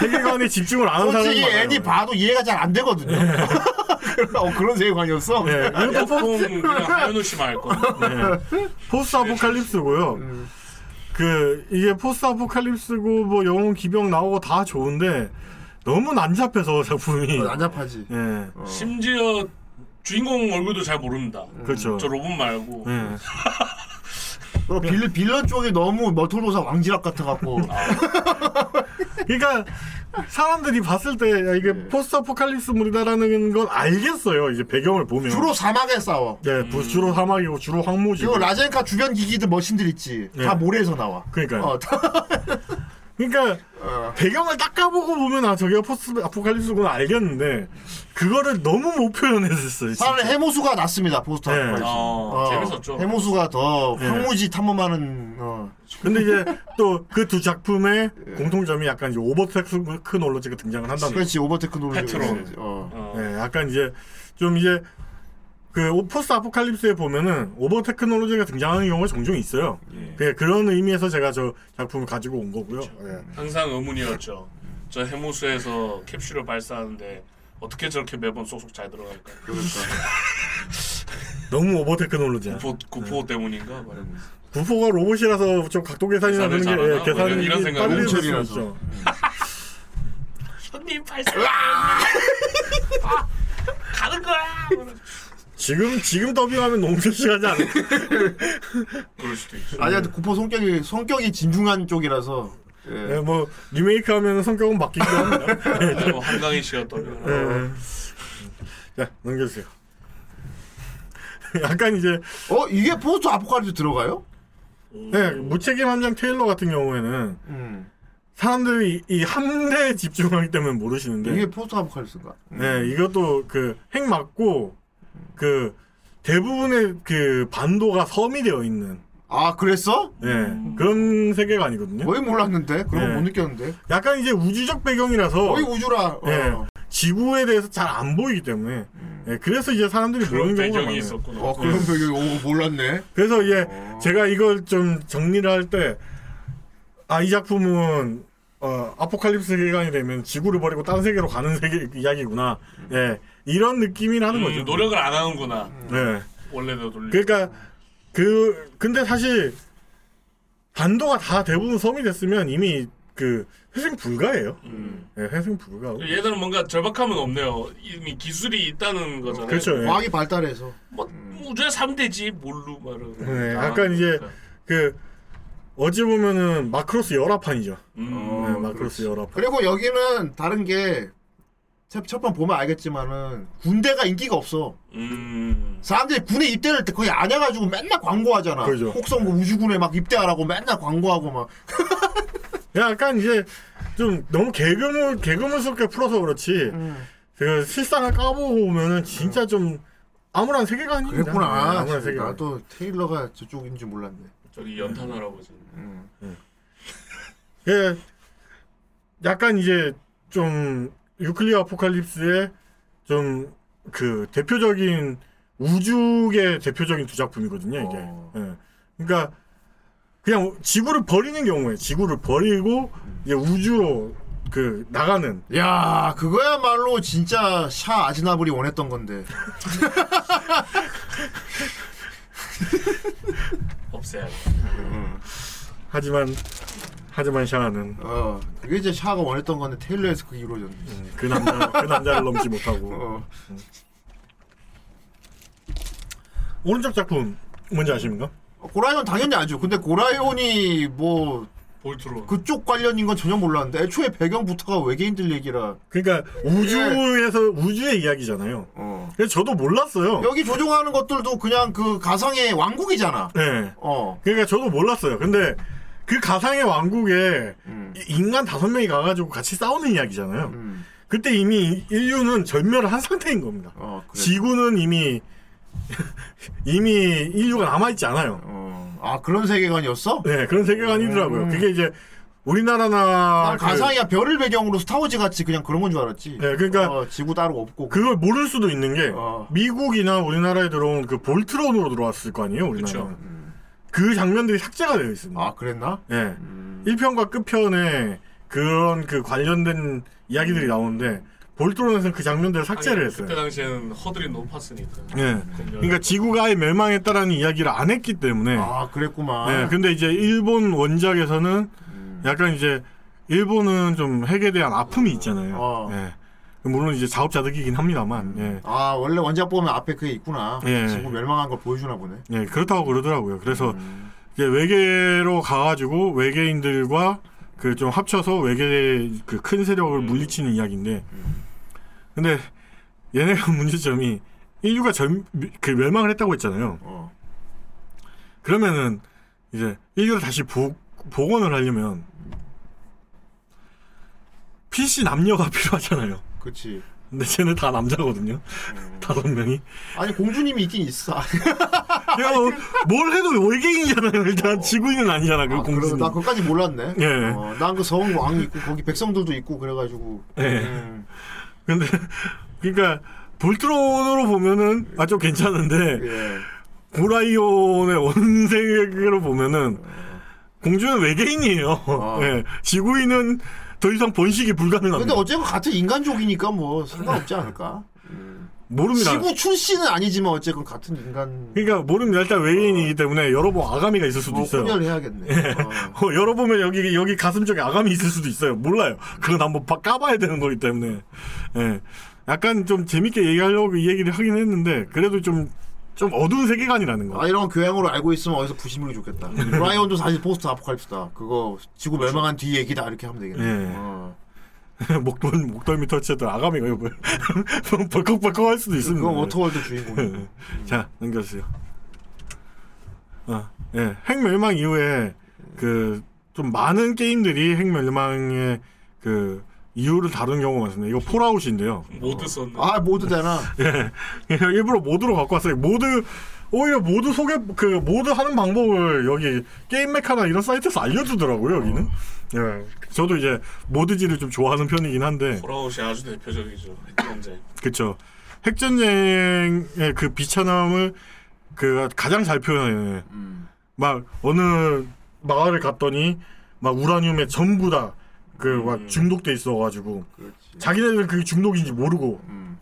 S6: 세계관에 집중을 안 하는 사람이
S5: 솔직히
S6: 많아요.
S5: 애니 봐도 이해가 잘 안 되거든요. 어, 그런 세계관이었어.
S6: 예, 그리고
S7: 뽕 그냥 하연우 씨만 할 거야.
S6: 네. 포스트 아포칼립스고요. 그 이게 포스트 아포칼립스고 뭐 영웅 기병 나오고 다 좋은데 너무 난잡해서 작품이
S5: 어, 난잡하지.
S6: 예.
S7: 심지어 주인공 얼굴도 잘 모릅니다.
S6: 그렇죠.
S7: 저 로봇 말고.
S6: 예.
S5: 그리고 빌, 빌런 쪽이 너무 멀토도사 왕지락 같아갖고.
S6: 그러니까 사람들이 봤을 때 야, 이게
S5: 예.
S6: 포스트 아포칼립스물이다라는 건 알겠어요. 이제 배경을 보면
S5: 주로 사막에 싸워.
S6: 예, 부- 주로 사막이고 주로 황무지고
S5: 그리고 라젠카 주변 기기들 머신들 있지.
S6: 예.
S5: 다 모래에서 나와.
S6: 그러니까요.
S5: 어, 다-
S6: 그러니까 배경을 딱 까보고 보면 아 저게 포스트 아포칼립스구나 알겠는데 그거를 너무 못 표현했었어요. 진짜.
S5: 사실 해모수가 낫습니다 포스터.
S6: 네.
S5: 아포칼립스.
S6: 어, 재밌었죠.
S5: 해모수가 더
S6: 네.
S5: 황무지 탐험하는. 어.
S6: 근데 이제 또 그 두 작품의 공통점이 약간 이제 오버테크놀로지가 등장을 한다는
S5: 예. 그렇지 오버테크놀로지.
S6: 페트롤.
S5: 어.
S6: 예, 약간 이제 좀 이제 그 오- 포스트 아포칼립스에 보면은 오버 테크놀로지가 등장하는 경우가 종종 있어요.
S5: 예.
S6: 그 그런 의미에서 제가 저 작품을 가지고 온 거고요.
S5: 그렇죠.
S6: 예.
S7: 항상 의문이었죠. 저 해무수에서 캡슐을 발사하는데 어떻게 저렇게 매번 쏙쏙 잘 들어갈까?
S6: 너무 오버 테크놀로지야.
S7: 구포, 구포 때문인가? 뭐 말하면서.
S6: 구포가 로봇이라서 좀 각도 계산이나 되는
S7: 계산을
S6: 게
S7: 잘하나?
S6: 예,
S7: 뭐
S6: 계산이
S7: 이런 생각을
S6: 빨리 될수
S7: 뭉쳐리라서.
S6: 있죠.
S7: 손님 발사. 아, 가는 거야.
S6: 지금 지금 더빙하면 너무 실시간이 안 돼.
S7: 그럴 수도 있어.
S5: 아니 근데 구포 성격이 성격이 진중한 쪽이라서. 예.
S6: 예, 뭐 리메이크하면 성격은 바뀌기도 합니다. 예,
S7: 아이고, 뭐 한강희 씨가 떠요.
S6: 예. 자 넘겨주세요. 약간 이제
S5: 어 이게 포스트 아포칼립스 들어가요?
S6: 네, 무책임 함장 테일러 같은 경우에는 사람들이 이 함대에 집중하기 때문에 모르시는데
S5: 이게 포스트 아포칼립스인가?
S6: 네, 이것도 그 핵 맞고 그 대부분의 그 반도가 섬이 되어 있는
S5: 아 그랬어?
S6: 예 그런 세계관이거든요.
S5: 거의 몰랐는데 그런 거
S6: 예.
S5: 못 느꼈는데.
S6: 약간 이제 우주적 배경이라서
S5: 거의 우주라. 어.
S6: 예, 지구에 대해서 잘 안 보이기 때문에 예, 그래서 이제 사람들이
S7: 그런
S6: 모르는 경우가
S7: 배경이
S6: 많아요.
S7: 있었구나.
S6: 네.
S7: 음,
S5: 어 그런 배경 오 몰랐네.
S6: 그래서 이제 제가 이걸 좀 정리를 할 때 아 이 작품은 어, 아포칼립스 기간이 되면 지구를 버리고 다른 세계로 가는 세계 이야기구나. 예. 이런 느낌이라는
S7: 음,
S6: 거죠.
S7: 노력을 안 하는구나.
S6: 예.
S7: 원래대로 돌리.
S6: 그러니까 그 근데 사실 반도가 다 대부분 섬이 됐으면 이미 그 회생 불가예요.
S7: 음.
S6: 예, 회생 불가고.
S7: 얘들은 뭔가 절박함은 없네요. 이미 기술이 있다는 거잖아요. 뭐,
S6: 그렇죠. 예.
S5: 과학이 발달해서.
S7: 우주에 3대지 뭘로 아, 그러니까. 말하고.
S6: 네, 약간 이제 그 어찌 보면은 마크로스 열화판이죠.
S7: 음, 어,
S6: 네, 마크로스 열화판.
S5: 그리고 여기는 다른 게 첫번 보면 알겠지만은 군대가 인기가 없어.
S7: 음.
S5: 사람들이 군에 입대할 때 거의 안 해가지고 맨날 광고하잖아.
S6: 그죠.
S5: 혹성 뭐 우주군에 막 입대하라고 맨날 광고하고 막.
S6: 약간 이제 좀 너무 개그물 개그물스럽게 풀어서 그렇지.
S5: 음.
S6: 제가 실상을 까보고 보면은 진짜 좀 암울한 세계관입니다. 네,
S5: 그랬구나.
S6: 암울한 세계관.
S5: 나도 테일러가 저쪽인 줄 몰랐네.
S7: 저기 연탄 할아버지.
S6: 예, 약간 이제 좀 유클리어 아포칼립스의 좀 그 대표적인 우주계 대표적인 두 작품이거든요. 이게.
S5: 어.
S6: 예. 그러니까 그냥 지구를 버리는 경우에 지구를 버리고 이제 우주로 그 나가는
S5: 야 그거야말로 진짜 샤 아지나블이 원했던 건데.
S7: 없애야 돼.
S6: 하지만 하지만 샤는
S5: 어 그게 이제 샤가 원했던 건데 테일러에서 그게 이루어졌네.
S6: 그 남자 그 남자를 넘지 못하고
S5: 어.
S6: 오른쪽 작품 뭔지 아십니까?
S5: 고라이온 당연히 알죠. 근데 고라이온이 뭐
S7: 볼트로.
S5: 그쪽 관련인 건 전혀 몰랐는데 애초에 배경부터가 외계인들 얘기라.
S6: 그러니까 우주에서 우주의 이야기잖아요.
S5: 어.
S6: 그래서 저도 몰랐어요.
S5: 여기 조종하는 것들도 그냥 그 가상의 왕국이잖아.
S6: 네.
S5: 어.
S6: 그러니까 저도 몰랐어요. 근데 그 가상의 왕국에
S5: 음.
S6: 이- 인간 다섯 명이 가가지고 같이 싸우는 이야기잖아요. 그때 이미 인류는 절멸을 한 상태인 겁니다.
S5: 어, 그래.
S6: 지구는 이미 이미 인류가 남아있지 않아요.
S5: 어. 아 그런 세계관이었어?
S6: 네, 그런 세계관이더라고요. 그게 이제 우리나라나
S7: 아,
S5: 난
S6: 그-
S5: 가상이야 별을 배경으로 스타워즈 같이 그냥 그런 건 줄 알았지.
S6: 네, 그러니까
S5: 어, 지구 따로 없고.
S6: 그걸 모를 수도 있는 게
S5: 어.
S6: 미국이나 우리나라에 들어온 그 볼트론으로 들어왔을 거 아니에요, 우리나라.
S7: 그쵸. 아.
S6: 그 장면들이 삭제가 되어 있습니다.
S5: 아 그랬나?
S6: 예.
S7: 음.
S6: 일 1편과 끝편에 그런 그 관련된 이야기들이 나오는데 볼트론에서는 그 장면들을 삭제를
S7: 음. 아니,
S6: 했어요.
S7: 그때 당시에는 허들이 높았으니까.
S6: 예. 그러니까 지구가 아예 멸망했다라는 이야기를 안 했기 때문에. 아,
S5: 그랬구만.
S6: 예. 근데 이제 일본 원작에서는 약간 이제 일본은 좀 핵에 대한 아픔이 있잖아요. 예. 물론 이제 자업자득이긴 합니다만. 예.
S5: 아 원래 원작 보면 앞에 그게 있구나.
S6: 예.
S5: 지구 멸망한 걸 보여주나 보네.
S6: 예, 그렇다고 그러더라고요. 그래서
S5: 음.
S6: 이제 외계로 가가지고 외계인들과 그 좀 합쳐서 외계 그 큰 세력을 물리치는 이야기인데, 근데 얘네가 문제점이 인류가 전, 그 멸망을 했다고 했잖아요.
S5: 어.
S6: 그러면은 이제 인류를 다시 보, 복원을 하려면 PC 남녀가 필요하잖아요.
S5: 그렇지.
S6: 근데 쟤네 다 남자거든요.
S5: 음.
S6: 다섯 명이.
S5: 아니 공주님이 있긴 있어.
S6: 아,
S5: 아,
S6: 야, 어, 뭘 해도 외계인이잖아요. 일단 지구인은 아니잖아. 그 공주.
S5: 나 어. 그까지 몰랐네.
S6: 예.
S5: 어, 난그 서울 왕이 있고 거기 백성들도 있고 그래가지고.
S6: 예.
S5: 음.
S6: 근데 그러니까 볼트론으로 보면은 아 좀 괜찮은데
S5: 예.
S6: 고라이온의 원색으로 보면은
S5: 어.
S6: 공주는 외계인이에요. 예. 지구인은 더 이상 번식이 불가능합니다.
S5: 아. 근데 어쨌건 같은 인간족이니까 뭐 상관없지 않을까?
S6: 모릅니다.
S5: 지구 출신은 아니지만 어쨌건 같은 인간.
S6: 그러니까 모릅니다. 일단 외계인이기 때문에 여러 번 아가미가 있을 수도
S5: 어,
S6: 있어요.
S5: 혼혈을 해야겠네.
S6: 예. 어, 열어보면 여기 여기 가슴 쪽에 아감이 있을 수도 있어요. 몰라요. 그건 한번 봐- 까봐야 되는 거기 때문에. 예. 약간 좀 재밌게 얘기하려고 이 얘기를 하긴 했는데 그래도 좀 좀 어두운 세계관이라는 거.
S5: 아 이런 거 교양으로 알고 있으면 어디서 부심을 좋겠다. 브라이언도 사실 포스트 아포칼립스다. 그거 지구 멸망한 뒤 얘기다 이렇게 하면 되겠네.
S6: 그렇죠.
S5: 어.
S6: 예. 목돌 목돌미 터치했던 아가미가 이거 뭐야? 벌컥벌컥 할 수도 있습니다. 예.
S5: 그건 워터월드 주인공이고.
S6: 자 넘겨주세요. 아, 예. 핵멸망 이후에 그 좀 많은 게임들이 핵멸망의 그 이유를 다룬 경우가 많습니다. 이거 폴아웃인데요.
S7: 모드 썼네.
S5: 아 모드 되나?
S6: 예. 일부러 모드로 갖고 왔어요. 모드 오히려 모드 소개 그 모드 하는 방법을 여기 게임 메카나 이런 사이트에서 알려주더라고요 여기는. 예. 저도 이제 모드지를 좀 좋아하는 편이긴 한데
S7: 보라우시 아주 대표적이죠. 현재.
S6: 그쵸. 핵전쟁의 그 비참함을 그 가장 잘 표현해.
S7: 음.
S6: 막 어느 마을을 갔더니 막 우라늄에 전부 다 그
S7: 음.
S6: 막 중독돼 있어가지고 자기네들 그게 중독인지 모르고
S7: 음.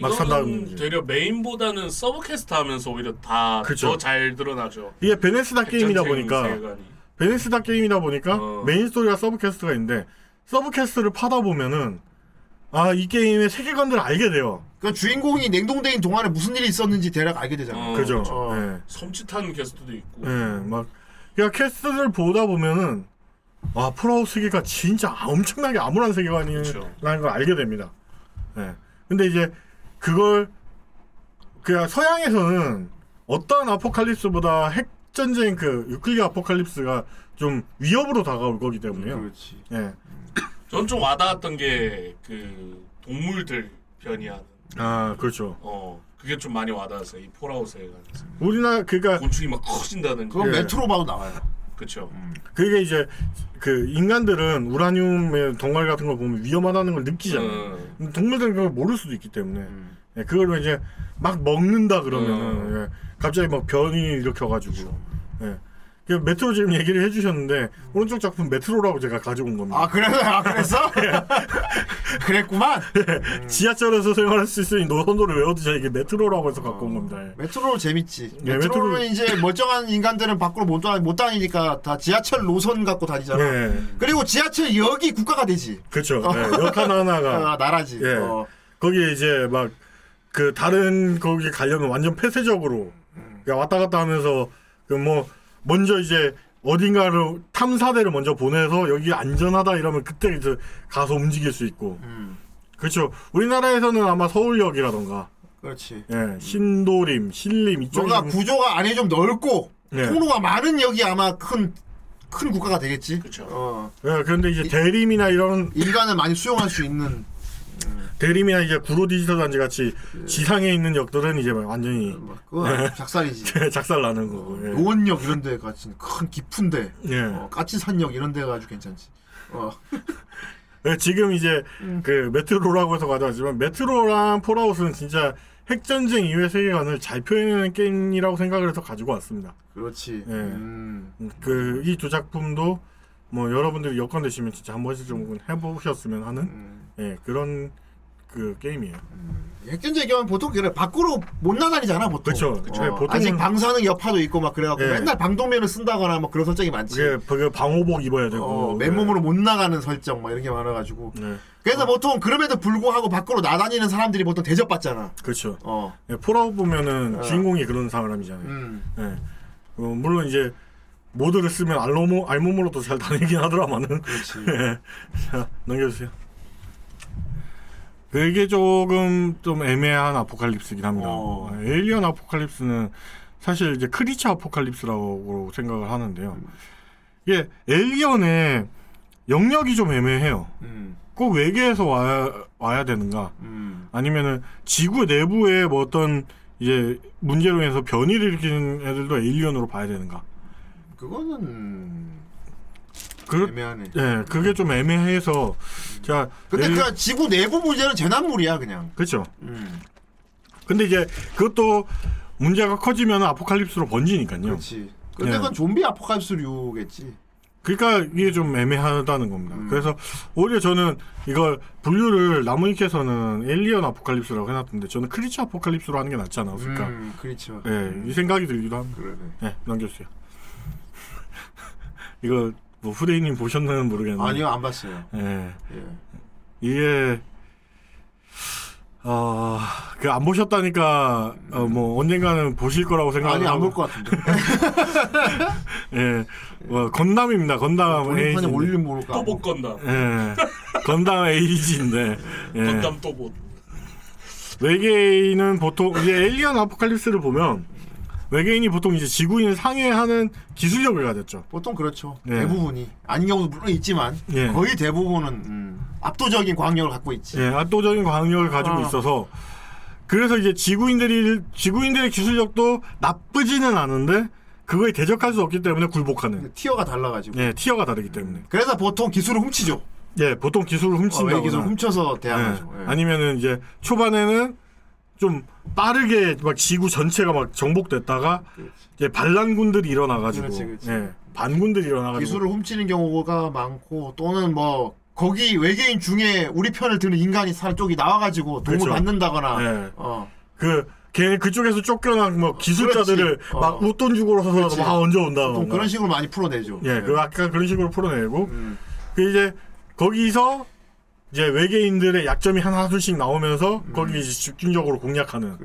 S6: 막 산다는
S7: 이거는 되려 메인보다는 서브 캐스트 하면서 오히려 다
S6: 그쵸.
S7: 더 잘 드러나죠.
S6: 이게 베네스다 게임이다
S7: 핵전쟁 어.
S6: 보니까
S7: 세계관이.
S6: 베네스다 게임이다 보니까 메인 스토리와 서브 캐스트가 있는데 서브 캐스트를 파다 보면은 아 이 게임의 세계관들을 알게 돼요.
S5: 그러니까 주인공이 냉동대인 동안에 무슨 일이 있었는지 대략 알게 되잖아.
S6: 어, 그죠. 그쵸. 예.
S7: 섬찟한 캐스트도 있고.
S6: 예, 막 그냥 캐스트를 보다 보면은 아 폴아웃 세계가 진짜 엄청나게 암울한 세계관이라는 걸 알게 됩니다. 예. 근데 이제 그걸 그냥 서양에서는 어떠한 아포칼립스보다 핵 전쟁 그 유클리아 아포칼립스가 좀 위협으로 다가올 거기 때문에요.
S5: 음, 그렇지.
S6: 예.
S7: 전 좀 와닿았던 게 그 동물들 변이하는.
S6: 아, 그렇죠.
S7: 어, 그게 좀 많이 와닿았어요. 이 폴아웃에 관해서.
S6: 우리나라 그니까
S7: 곤충이 막 커진다는.
S5: 예.
S6: 그건 멘트로
S5: 봐도 나와요.
S7: 그렇죠.
S6: 그게 이제 그 인간들은 우라늄의 덩어리 같은 걸 보면 위험하다는 걸
S5: 음,
S6: 느끼잖아요.
S7: 어.
S6: 동물들은 그걸 모를 수도 있기 때문에 예, 그걸 이제 막 먹는다 그러면은 예, 갑자기 막 변이 일으켜가지고 예. 그 메트로 지금 얘기를 해주셨는데 오른쪽 작품 메트로라고 제가 가지고 온 겁니다.
S5: 아 그래 아 그랬어? 예. 그랬구만.
S6: 예, 지하철에서 생활할 수 있으니 노선도를 외워두자 이게 메트로라고 해서 갖고 온 겁니다. 예.
S5: 메트로 재밌지.
S6: 예,
S5: 메트로는
S6: 메트로-
S5: 이제 멀쩡한 인간들은 밖으로 못, 다니, 못 다니니까 다 지하철 노선 갖고 다니잖아.
S6: 예.
S5: 그리고 지하철 역이 국가가 되지.
S6: 그렇죠.
S5: 어.
S6: 예, 역 하나 하나가
S5: 아, 나라지.
S6: 예. 거기에 이제 막 그 다른 거기 가려면 완전 폐쇄적으로 그러니까 왔다 갔다 하면서 그 뭐 먼저 이제 어딘가로 탐사대를 먼저 보내서 여기 안전하다 이러면 그때 이제 가서 움직일 수 있고 그렇죠. 우리나라에서는 아마 서울역이라던가
S5: 그렇지.
S6: 예, 신도림, 신림 이쪽
S5: 뭔가 구조가 안에 좀 예. 넓고
S6: 네.
S5: 통로가 많은 역이 아마 큰 큰 국가가 되겠지. 그렇죠.
S6: 예, 그런데 이제 대림이나 이런
S5: 인간을 많이 수용할 수 있는
S6: 대림이나 이제 구로 디지털 단지 같이 지상에 있는 역들은 이제 막 완전히
S5: 음. 뭐 그건 작살이지.
S6: 작살 나는 거고. 예.
S5: 노원역 이런 데 같은 큰 깊은데
S6: 예.
S5: 어, 까치산역 이런 데가 아주 괜찮지. 어.
S6: 네, 지금 이제
S5: 음.
S6: 그 메트로라고 해서 가져왔지만 메트로랑 폴아웃은 진짜 핵전쟁 이후의 세계관을 잘 표현하는 예. 음, 게임이라고 생각을 해서 가지고 왔습니다.
S5: 음. 그렇지.
S6: 예. 그 이 두 작품도 뭐 여러분들이 여건 되시면 진짜 한 번씩 좀 해보셨으면 하는
S5: 음.
S6: 예, 그런 그 게임이에요.
S5: 핵전제 경우는 보통 그래 밖으로 못 나다니잖아 보통. 어.
S6: 그쵸, 그쵸. 예, 보통은-
S5: 아직 방사능 여파도 있고 막 그래갖고
S6: 예.
S5: 맨날 방독면을 쓴다거나 막 그런 설정이 많지.
S6: 그게, 뭐, 예. 그게 방호복 입어야 되고 네.
S5: 어, 맨몸으로 못 나가는 설정 막 이런 게 많아가지고.
S6: 음.
S5: 그래서 보통 그럼에도 불구하고 밖으로 나다니는 사람들이 보통 대접받잖아.
S6: 그렇죠.
S5: 어.
S6: 예, 폴아웃 보면은
S5: 어.
S6: 주인공이 그런 사람이잖아요.
S5: 음.
S6: 예. 어, 물론 이제 모드를 쓰면 알몸 알몸으로도 잘 다니긴 하더라마는.
S5: 그렇지.
S6: 네. 자 넘겨주세요. 그게 조금 좀 애매한 아포칼립스긴 합니다.
S5: 어.
S6: 에일리언 아포칼립스는 사실 이제 크리처 아포칼립스라고 생각을 하는데요. 이게 에일리언의 영역이 좀 애매해요.
S5: 음.
S6: 꼭 외계에서 와야, 와야 되는가?
S5: 음.
S6: 아니면은 지구 내부에 뭐 어떤 이제 문제로 인해서 변이를 일으키는 애들도 에일리언으로 봐야 되는가?
S5: 그거는
S6: 그,
S5: 애매하네.
S6: 예, 그게 좀 애매해서 제가
S5: 근데
S6: 에일-
S5: 그 지구 내부 문제는 재난물이야 그냥.
S6: 그렇죠.
S5: 음.
S6: 근데 이제 그것도 문제가 커지면 아포칼립스로 번지니까요.
S5: 그렇지. 음. 근데
S6: 예.
S5: 그건 좀비 아포칼립스류겠지.
S6: 그러니까 이게 좀 애매하다는 겁니다.
S5: 음.
S6: 그래서 오히려 저는 이걸 분류를 나무님께서는 엘리언 아포칼립스라고 해놨던데 저는 크리처 아포칼립스로 하는 게 낫지 않았을까.
S5: 음, 그렇죠.
S6: 예, 이 생각이 들기도 합니다.
S5: 그러네.
S6: 예, 넘겨주세요. 이거 뭐 후대인님 보셨나는 모르겠는데.
S5: 아니요 안 봤어요.
S6: 예.
S5: 예.
S6: 이게 아그안 보셨다니까 어 뭐 언젠가는 보실 거라고 생각
S5: 음. 아니 안 볼 것 같은데.
S6: 예, 뭐 건담입니다. 건담
S5: 돌림판에
S6: 에이지. 뭐-
S5: 올리면 모를까.
S7: 또못 건담.
S6: 예, 건담 에이지인데. 예.
S7: 건담 또 못.
S6: 외계인은 보통 이제 엘리언 아포칼립스를 보면 외계인이 보통 이제 지구인을 상해하는 기술력을 가졌죠.
S5: 보통 그렇죠.
S6: 예.
S5: 대부분이 아닌 경우도 물론 있지만
S6: 예.
S5: 거의 대부분은 음, 압도적인 광역을 갖고 있지.
S6: 예, 압도적인 광역을 가지고
S5: 아.
S6: 있어서 그래서 이제 지구인들이 지구인들의 기술력도 나쁘지는 않은데 그거에 대적할 수 없기 때문에 굴복하는
S5: 그 티어가 달라가지고.
S6: 예, 티어가 다르기 때문에.
S5: 그래서 보통 기술을 훔치죠.
S6: 예, 보통 기술을 훔친다거나
S5: 어, 기술 훔쳐서 대항하죠.
S6: 예.
S5: 예.
S6: 아니면은 이제 초반에는 좀 빠르게 막 지구 전체가 막 정복됐다가 이제 반란군들이 일어나가지고
S5: 그렇지, 그렇지.
S6: 예, 반군들이 일어나가지고
S5: 기술을 훔치는 경우가 많고 또는 뭐 거기 외계인 중에 우리 편을 드는 인간이 살 쪽이 나와가지고 도움을
S6: 그렇죠.
S5: 받는다거나.
S6: 예.
S5: 어.
S6: 그 걔, 그쪽에서 쫓겨난 뭐 기술자들을
S5: 그렇지.
S6: 막
S5: 어.
S6: 웃돈 주고 서서
S5: 그렇지.
S6: 막 얹어온다.
S5: 보통 그런 식으로 음. 많이 풀어내죠.
S6: 예, 그 아까 그런 식으로 풀어내고 그 이제 거기서 이제 외계인들의 약점이 하나둘씩 나오면서 거기 이제 집중적으로 공략하는.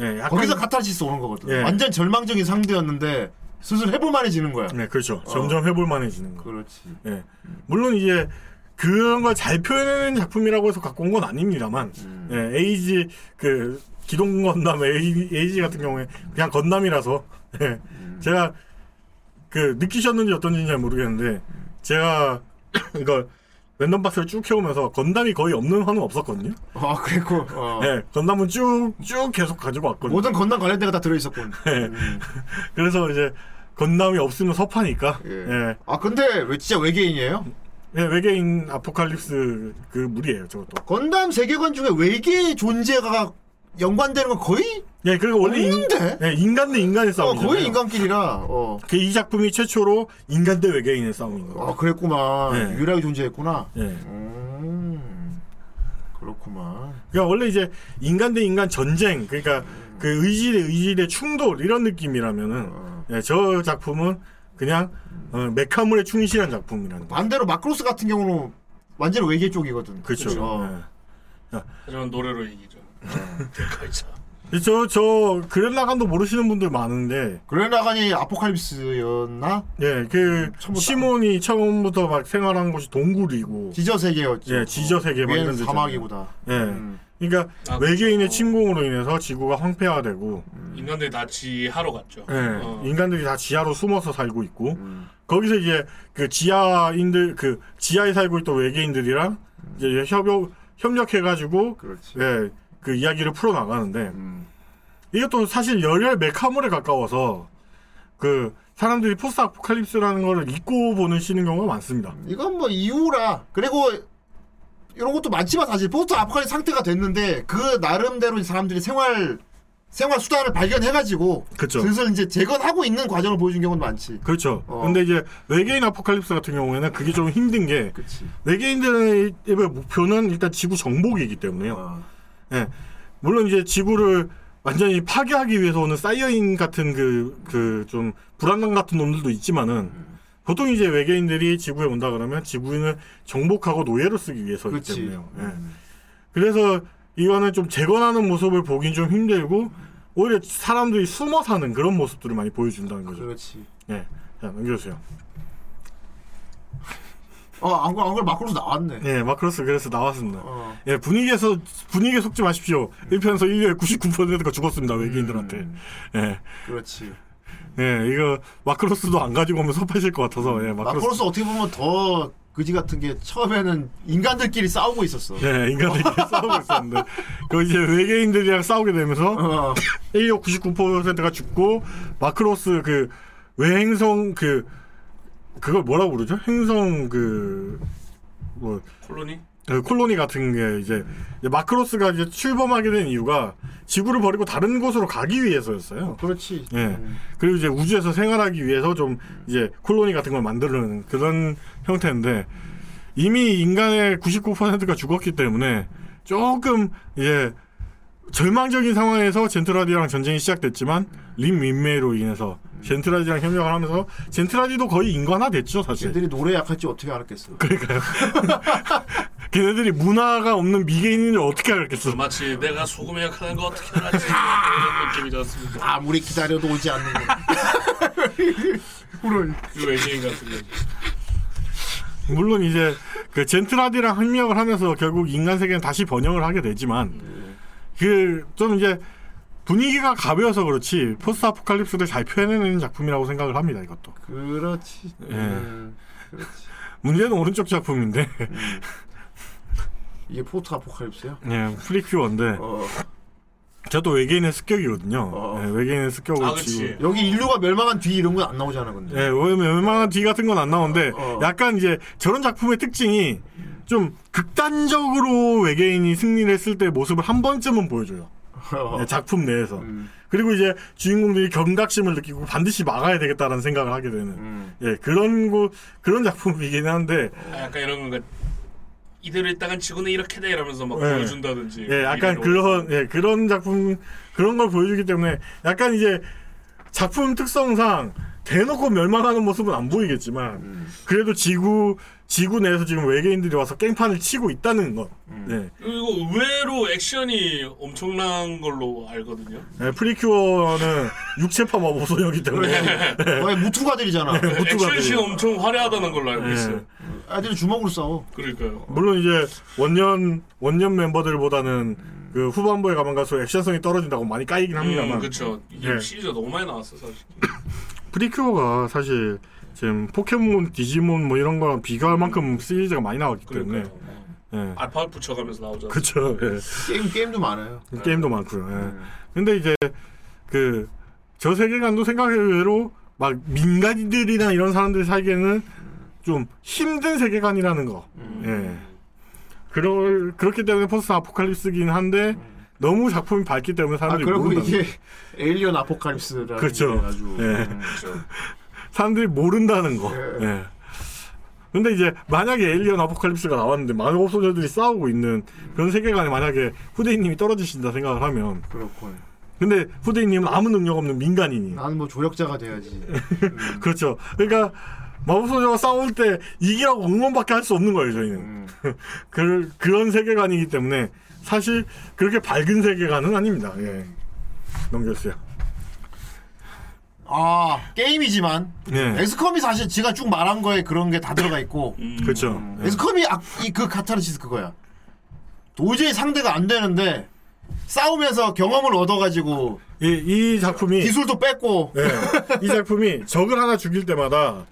S6: 예, 약간-
S5: 음. 거기서 카타르시스 오는 거거든.
S6: 예.
S5: 완전 절망적인 상대였는데 슬슬 해볼만해지는 거야.
S6: 네, 그렇죠.
S5: 어.
S6: 점점 해볼만해지는 거.
S5: 그렇지.
S6: 예, 물론 이제 그런 걸 잘 표현하는 작품이라고 해서 갖고 온 건 아닙니다만, 예, 에이지 그 기동 건담 에이, 에이지 같은 경우에 그냥 건담이라서 예, 제가 그 느끼셨는지 어떤지는 잘 모르겠는데 제가 이걸 랜덤 박스를 쭉 해오면서 건담이 거의 없는 화는 없었거든요.
S5: 아, 그랬고. 어. 뭐?
S6: 예, 건담은 쭉, 쭉 계속 가지고 왔거든요.
S5: 모든 건담 관련대가 다 들어있었군. 음.
S6: 예. 그래서 이제 건담이 없으면 섭하니까. 예.
S5: 아 근데 왜 진짜 외계인이에요?
S6: 예, 외계인 아포칼립스 그 무리예요, 저것도.
S5: 건담 세계관 중에 외계 존재가 연관되는 건 거의
S6: 예, 그리고 원래 인-
S5: 없는데?
S6: 예, 인간 대 인간의
S5: 어,
S6: 싸움이잖아요.
S5: 거의 인간끼리라. 어.
S6: 그 이 작품이 최초로 인간 대 외계인의 싸움인 거예요.
S5: 아 그랬구만.
S6: 예.
S5: 유일하게 존재했구나.
S6: 예.
S5: 음, 그렇구만.
S6: 그러니까 원래 이제 인간 대 인간 전쟁, 그러니까 그 의지 대 의지 대 충돌 이런 느낌이라면은 예, 저 작품은 그냥 어, 메카물에 충실한 작품이라는 거.
S5: 반대로 마크로스 같은 경우는 완전 외계 쪽이거든. 어.
S6: 그렇죠.
S5: 그쵸?
S6: 예.
S7: 하지만 노래로 이기죠. 대가이차.
S6: 저저 그렐라간도 모르시는 분들 많은데
S5: 그레나간이 아포칼립스였나?
S6: 예, 그 시몬이 처음부터 막 생활한 곳이 동굴이고
S5: 지저 세계였지.
S6: 예, 지저 세계 막 이런
S5: 위에는
S6: 데잖아요.
S5: 어. 사막이구다.
S6: 예. 그러니까 외계인의 침공으로 인해서 지구가 황폐화되고
S7: 인간들이 나치 하러 갔죠.
S6: 예.
S7: 어.
S6: 인간들이 다 지하로 숨어서 살고 있고 거기서 이제 그 지하인들 그 지하에 살고 있던 외계인들이랑 이제 협력 협력해 가지고 예. 그 이야기를 풀어 나가는데 이것도 사실 열혈 메카물에 가까워서 그 사람들이 포스트 아포칼립스라는 거를 잊고 보는 시는 경우가 많습니다.
S5: 이건 뭐 이유라. 그리고 이런 것도 많지만 사실 포스트 아프간이 상태가 됐는데 그 나름대로 사람들이 생활 생활 수단을 발견해가지고
S6: 그쵸.
S5: 슬슬 이제 재건하고 있는 과정을 보여준 경우도 많지.
S6: 그렇죠. 근데 이제 외계인 아포칼립스 같은 경우에는 그게 좀 힘든 게 외계인들의 목표는 일단 지구 정복이기 때문에요.
S5: 아.
S6: 예. 물론 이제 지구를 완전히 파괴하기 위해서 오는 사이어인 같은 그 그 좀 불안감 같은 놈들도 있지만은
S5: 음.
S6: 보통 이제 외계인들이 지구에 온다 그러면 지구인을 정복하고 노예로 쓰기 위해서기
S5: 그렇지.
S6: 때문에요. 예.
S5: 음.
S6: 그래서 이거는 좀 재건하는 모습을 보긴 좀
S5: 음.
S6: 힘들고 오히려 사람들이 숨어 사는 그런 모습들을 많이 보여준다는 거죠.
S5: 그렇지.
S6: 예. 자, 넘겨주세요.
S5: 어, 안, 그래- 안 그래 마크로스 나왔네.
S6: 예, 마크로스 그래서 나왔습니다.
S5: 어.
S6: 예, 분위기에서 분위기에 속지 마십시오. 1편에서 1류에 99%가 죽었습니다. 외계인들한테. 예.
S5: 그렇지.
S6: 예, 이거 마크로스도 안 가지고 오면 섭하실 것 같아서. 예,
S5: 마크로스.
S6: 마크로스.
S5: 어떻게 보면 더 그지 같은 게 처음에는 인간들끼리 싸우고 있었어.
S6: 예, 인간들끼리 싸우고 있었는데 그 이제 외계인들이랑 싸우게 되면서
S5: 어,
S6: 1류 99%가 죽고 마크로스 그 외행성 그 그걸 뭐라고 그러죠? 행성 그뭐
S7: 콜로니?
S6: 그 콜로니 같은 게 이제 이제 마크로스가 이제 출범하게 된 이유가 지구를 버리고 다른 곳으로 가기 위해서였어요.
S5: 그렇지.
S6: 예. 그리고 이제 우주에서 생활하기 위해서 좀 이제 콜로니 같은 걸 만드는 그런 형태인데 이미 인간의 99%가 죽었기 때문에 조금 이제 절망적인 상황에서 젠트라디랑 전쟁이 시작됐지만 림 윈메이로 인해서 젠트라디랑 협력을 하면서 젠트라디도 거의 인간화됐죠 사실.
S5: 걔들이 노래 약할지 어떻게 알았겠어.
S6: 그러니까요. 걔네들이 문화가 없는 미개인인지 어떻게 알겠어?
S7: 마치 내가 소금에 약하는 거 어떻게 알았지? 이런 느낌이지 않습니까?
S5: 아무리 기다려도 오지 않는
S7: 그 외계인 같은 거.
S6: 그렇죠. 물론 이제 그 젠틀하디랑 협력을 하면서 결국 인간 세계는 다시 번영을 하게 되지만 그 좀 이제 분위기가 가벼워서 그렇지 포스트 아포칼립스를 잘 표현해내는 작품이라고 생각을 합니다 이것도.
S5: 그렇지.
S6: 예.
S5: 음, 그렇지.
S6: 문제는 오른쪽 작품인데
S5: 이게 포트 아포칼립스야?
S6: 예, 프리큐어인데 저도 외계인의 습격이거든요. 예, 외계인의 습격을
S7: 아,
S6: 지금
S5: 여기 인류가 멸망한 뒤 이런 건 안 나오잖아 근데.
S6: 예, 왜냐면 웬만한 뒤 같은 건 안 나오는데 약간 이제 저런 작품의 특징이 좀 극단적으로 외계인이 승리를 했을 때 모습을 한 번쯤은 보여줘요.
S5: 어.
S6: 예, 작품 내에서. 그리고 이제 주인공들이 경각심을 느끼고 반드시 막아야 되겠다라는 생각을 하게 되는
S5: 음.
S6: 예, 그런 거 그런 작품이긴 한데
S7: 아, 약간 이런 거 이대로 있다간 지구는 이렇게 돼 이러면서 막
S6: 예.
S7: 보여준다든지.
S6: 예, 약간
S7: 미래로.
S6: 그런 예, 그런 작품 그런 걸 보여주기 때문에 약간 이제 작품 특성상 대놓고 멸망하는 모습은 안 보이겠지만 그래도 지구 지구 내에서 지금 외계인들이 와서 깽판을 치고 있다는 네. 거.
S7: 그리고 의외로 액션이 엄청난 걸로 알거든요.
S6: 예, 프리큐어는 육체파 마법 소녀이기 때문에 네.
S5: 거의 어, 무투가들이잖아.
S7: 액션씬 엄청 화려하다는 걸로 알고
S6: 예.
S7: 있어요.
S5: 애들이 주먹으로 싸워.
S7: 그러니까요.
S6: 물론 이제 원년 원년 멤버들보다는 그 후반부에 가면 가서 액션성이 떨어진다고 많이 까이긴 합니다만.
S7: 음, 그렇죠. 이게
S6: 예.
S7: 시리즈 너무 많이 나왔어 사실.
S6: 프리큐어가 사실 지금 포켓몬, 디지몬 뭐 이런 거랑 비교할 만큼 시리즈가 많이 나왔기 때문에 예.
S7: 어. 알파 붙여가면서 나오잖아.
S6: 그렇죠. 예.
S5: 게임 게임도 많아요.
S6: 게임도 많고요. 예.
S5: 음.
S6: 근데 이제 그 저 세계관도 생각외로 막 민간인들이나 이런 사람들이 살기에는 좀 힘든 세계관이라는 거.
S5: 음.
S6: 예. 그럴 그렇기 때문에 포스트 아포칼립스긴 한데 너무 작품이 밝기
S5: 음.
S6: 때문에
S5: 아
S6: 사람들이
S5: 그리고
S6: 모른다는
S5: 이게
S6: 거.
S5: 에일리언 아포칼립스라는
S6: 그렇죠.
S5: 게 아주.
S6: 예.
S5: 음.
S6: 사람들이 모른다는 거. 예. 근데 이제 만약에 에일리언 아포칼립스가 나왔는데 마법 소녀들이 싸우고 있는 그런 세계관에 만약에 후대인님이 떨어지신다 생각을 하면
S5: 그렇군.
S6: 근데 후대인님은 아무 능력 없는 민간인이.
S5: 나는 뭐 조력자가 돼야지.
S6: 그렇죠. 그러니까 마법 소녀가 싸울 때 이기라고 응원밖에 할 수 없는 거예요 저희는.
S5: 음.
S6: 그 그런 세계관이기 때문에 사실 그렇게 밝은 세계관은 아닙니다. 예. 넘겼어요.
S5: 아 게임이지만
S6: 예.
S5: 엑스컴이 사실 지가 쭉 말한 거에 그런 게 다 들어가 있고
S6: 그렇죠. 예.
S5: 엑스컴이 아, 이그 카타르시스 그거야. 도저히 상대가 안 되는데 싸우면서 경험을 얻어가지고
S6: 이, 작품이
S5: 기술도 뺐고
S6: 예. 이 작품이 적을 하나 죽일 때마다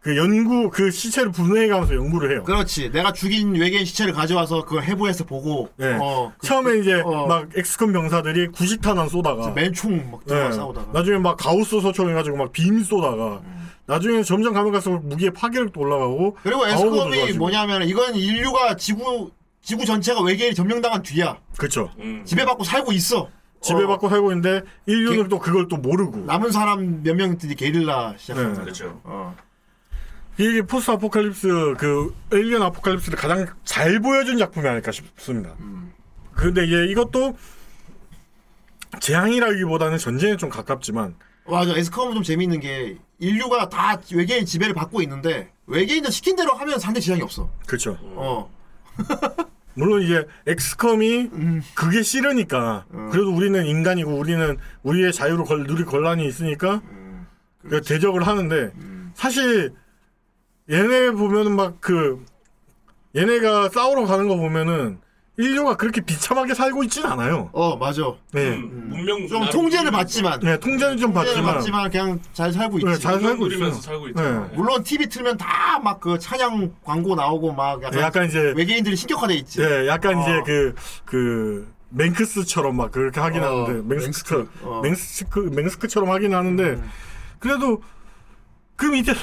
S6: 그 연구 그 시체를 분해해가면서 연구를 해요.
S5: 그렇지. 내가 죽인 외계인 시체를 가져와서 그걸 해부해서 보고
S6: 예.
S5: 어, 그-
S6: 처음에 이제
S5: 어.
S6: 막 엑스컴 병사들이 구식탄환 쏘다가
S5: 맨총 막 들어가 싸우다가 음.
S6: 네. 나중에 막 가우스 소총 해가지고 막 빔 쏘다가 나중에 점점 가면 갈수록 무기의 파괴력도 올라가고
S5: 그리고
S6: 방어도
S5: 엑스컴이
S6: 좋아지고.
S5: 뭐냐면 이건 인류가 지구 지구 전체가 외계인이 점령당한 뒤야.
S6: 그쵸
S5: 음. 집에 받고 살고 있어.
S6: 지배받고 살고 있는데 인류는 또 그걸 또 모르고
S5: 남은 사람 몇 명들이 게릴라 시작한
S6: 네.
S5: 거죠.
S7: 그렇죠.
S6: 이게 포스트 아포칼립스 그 에일리언 아포칼립스를 가장 잘 보여준 작품이 아닐까 싶습니다.
S5: 음.
S6: 근데 이제 이것도 재앙이라기보다는 전쟁에 좀 가깝지만
S5: 맞아. 에스컴은 좀 재미있는 게 인류가 다 외계인 지배를 받고 있는데 외계인들 시킨 대로 하면 상대 지장이 없어.
S6: 그렇죠.
S5: 어.
S6: 물론 이제 엑스컴이 그게 싫으니까 그래도 우리는 인간이고 우리는 우리의 자유를 걸, 누릴 권한이 있으니까 그러니까 대적을 하는데 음. 사실 얘네 보면은 막 그 얘네가 싸우러 가는 거 보면은 인류가 그렇게 비참하게 살고 있진 않아요.
S5: 어 맞아.
S6: 네.
S7: 음. 문명
S5: 좀 통제를 받지만.
S6: 네, 통제는
S5: 통제는
S6: 좀 받지만.
S5: 받지만 그냥 잘 살고 있지.
S6: 네, 잘 살고 있어요. 누리면서 살고 있잖아요. 네.
S5: 물론 TV 틀면 다 막 그 찬양 광고 나오고 막 약간,
S6: 네, 약간 이제
S5: 외계인들이 신격화돼 있지.
S6: 예, 약간
S5: 어.
S6: 이제 그, 그, 맹크스처럼 막 그렇게 하긴
S5: 어,
S6: 하는데, 맹스크,
S5: 어. 음.
S6: 맹스크, 맹스크처럼 하긴 하는데, 그래도 그 밑에서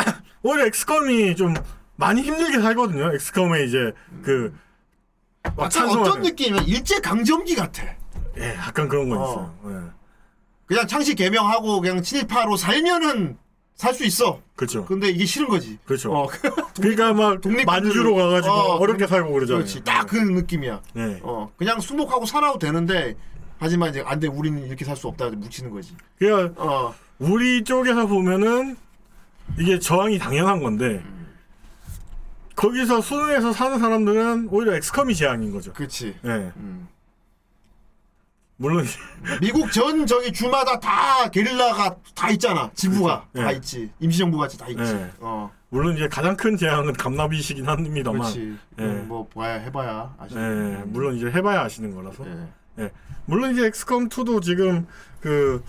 S6: 오히려 엑스컴이 좀 많이 힘들게 살거든요. 엑스컴의 이제 그, 막
S5: 음. 약간
S6: 찬성하는-
S5: 어떤 느낌이면 일제 강점기 같아.
S6: 예, 약간 그런 건
S5: 어.
S6: 있어요. 예.
S5: 그냥 창시 개명하고 그냥 친일파로 살면은 살 수 있어.
S6: 그렇죠.
S5: 근데 이게 싫은 거지. 어.
S6: 그렇죠. 그러니까 막 만주로 가가지고 어렵게 살고 그러잖아요.
S5: 그렇지. 딱 그 느낌이야.
S6: 네.
S5: 어, 그냥 수목하고 살아도 되는데 하지만 이제 안 돼. 우리는 이렇게 살 수 없다. 묻히는 거지.
S6: 그러니까
S5: 어.
S6: 우리 쪽에서 보면은 이게 저항이 당연한 건데 거기서 수능에서 사는 사람들은 오히려 엑스컴이 재앙인 거죠.
S5: 그렇지.
S6: 예. 물론 이제
S5: 미국 전 저기 주마다 다 게릴라가 다 있잖아. 지부가
S6: 그렇죠.
S5: 다
S6: 예.
S5: 있지. 임시정부 같이 다 있지.
S6: 예.
S5: 어.
S6: 물론 이제 가장 큰 재앙은 감나비시긴 합니다만.
S5: 그렇지. 이건 뭐 봐야 해봐야 아시죠.
S6: 예, 물론 이제 해봐야 아시는 거라서. 예. 물론 이제 엑스컴 2도 지금 그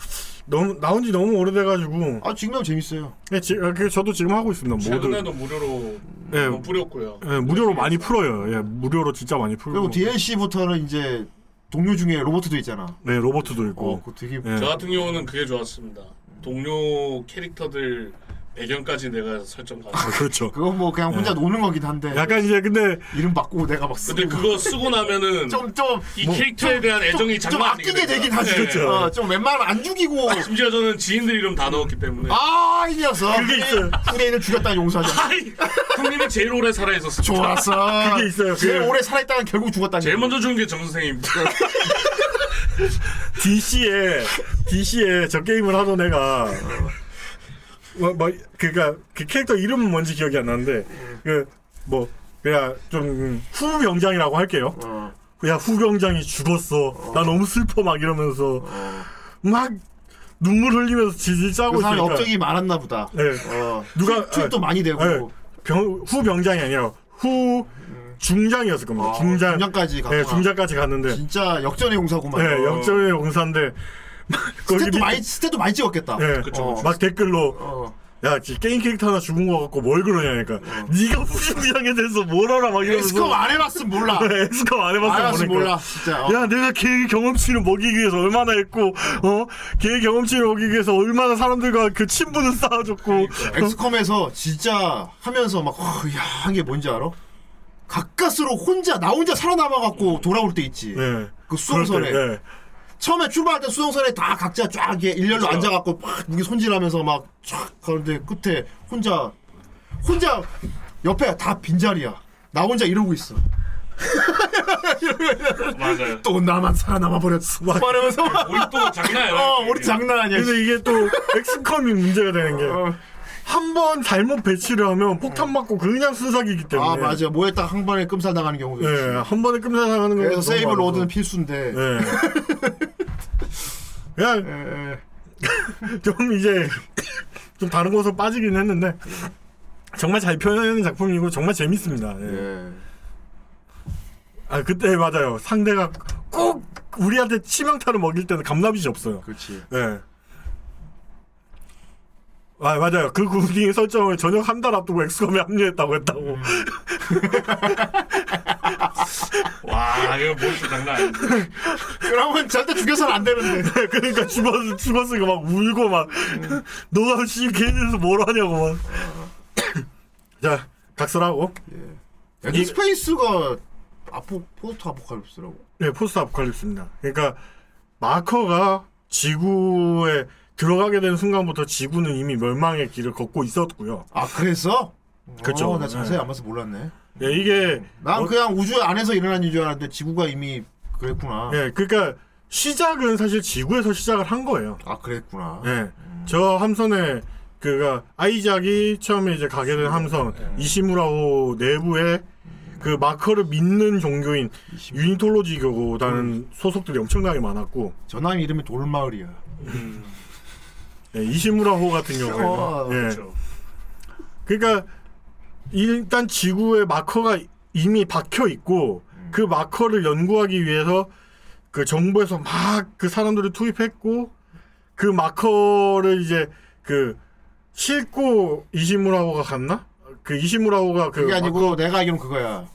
S6: 너무 나온 지 너무 오래돼가지고.
S5: 아 지금 재밌어요.
S6: 예, 지, 아, 그 저도 지금 하고 있습니다. 모두.
S7: 최근에도 무료로
S6: 예.
S7: 한번 뿌렸고요.
S6: 예, 무료로 많이 풀어요. 예, 무료로 진짜 많이 풀고.
S7: 뭐
S5: 그리고 DLC부터는 이제 동료 중에 로버트도 있잖아. 어,
S6: 네, 로버트도 있고.
S5: 그거 되게
S6: 예.
S7: 저 같은 경우는 그게 좋았습니다. 동료 캐릭터들 배경까지 내가 설정
S6: 아,
S7: 가능.
S6: 그렇죠.
S5: 그건 뭐 그냥 혼자
S6: 예.
S5: 노는 거긴 한데.
S6: 약간 이제 근데
S5: 이름 바꾸고 내가 막 쓰고.
S7: 근데 그거 쓰고 나면은
S5: 좀좀이
S7: 이 캐릭터에 대한 애정이
S5: 좀, 좀
S7: 장난 아니게
S5: 아끼게 되긴
S7: 되더라.
S5: 하지.
S7: 네.
S5: 어, 좀 웬만하면 안 죽이고.
S7: 심지어 저는 지인들 이름 다 넣었기 때문에
S5: 아, 이 녀석.
S7: 그게 있어요.
S5: 후대인을 죽였다는 용서하자.
S7: 아이, 형님이 제일 오래 살아 있었습니다.
S5: 좋았어.
S6: 그게 있어요.
S5: 제일
S6: 그-
S5: 오래 살아있다가 결국 죽었다는
S7: 제일
S5: 거.
S7: 먼저 죽은 게 정 선생입니다.
S6: DC에 DC에 저 게임을 하던 애가 뭐, 뭐 그니까 그 캐릭터 이름은 뭔지 기억이 안 나는데 그 뭐 그냥 좀 후병장이라고 할게요.
S5: 어.
S6: 그냥 후병장이 죽었어. 나 너무 슬퍼 막 이러면서 막 눈물 흘리면서 질질 짜고
S5: 그 사람이
S6: 있으니까.
S5: 업적이 많았나 보다.
S6: 네.
S5: 어.
S6: 누가
S5: 투입- 투입도
S6: 예.
S5: 많이 되고.
S6: 예. 병, 후병장이 아니라 후 중장이었을 겁니다. 중장
S5: 아, 중장까지 갔구나.
S6: 예, 중장까지 갔는데
S5: 진짜 역전의 용사구만.
S6: 네,
S5: 어.
S6: 역전의 용사인데 거기
S5: 스탯도
S6: 밑에-
S5: 많이 스탯도 많이 찍었겠다.
S6: 예,
S5: 어.
S6: 막 댓글로
S5: 어.
S6: 야, 지 게임 캐릭터 하나 죽은 거 같고 뭘 그러냐니까. 네가 후중장에 대해서 뭘 알아 막 이러면서.
S5: 엑스컴 안 해봤으면 몰라.
S6: 네, 엑스컴 안
S5: 안
S6: 해봤어
S5: 해봤으면 몰라. 진짜. 어.
S6: 야, 내가 걔의 경험치를 먹이기 위해서 얼마나 했고, 어, 걔의 경험치를 먹이기 위해서 얼마나 사람들과 그 친분을 쌓아줬고,
S5: 그러니까. 엑스컴에서 진짜 하면서 막야한게 뭔지 알아? 가까스로 혼자 나 혼자 살아남아갖고 돌아올 때 있지.
S6: 네.
S5: 그 수동선에
S6: 그럴 때, 네.
S5: 처음에 출발할 때 수동선에 다 각자 쫙 이렇게 일렬로
S6: 그렇죠.
S5: 앉아갖고 막 무기 손질하면서 막쫙 가는데 끝에 혼자 혼자 옆에 다 빈자리야. 나 혼자 이러고 있어.
S7: 맞아요.
S5: 또 나만 살아남아 버렸어. 막 이러면서 막
S7: 우리 또 장난 아니야.
S5: 어, 우리 장난
S6: 예.
S5: 아니야.
S6: 근데 이게 또 엑스컴이 문제가 되는
S5: 어.
S6: 게, 한 번 잘못 배치를 하면 폭탄 맞고 그냥 순삭이기 때문에.
S5: 아 맞아. 뭐 했다 한 번에 끔살 당하는 경우도 있어.
S6: 예, 한 번에 끝나가는 거.
S5: 그래서 세이브 로드는 필수인데.
S6: 예. 그냥
S5: 예, 예.
S6: 좀 이제 좀 다른 곳으로 빠지긴 했는데 정말 잘 표현하는 작품이고 정말 재밌습니다. 예.
S5: 예.
S6: 아 그때 맞아요. 상대가 꼭 우리한테 치명타를 먹일 때는 감나비지 없어요.
S5: 그렇지.
S6: 예. 아 맞아요. 그 구빙의 설정을 저녁 한 달 앞두고 엑스컴에 합류했다고 했다고.
S7: 와, 이거 뭘또 장난 아니야.
S5: 그러면 절대 죽여서는 안 되는데.
S6: 그러니까 죽었 죽었으니까 막 울고 막 너가 씨 걔네에서 뭘 하냐고 막. 자 각설하고
S5: 애들 스페이스가 아포 포스트 아포칼립스라고.
S6: 네, 포스트 아포칼립스입니다. 그러니까 마커가 지구에 들어가게 된 순간부터 지구는 이미 멸망의 길을 걷고 있었고요.
S5: 아 그래서?
S6: 그렇죠.
S5: 어, 나 자세히 안 봐서 몰랐네.
S6: 예, 이게
S5: 난 그냥 우주 안에서 일어난 일줄 알았는데 지구가 이미 그랬구나.
S6: 예, 그러니까 시작은 사실 지구에서 시작을 한 거예요.
S5: 아 그랬구나.
S6: 예, 저 함선에 그가 아이작이 처음에 이제 가게 된 함선 이시무라호 내부에 그 마커를 믿는 종교인 유니톨로지 교단은 소속들이 엄청나게 많았고
S5: 저 남이 이름이 돌마을이야.
S6: 예, 이시무라호 같은 경우에는
S5: 어,
S6: 예.
S5: 그렇죠.
S6: 그러니까 일단 지구에 마커가 이미 박혀 있고
S5: 음.
S6: 그 마커를 연구하기 위해서 그 정부에서 막 그 사람들을 투입했고 그 마커를 이제 그 싣고 이시무라호가 갔나? 그 이시무라호가 그
S5: 그게 아니고 내가 알기론 그거야.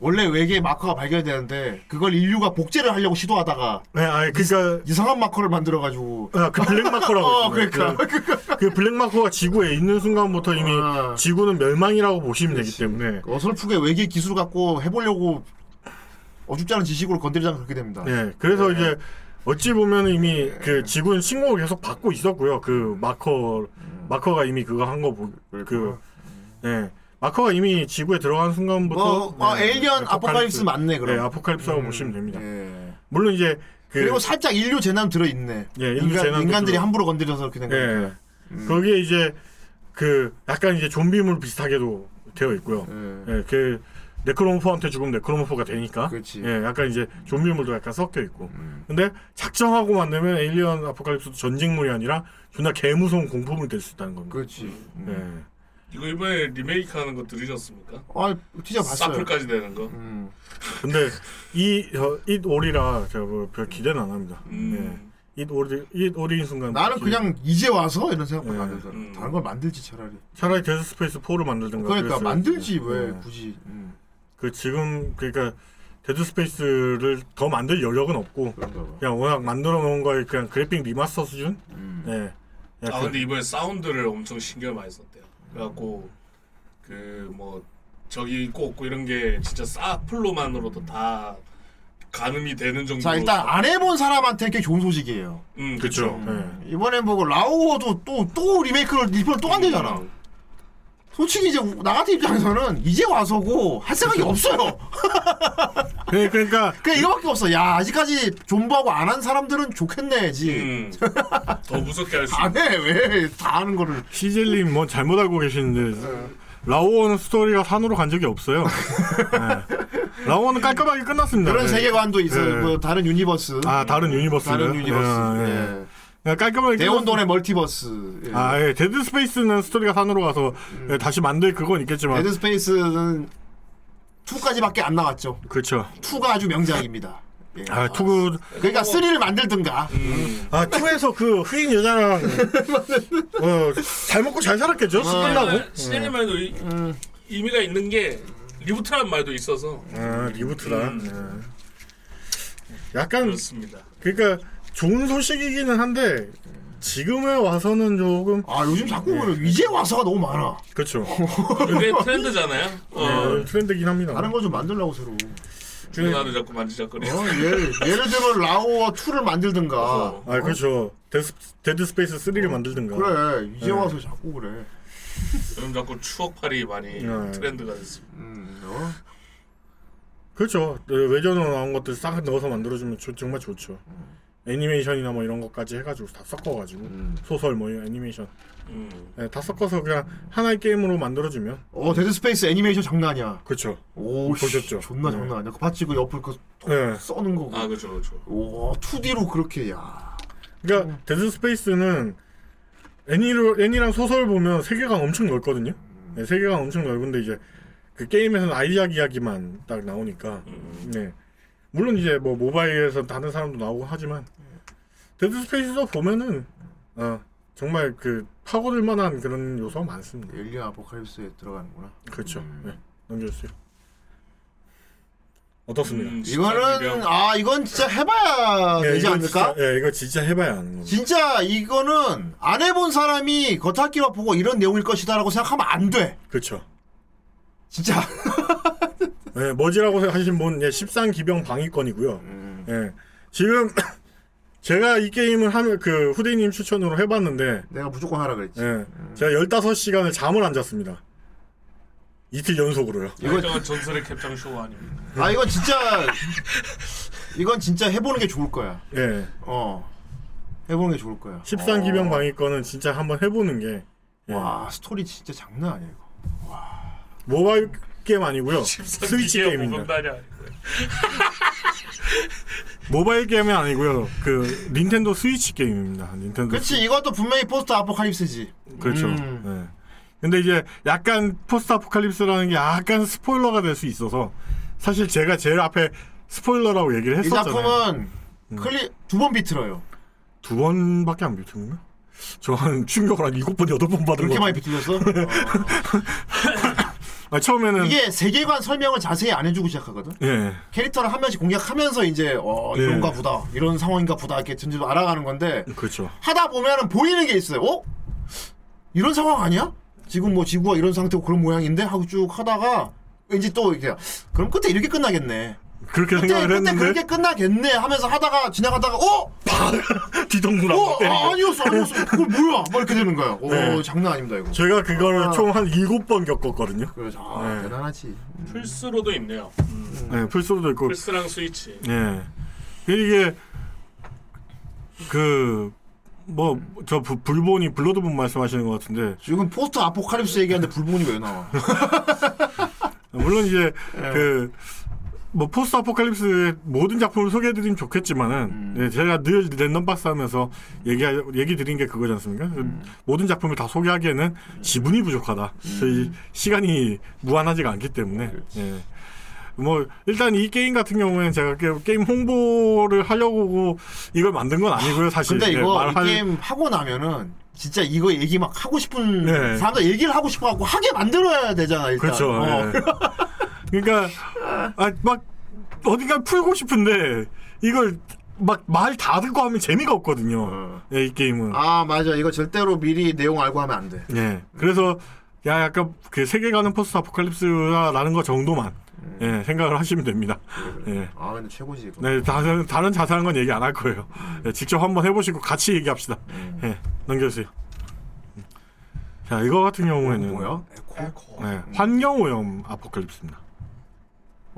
S5: 원래 외계의 마커가 발견되는데 그걸 인류가 복제를 하려고 시도하다가
S6: 네, 아니 그러니까
S5: 이, 상한 마커를 만들어 가지고
S6: 아, 그 블랙 마커라고
S5: 어,
S6: 있잖아요.
S5: 그러니까.
S6: 그, 그 블랙 마커가 지구에 있는 순간부터 이미
S5: 아.
S6: 지구는 멸망이라고 보시면 되기 때문에
S5: 어설프게 외계 기술 갖고 해보려고 어줍지 않은 지식으로 건드리자가 그렇게 됩니다.
S6: 예,
S5: 네.
S6: 그래서 이제 어찌 보면 이미 그 지구는 신고를 계속 받고 있었고요. 그 마커
S5: 음.
S6: 마커가 이미 그거 한 거 보, 그 예. 마커가 이미 지구에 들어간 순간부터 네,
S5: 뭐, 어, 에일리언 아포칼립스 맞네, 그럼. 음. 예.
S6: 예, 아포칼립스라고 보시면 됩니다. 물론 이제 그,
S5: 그리고 살짝 인류 재난 들어 있네.
S6: 예, 인류 재난도
S5: 인간, 인간들이 음.
S6: 들어-
S5: 함부로 건드려서 이렇게 된 거예요.
S6: 예. 거기에 이제 그 약간 이제 좀비물 비슷하게도 되어 있고요.
S5: 네.
S6: 예, 그 네크로모프한테 죽으면 네크로모프가 되니까. 예, 약간 이제 좀비물도 약간 섞여 있고.
S5: 음.
S6: 근데 작정하고 만들면 에일리언 아포칼립스도 전직물이 아니라 존나 개무서운 공포물 될 수 있다는 겁니다. 예.
S5: 그렇지. 음.
S7: 이거 이번에 리메이크하는 거 들으셨습니까?
S5: 아, 티저 봤어요. 음.
S7: 사플까지 되는 거.
S6: 근데 이잇 올이라 제가 뭐별 기대는 안 합니다.
S7: 음.
S5: 네.
S6: 예. 잇 올이 잇 올인 순간
S5: 나는
S6: 기대-
S5: 그냥 이제 와서 이런 생각밖에 안 들더라.
S7: 음.
S5: 다른 걸 만들지 차라리.
S6: 차라리 데드 스페이스 4를
S5: 음,
S6: 만들든가
S5: 그러니까 만들지 왜
S6: 예.
S5: 굳이. 음.
S6: 그 지금 그러니까 데드 스페이스를 더 만들 여력은 없고
S5: 그러니까.
S6: 그냥 워낙 만들어 놓은 거에 그냥 그래픽 리마스터 수준.
S5: 음.
S6: 네. 그냥
S7: 아
S6: 그-
S7: 근데 이번에 사운드를 엄청 신경 을 많이 썼대요. 그래갖고 그 뭐 저기 있고 없고 이런 게 진짜 사플로만으로도 다 가늠이 되는 정도로.
S5: 자 일단 안 해본 사람한테 꽤 좋은 소식이에요.
S7: 음 그쵸.
S5: 네. 이번엔 보고 라우어도 또 또 리메이크를 이번 또안
S7: 음.
S5: 되잖아. 솔직히 이제 나 같은 입장에서는 이제 와서고 할 생각이 없어요.
S6: 네, 그러니까
S5: 그냥 이거밖에 없어. 야 아직까지 존버하고 안 한 사람들은 좋겠네지.
S6: 음.
S7: 음. 더 무섭게 할 수.
S5: 안해 왜? 다 하는 거를.
S6: 시젤님 뭐 잘못 알고 계시는데 라오는 스토리가 산으로 간 적이 없어요. 네. 라오는 깔끔하게 끝났습니다.
S5: 그런
S6: 네.
S5: 세계관도 있어요.
S6: 네.
S5: 뭐 다른 유니버스.
S6: 아 다른 유니버스.
S5: 다른 유니버스.
S6: 예,
S5: 예.
S6: 그냥 깔끔하게
S5: 네온돈의 멀티버스. 예.
S6: 아, 예. 데드 스페이스는 스토리가 산으로 가서 예, 다시 만들 그건 있겠지만.
S5: 데드 스페이스는 2까지밖에 안 나왔죠.
S6: 그렇죠.
S5: 2가 아주 명작입니다. 예.
S6: 아, 투구
S5: 그러니까 3를 만들든가.
S7: 음.
S5: 음.
S6: 아, 투에서 그 흑인 여자랑 어, 잘 먹고 잘
S5: 아,
S6: 살았겠죠? 술 끝나고.
S7: 아, 시네마 말도 이-
S5: 음.
S7: 의미가 있는 게 리부트라는 말도 있어서.
S5: 음,
S6: 아, 리부트라.
S5: 네.
S7: 음.
S6: 예. 약간
S7: 그렇습니다.
S6: 그러니까 좋은 소식이기는 한데 지금에 와서는 조금
S5: 아, 요즘 자꾸
S6: 네.
S5: 이제 와서가 너무 많아.
S6: 그렇죠.
S5: 어.
S7: 이게 트렌드잖아요.
S5: 네.
S7: 어.
S6: 예, 트렌드긴 합니다.
S5: 다른 걸 좀 만들라고 새로.
S7: 주문하도 자꾸 만지작거려.
S5: 어, 예를, 예를 들면 라오어 2를 만들든가.
S6: 아, 그렇죠. 데스, 데드 스페이스 3를 만들든가.
S5: 어. 그래 이제
S6: 예.
S5: 와서 자꾸 그래.
S7: 요즘 자꾸 추억팔이 많이
S6: 네.
S7: 트렌드가 됐습니다.
S5: 음, 어?
S6: 그렇죠. 네, 외전으로 나온 것들 싹 넣어서 만들어주면 조- 정말 좋죠.
S5: 음.
S6: 애니메이션이나 뭐 이런 것까지 해가지고 다 섞어가지고 소설 뭐 이런 애니메이션
S7: 음.
S6: 네, 다 섞어서 그냥 하나의 게임으로 만들어주면
S5: 어 데드 스페이스 애니메이션 장난 아니야.
S6: 그렇죠.
S5: 오 보셨죠? 존나 장난 아니야. 그 봤지 그 옆을 그
S6: 네.
S5: 써는 거고.
S7: 아 그렇죠 그렇죠.
S5: 오 2D로 그렇게 야.
S6: 그러니까
S5: 음.
S6: 데드 스페이스는 애니로 애니랑 소설 보면 세계관 엄청 넓거든요.
S5: 음.
S6: 네, 세계관 엄청 넓은데 이제 그 게임에서는 아이작 이야기만 딱 나오니까.
S7: 음.
S6: 네. 물론 이제 뭐 모바일에서 다른 사람도 나오고 하지만 데드 스페이스도 보면은 어, 정말 그 파고들 만한 그런 요소가 많습니다.
S5: 엘리아 아포칼립스에 들어가는구나.
S6: 그렇죠. 네. 넘겨주세요. 어떻습니까?
S7: 음,
S5: 이거는 아 이건 진짜 해봐야
S6: 예,
S5: 되지
S6: 이거
S5: 않을까?
S6: 진짜, 예, 이거 진짜 해봐야 하는 겁니다.
S5: 진짜 이거는 안 해본 사람이 겉핥기만 보고 이런 내용일 것이다라고 생각하면 안 돼.
S6: 그렇죠. 네,
S5: 진짜. 음.
S6: 음. 예, 뭐지라고 하신 분, 예, 13기병 방위권이고요. 예, 지금 네. 제가 이 게임을 하면 그 후대님 추천으로 해봤는데
S5: 내가 무조건 하라 그랬지.
S6: 예, 제가 15시간을 잠을 안 잤습니다. 이틀 연속으로요.
S7: 이건 전설의 캡창 쇼 아닙니까?
S5: 아 이건 진짜 이건 진짜 해보는 게 좋을 거야.
S6: 예.
S5: 어. 해보는 게 좋을 거야.
S6: 13기병 방위 거는 진짜 한번 해보는 게. 와
S5: 스토리 진짜 장난 아니에요.
S6: 모바일 게임 아니고요. 스위치 게임입니다.
S7: 무분별이야.
S6: 모바일 게임이 아니고요. 그 닌텐도 스위치 게임입니다. 닌텐도.
S5: 그렇지 이것도 분명히 포스트 아포칼립스지.
S6: 스위치. 그렇죠.
S5: 음.
S6: 예. 근데 이제 약간 포스트 아포칼립스라는 게 약간 스포일러가 될 수 있어서 사실 제가 제일 앞에 스포일러라고 얘기를
S5: 이
S6: 했었잖아요. 음.
S5: 작품은 클리 두 번 비틀어요.
S6: 두 번밖에 안 비틀린가? 저 한 충격을 한 일곱 번 여덟 번 받은
S5: 그렇게
S6: 것
S5: 많이
S6: 같아요.
S5: 비틀렸어? 어.
S6: 아, 처음에는
S5: 이게 세계관 설명을 자세히 안 해주고 시작하거든.
S6: 예.
S5: 캐릭터를 한 명씩 공략하면서 이제 어
S6: 네.
S5: 이런가 보다 이런 상황인가 보다 이렇게 점점 알아가는 건데
S6: 그렇죠.
S5: 하다 보면은 보이는 게 있어요. 어? 이런 상황 아니야? 지금 뭐 지구가 이런 상태고 그런 모양인데 하고 쭉 하다가 왠지 또 이렇게 그럼 끝에 이렇게 끝나겠네.
S6: 그렇게
S5: 그때
S6: 생각을
S5: 그때
S6: 했는데
S5: 그렇게 끝나겠네 하면서 하다가 지나가다가 어?
S6: 뒤통수를
S5: 어?
S6: 한번 때리고.
S5: 아, 아니었어 아니었어 그걸 뭐야? 막 이렇게 되는 거예요. 오
S6: 네.
S5: 장난 아닙니다 이거.
S6: 제가 그걸
S5: 아.
S6: 총 한 일곱 번 겪었거든요.
S5: 그렇죠. 아, 대단하지.
S7: 플스로도 있네요.
S6: 네, 플스로도 있고.
S7: 플스랑 스위치.
S6: 예. 이게 그 뭐 저 불본이 블러드본 말씀하시는 것 같은데
S5: 지금 포스트 아포칼립스 얘기하는데 불본이 왜 나와?
S6: 물론 이제
S5: 예.
S6: 그. 뭐 포스트 아포칼립스의 모든 작품을 소개해드리면 좋겠지만은
S5: 음.
S6: 예, 제가 늘 랜덤박스 하면서 얘기 얘기 드린 게 그거지 않습니까?
S5: 음.
S6: 모든 작품을 다 소개하기에는 지분이 부족하다.
S5: 음.
S6: 저희 시간이 무한하지가 않기 때문에 예. 뭐 일단 이 게임 같은 경우에는 제가 게- 게임 홍보를 하려고 이걸 만든 건 아니고요 사실.
S5: 근데
S6: 예,
S5: 이거
S6: 말할-
S5: 이 게임 하고 나면은 진짜 이거 얘기 막 하고 싶은
S6: 네.
S5: 사람들 얘기를 하고 싶어 갖고 하게 만들어야 되잖아 일단.
S6: 그렇죠.
S5: 어.
S6: 예. 그러니까 아, 막 어딘가 풀고 싶은데 이걸 막 말 다 듣고 하면 재미가 없거든요. 예, 이 게임은.
S5: 아 맞아 이거 절대로 미리 내용 알고 하면 안 돼.
S6: 예. 그래서 야 약간 그 세계관은 포스트 아포칼립스라는 거 정도만 예, 생각을 하시면 됩니다. 예.
S5: 아 근데 최고지 이거.
S6: 네, 다른 다른 자세한 건 얘기 안 할 거예요. 예, 직접 한번 해보시고 같이 얘기합시다. 예, 넘겨주세요. 음. 자, 이거 같은 경우에는
S5: 뭐야?
S6: 네, 환경 오염 아포칼립스입니다.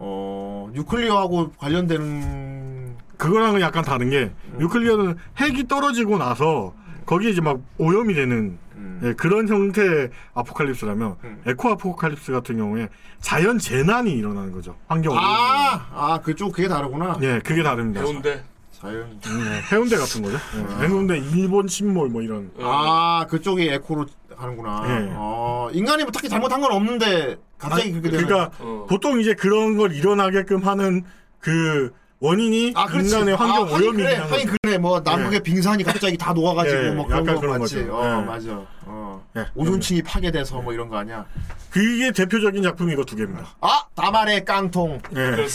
S5: 어 뉴클리어하고 관련되는
S6: 그거랑은 약간 다른 게 뉴클리어는 핵이 떨어지고 나서 거기에 이제 막 오염이 되는
S5: 음.
S6: 예, 그런 형태의 아포칼립스라면 에코 아포칼립스 같은 경우에 자연 재난이 일어나는 거죠. 환경 오염.
S5: 아, 아 그쪽 그게 다르구나.
S6: 예, 그게 다릅니다.
S7: 해운대.
S5: 자연.
S6: 음, 네, 해운대 같은 거죠.
S5: 음.
S6: 예, 해운대 일본 침몰 뭐 이런.
S7: 어,
S5: 아 그쪽이 에코로 하는구나.
S6: 예.
S5: 어 인간이 뭐 딱히 잘못한 건 없는데 갑자기
S6: 아니,
S5: 그렇게 되는.
S6: 그러니까
S7: 어,
S6: 보통 이제 그런 걸 일어나게끔 하는 그 원인이
S5: 아, 그렇지.
S6: 인간의
S5: 아,
S6: 환경
S5: 하긴
S6: 오염이
S5: 그래,
S6: 되는
S5: 하긴
S6: 거죠.
S5: 그래. 뭐 남극의
S6: 예.
S5: 빙산이 갑자기 다 녹아가지고
S6: 예,
S5: 뭐 그런
S6: 약간
S5: 거
S6: 그런
S5: 맞지.
S6: 거죠.
S5: 어
S6: 예.
S5: 맞아. 어
S6: 예,
S5: 오존층이 파괴돼서 뭐 이런 거 아니야.
S6: 그게 대표적인 작품이 이거 두 개입니다.
S5: 아 다말의 깡통.
S6: 예.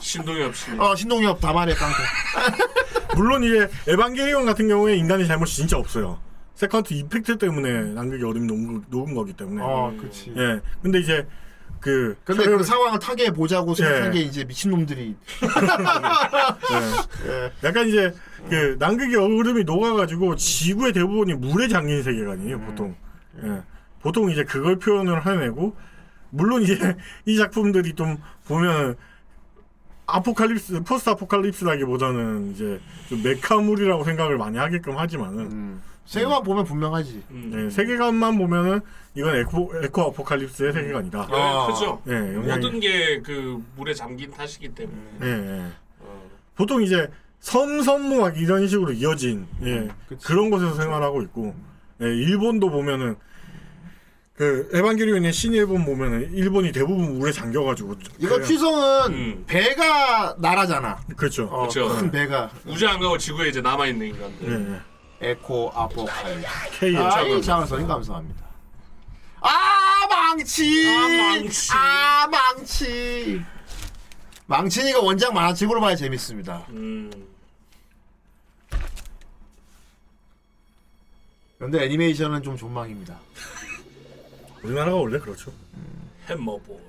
S7: 신동엽 씨.
S5: 어 신동엽 다말의 깡통.
S6: 물론 이제 에반게리온 같은 경우에 인간의 잘못이 진짜 없어요. 세컨드 이펙트 때문에 남극의 얼음이 녹은, 녹은 거기 때문에.
S5: 어 그렇지.
S6: 예. 근데 이제 그
S5: 근데 그
S6: 서열-
S5: 상황을 타개해 보자고 생각한
S6: 예.
S5: 게 이제 미친 놈들이. 그-
S6: 예. 약간 이제 그 남극의 얼음이 녹아가지고 지구의 대부분이 물에 잠긴 세계관이에요
S5: 음.
S6: 보통. 예. 보통 이제 그걸 표현을 해내고 물론 이제 이 작품들이 좀 보면 아포칼립스 포스트 아포칼립스라기보다는 이제 좀 메카물이라고 생각을 많이 하게끔 하지만은
S5: 음. 세계관
S6: 음.
S5: 보면 분명하지.
S6: 네, 세계관만 보면은 이건 에코 에코
S5: 음.
S6: 아포칼립스의 세계관이다.
S7: 네, 그죠.
S6: 예, 영향이-
S7: 모든 게 그 물에 잠긴 탓이기 때문에.
S6: 예, 예.
S5: 아.
S6: 보통 이제 섬선무학 이런 식으로 이어진 예,
S5: 음,
S6: 그런 곳에서 생활하고 있고 예, 일본도 보면은 그 에반게리온의 신일본 보면은 일본이 대부분 물에 잠겨가지고
S5: 이거
S6: 그냥-
S5: 취성은 배가 나라잖아.
S6: 음. 그렇죠.
S5: 어, 큰 배가.
S7: 우주 안 가고 지구에 이제 남아 있는 인간들.
S6: 네.
S5: 에코 아포칼.
S6: 예, K
S5: 아이 장선님 감사합니다. 아 망치.
S1: 아, 망치.
S5: 아 망치. 망친이가 원작 만화책으로 봐야 재밌습니다.
S7: 음,
S5: 그런데 애니메이션은 좀 존망입니다.
S6: 우리나라가 원래 그렇죠.
S7: 햄머보.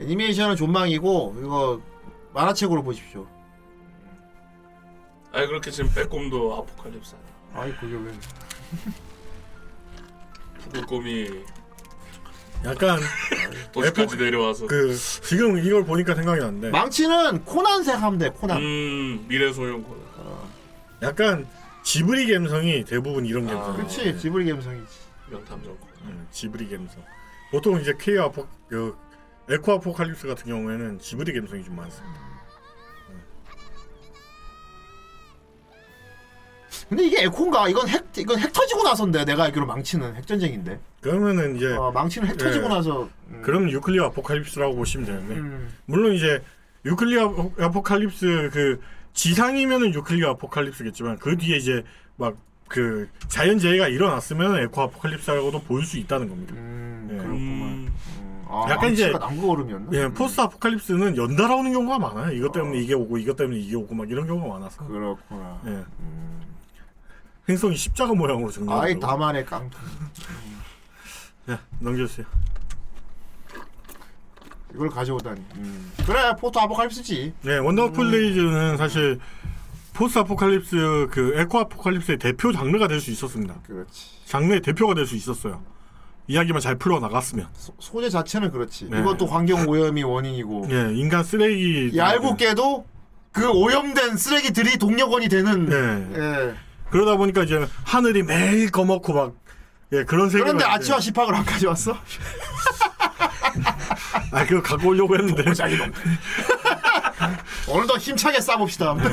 S5: 애니메이션은 존망이고 이거 만화책으로 보십시오.
S7: 아니 그렇게 지금 빼꼼도 아포칼립스 아니야.
S5: 아니 그게 왜?
S7: 푸글꼼이
S6: 약간
S7: 도시까지 내려와서
S6: 그 지금 이걸 보니까 생각이 났는데
S5: 망치는 코난색 하면 돼 코난.
S7: 음 미래 소용 코난.
S6: 약간 지브리 감성이 대부분 이런 감성.
S5: 그렇지 지브리 감성이지.
S7: 아, 명탐정 코난.
S6: 음, 지브리 감성. 보통 이제 K 아포 그 에코 아포칼립스 같은 경우에는 지브리 감성이 좀 많습니다.
S5: 근데 이게 에코인가? 이건 핵 이건 핵 터지고 나서인데 내가 알기로 망치는 핵전쟁인데.
S6: 그러면은 이제
S5: 어, 망치는 핵 터지고
S6: 예.
S5: 나서
S6: 그럼 유클리어 아포칼립스라고 보시면 되는데
S5: 음.
S6: 물론 이제 유클리어 아포- 아포칼립스 그 지상이면은 유클리어 아포칼립스겠지만 그 뒤에 이제 막 그 자연재해가 일어났으면 에코 아포칼립스라고도 볼 수 있다는 겁니다.
S5: 음,
S6: 예.
S5: 아,
S6: 약간 이제
S5: 망치가 남극 얼음이었나?
S6: 예, 포스트 아포칼립스는 연달아 오는 경우가 많아요. 이것 때문에 이게 오고 이것 때문에 이게 오고 막 이런 경우가 많아서.
S5: 그렇구나. 음.
S6: 예. 행성이 십자가 모양으로 정리되고.
S5: 아이 다만의 깡통.
S6: 예, 넘겨주세요.
S5: 이걸 가져오다니. 음. 그래 포토 아포칼립스지.
S6: 네, 원더풀레이즈는 사실 포스트 아포칼립스 그 에코 아포칼립스의 대표 장르가 될 수 있었습니다.
S5: 그렇지.
S6: 장르의 대표가 될 수 있었어요. 이야기만 잘 풀어 나갔으면.
S5: 소재 자체는 그렇지.
S6: 네.
S5: 이것도 환경 오염이 원인이고.
S6: 예, 인간 쓰레기 예.
S5: 얄궂게도 그 오염된 쓰레기들이 동력원이 되는.
S6: 네.
S5: 예.
S6: 그러다 보니까 이제 하늘이 매일 검었고 막 예, 그런 세계가
S5: 그런데
S6: 이제-
S5: 아치와 시팍을 안 가져왔어?
S6: 아, 그거 갖고 오려고 했는데.
S5: 어, 오늘도 힘차게 싸봅시다.
S6: 네.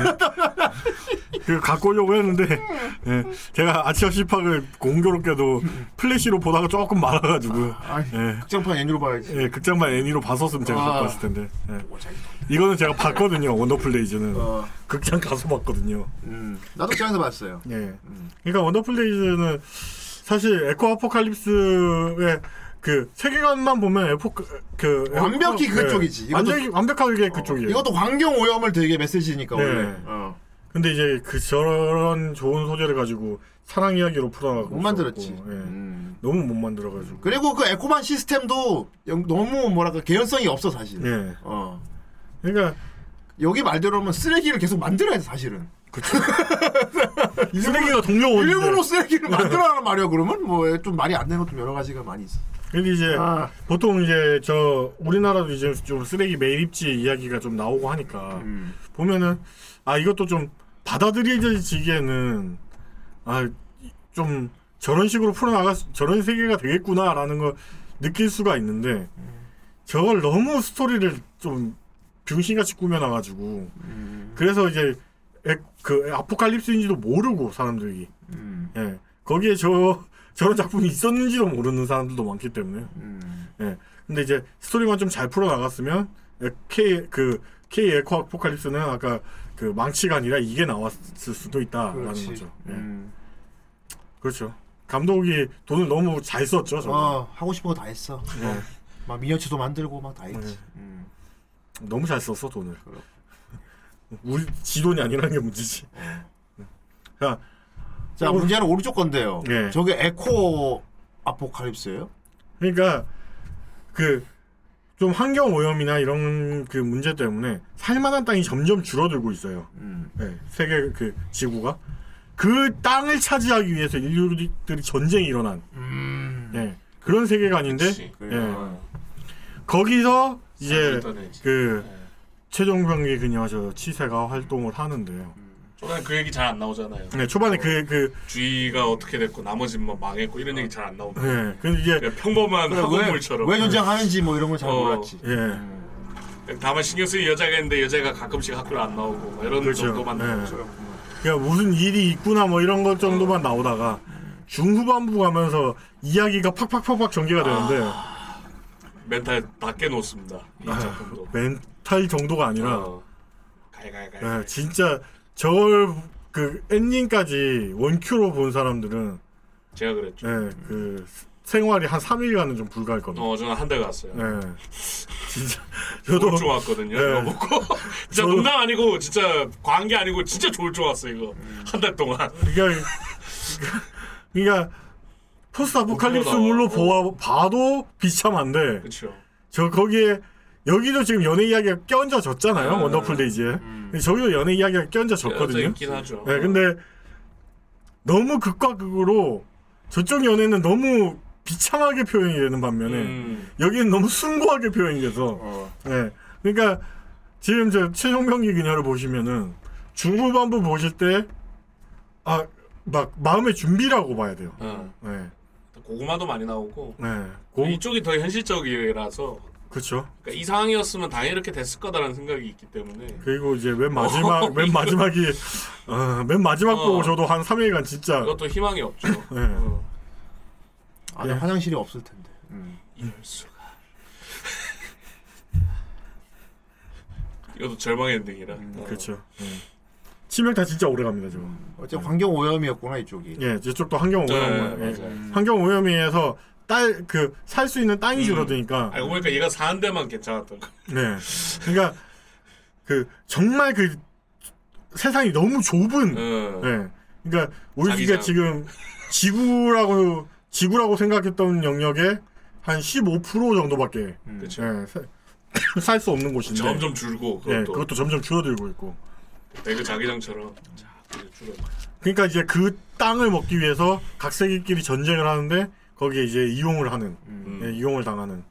S6: 그 갖고 오려고 했는데 예, 제가 아치아 시팍을 공교롭게도 플래시로 보다가 조금 말아가지고 예.
S5: 극장판 애니로 봐야지
S6: 예, 극장판 애니로 봤었으면 제가
S5: 아.
S6: 갖고 왔을 텐데 예. 이거는 제가 봤거든요 원더풀 데이즈는 극장 가서 봤거든요
S5: 어. 음. 나도 그 극장에서 봤어요.
S6: 예. 그러니까 원더풀 데이즈는 사실 에코 아포칼립스의 그 세계관만 보면 에포 그
S5: 완벽히
S6: 에코-
S5: 그
S6: 예.
S5: 쪽이지. 이것도- 어,
S6: 완전히 완벽하게 그쪽이에요
S5: 이것도 환경 오염을 되게 메시지니까
S6: 네.
S5: 원래. 어.
S6: 근데 이제 그 저런 좋은 소재를 가지고 사랑 이야기로 풀어나가고
S5: 못 만들었지. 음.
S6: 있었고, 예. 너무 못 만들어가지고
S5: 그리고 그 에코만 시스템도 영- 너무 뭐랄까 개연성이 없어 사실.
S6: 예.
S5: 어.
S6: 그러니까
S5: 여기 말대로면 쓰레기를 계속 만들어야 돼 사실은.
S6: 쓰레기가 동료원
S5: 일부러 쓰레기를 만들어라는 말이야 그러면 뭐 좀 말이 안 되는 것도 여러 가지가 많이 있어.
S6: 근데 이제
S5: 아.
S6: 보통 이제 저 우리나라도 이제 좀 쓰레기 매립지 이야기가 좀 나오고 하니까
S5: 음.
S6: 보면은 아 이것도 좀 받아들여지기에는 아 좀 저런 식으로 풀어나가 저런 세계가 되겠구나라는 걸 느낄 수가 있는데 저걸 너무 스토리를 좀 병신같이 꾸며놔가지고
S5: 음.
S6: 그래서 이제 에- 그 아포칼립스인지도 모르고 사람들이
S5: 음.
S6: 예. 거기에 저 저런 작품이 있었는지도 모르는 사람들도 많기 때문에.
S5: 음.
S6: 예. 근데 이제 스토리만 좀 잘 풀어 나갔으면 K 그 K 에코 아포칼립스는 아까 그 망치가 아니라 이게 나왔을 수도 있다라는
S5: 그렇지.
S6: 거죠. 예.
S5: 음.
S6: 그렇죠. 감독이 돈을 너무 잘 썼죠. 저는.
S5: 어, 하고 싶은 거 다 했어.
S6: 예.
S5: 막 미니어처도 만들고 막 다 했지.
S6: 너무 잘 썼어 돈을. 우리 지 돈이 아니라는 게 문제지. 자,
S5: 자 문제는 오른쪽 건데요.
S6: 예.
S5: 저게 에코 아포칼립스예요?
S6: 그러니까 그 좀 환경 오염이나 이런 그 문제 때문에 살만한 땅이 점점 줄어들고 있어요. 네, 세계 그 지구가 그 땅을 차지하기 위해서 인류들이 전쟁이 일어난 예, 그런
S7: 네?
S6: 세계관인데 예. 거기서 이제
S7: 일단은
S6: 그 최종병기 그녀와 저 치세가 활동을 하는데요.
S7: 초반에 그 얘기 잘 안 나오잖아요.
S6: 네, 초반에 그 그
S7: 주의가 어떻게 됐고 나머지 뭐 망했고 이런 얘기 잘 안 나오고.
S6: 예, 근데 이제
S7: 그냥 평범한
S5: 그래, 왜-
S7: 학원물처럼.
S5: 왜 존재하는지 뭐 이런 걸 잘
S7: 네, 어.
S5: 몰랐지.
S6: 예.
S7: 네, 다만 신경 쓰인 여자가 있는데 여자가 가끔씩 학교를 안 나오고 막 이런
S6: 그렇죠.
S7: 정도만
S6: 네.
S7: 나오죠.
S6: 그냥 그러니까 무슨 일이 있구나 뭐 이런 것 정도만 나오다가 중후반부 가면서 이야기가 팍팍팍팍 전개가 되는데
S7: 멘탈 낮게 놓습니다. 이
S6: 아휴,
S7: 작품도. 어.
S6: 멘탈 정도가 아니라
S7: 갈갈갈.
S6: 예, 진짜 저걸 그 엔딩까지 원큐로 본 사람들은
S7: 제가 그랬죠.
S6: 예, 그 생활이 한 3일간은 좀 불가할 겁니다.
S7: 어, 저는 한 달 갔어요.
S6: 예. 진짜
S7: 좋을
S6: 저도
S7: 줄 왔거든요.
S6: 예.
S7: 이거 먹고 진짜
S6: 저도-
S7: 농담 아니고 진짜 관계 아니고 진짜 좋을 줄 알았어 이거
S6: 음.
S7: 한 달 동안.
S6: 그러니까 그러니까 포스트 아포칼립스물로
S7: 어, 그러다.
S6: 보아 봐도 비참한데
S7: 그렇죠.
S6: 저 거기에 여기도 지금 연애 이야기가 껴얹어졌잖아요. 원더풀 데이지에. 근데 저기도 연애 이야기가 껴얹어졌거든요.
S7: 음. 껴있긴 하죠.
S6: 네, 근데 너무 극과 극으로 저쪽 연애는 너무 비참하게 표현이 되는 반면에
S7: 음.
S6: 여기는 너무 숭고하게 표현이 돼서
S7: 어.
S6: 네. 그러니까 지금 저 최종병기 그녀를 보시면은 중후반부 보실 때 아 막 마음의 준비라고 봐야 돼요.
S7: 어.
S6: 네.
S7: 고구마도 많이 나오고 그
S6: 네. 고,
S7: 이쪽이 더 현실적이라서
S6: 그렇죠.
S7: 그러니까 이 상황이었으면 당연히 이렇게 됐을 거다라는 생각이 있기 때문에
S6: 그리고 이제 맨
S7: 어,
S6: 마지막 맨 마지막이 어, 맨 마지막 보고 저도 한 3일간 진짜
S7: 그것도 희망이 없죠. 어,
S6: 네.
S5: 아니 네, 화장실이 없을 텐데. 음.
S7: 이럴 수가. 이것도 절망의 엔딩이라. 어.
S6: 그렇죠. 음. 치명타 진짜 오래 갑니다, 지금.
S5: 어째 환경 오염이었구나 이쪽이.
S6: 예, 이쪽도 환경
S5: 네,
S6: 오염. 예.
S5: 맞아요.
S6: 환경 오염에서 딸 그 살 수 있는 땅이
S7: 음.
S6: 줄어드니까.
S7: 알고 보니까 얘가 사는 데만 괜찮았던 거.
S6: 네. 그러니까 그 정말 그 세상이 너무 좁은.
S7: 어,
S6: 네. 그러니까 우리가
S7: 자기장.
S6: 지금 지구라고 지구라고 생각했던 영역에 한 15% 정도밖에
S7: 음.
S6: 예, 살 수 없는 곳인데
S7: 점점 줄고
S6: 예,
S7: 그것도 네,
S6: 그것도 점점 줄어들고 있고.
S7: 배그 자기장처럼 자 이제 줄어.
S6: 그러니까 이제 그 땅을 먹기 위해서 각 세계끼리 전쟁을 하는데 거기에 이제 이용을 하는 예, 이용을 당하는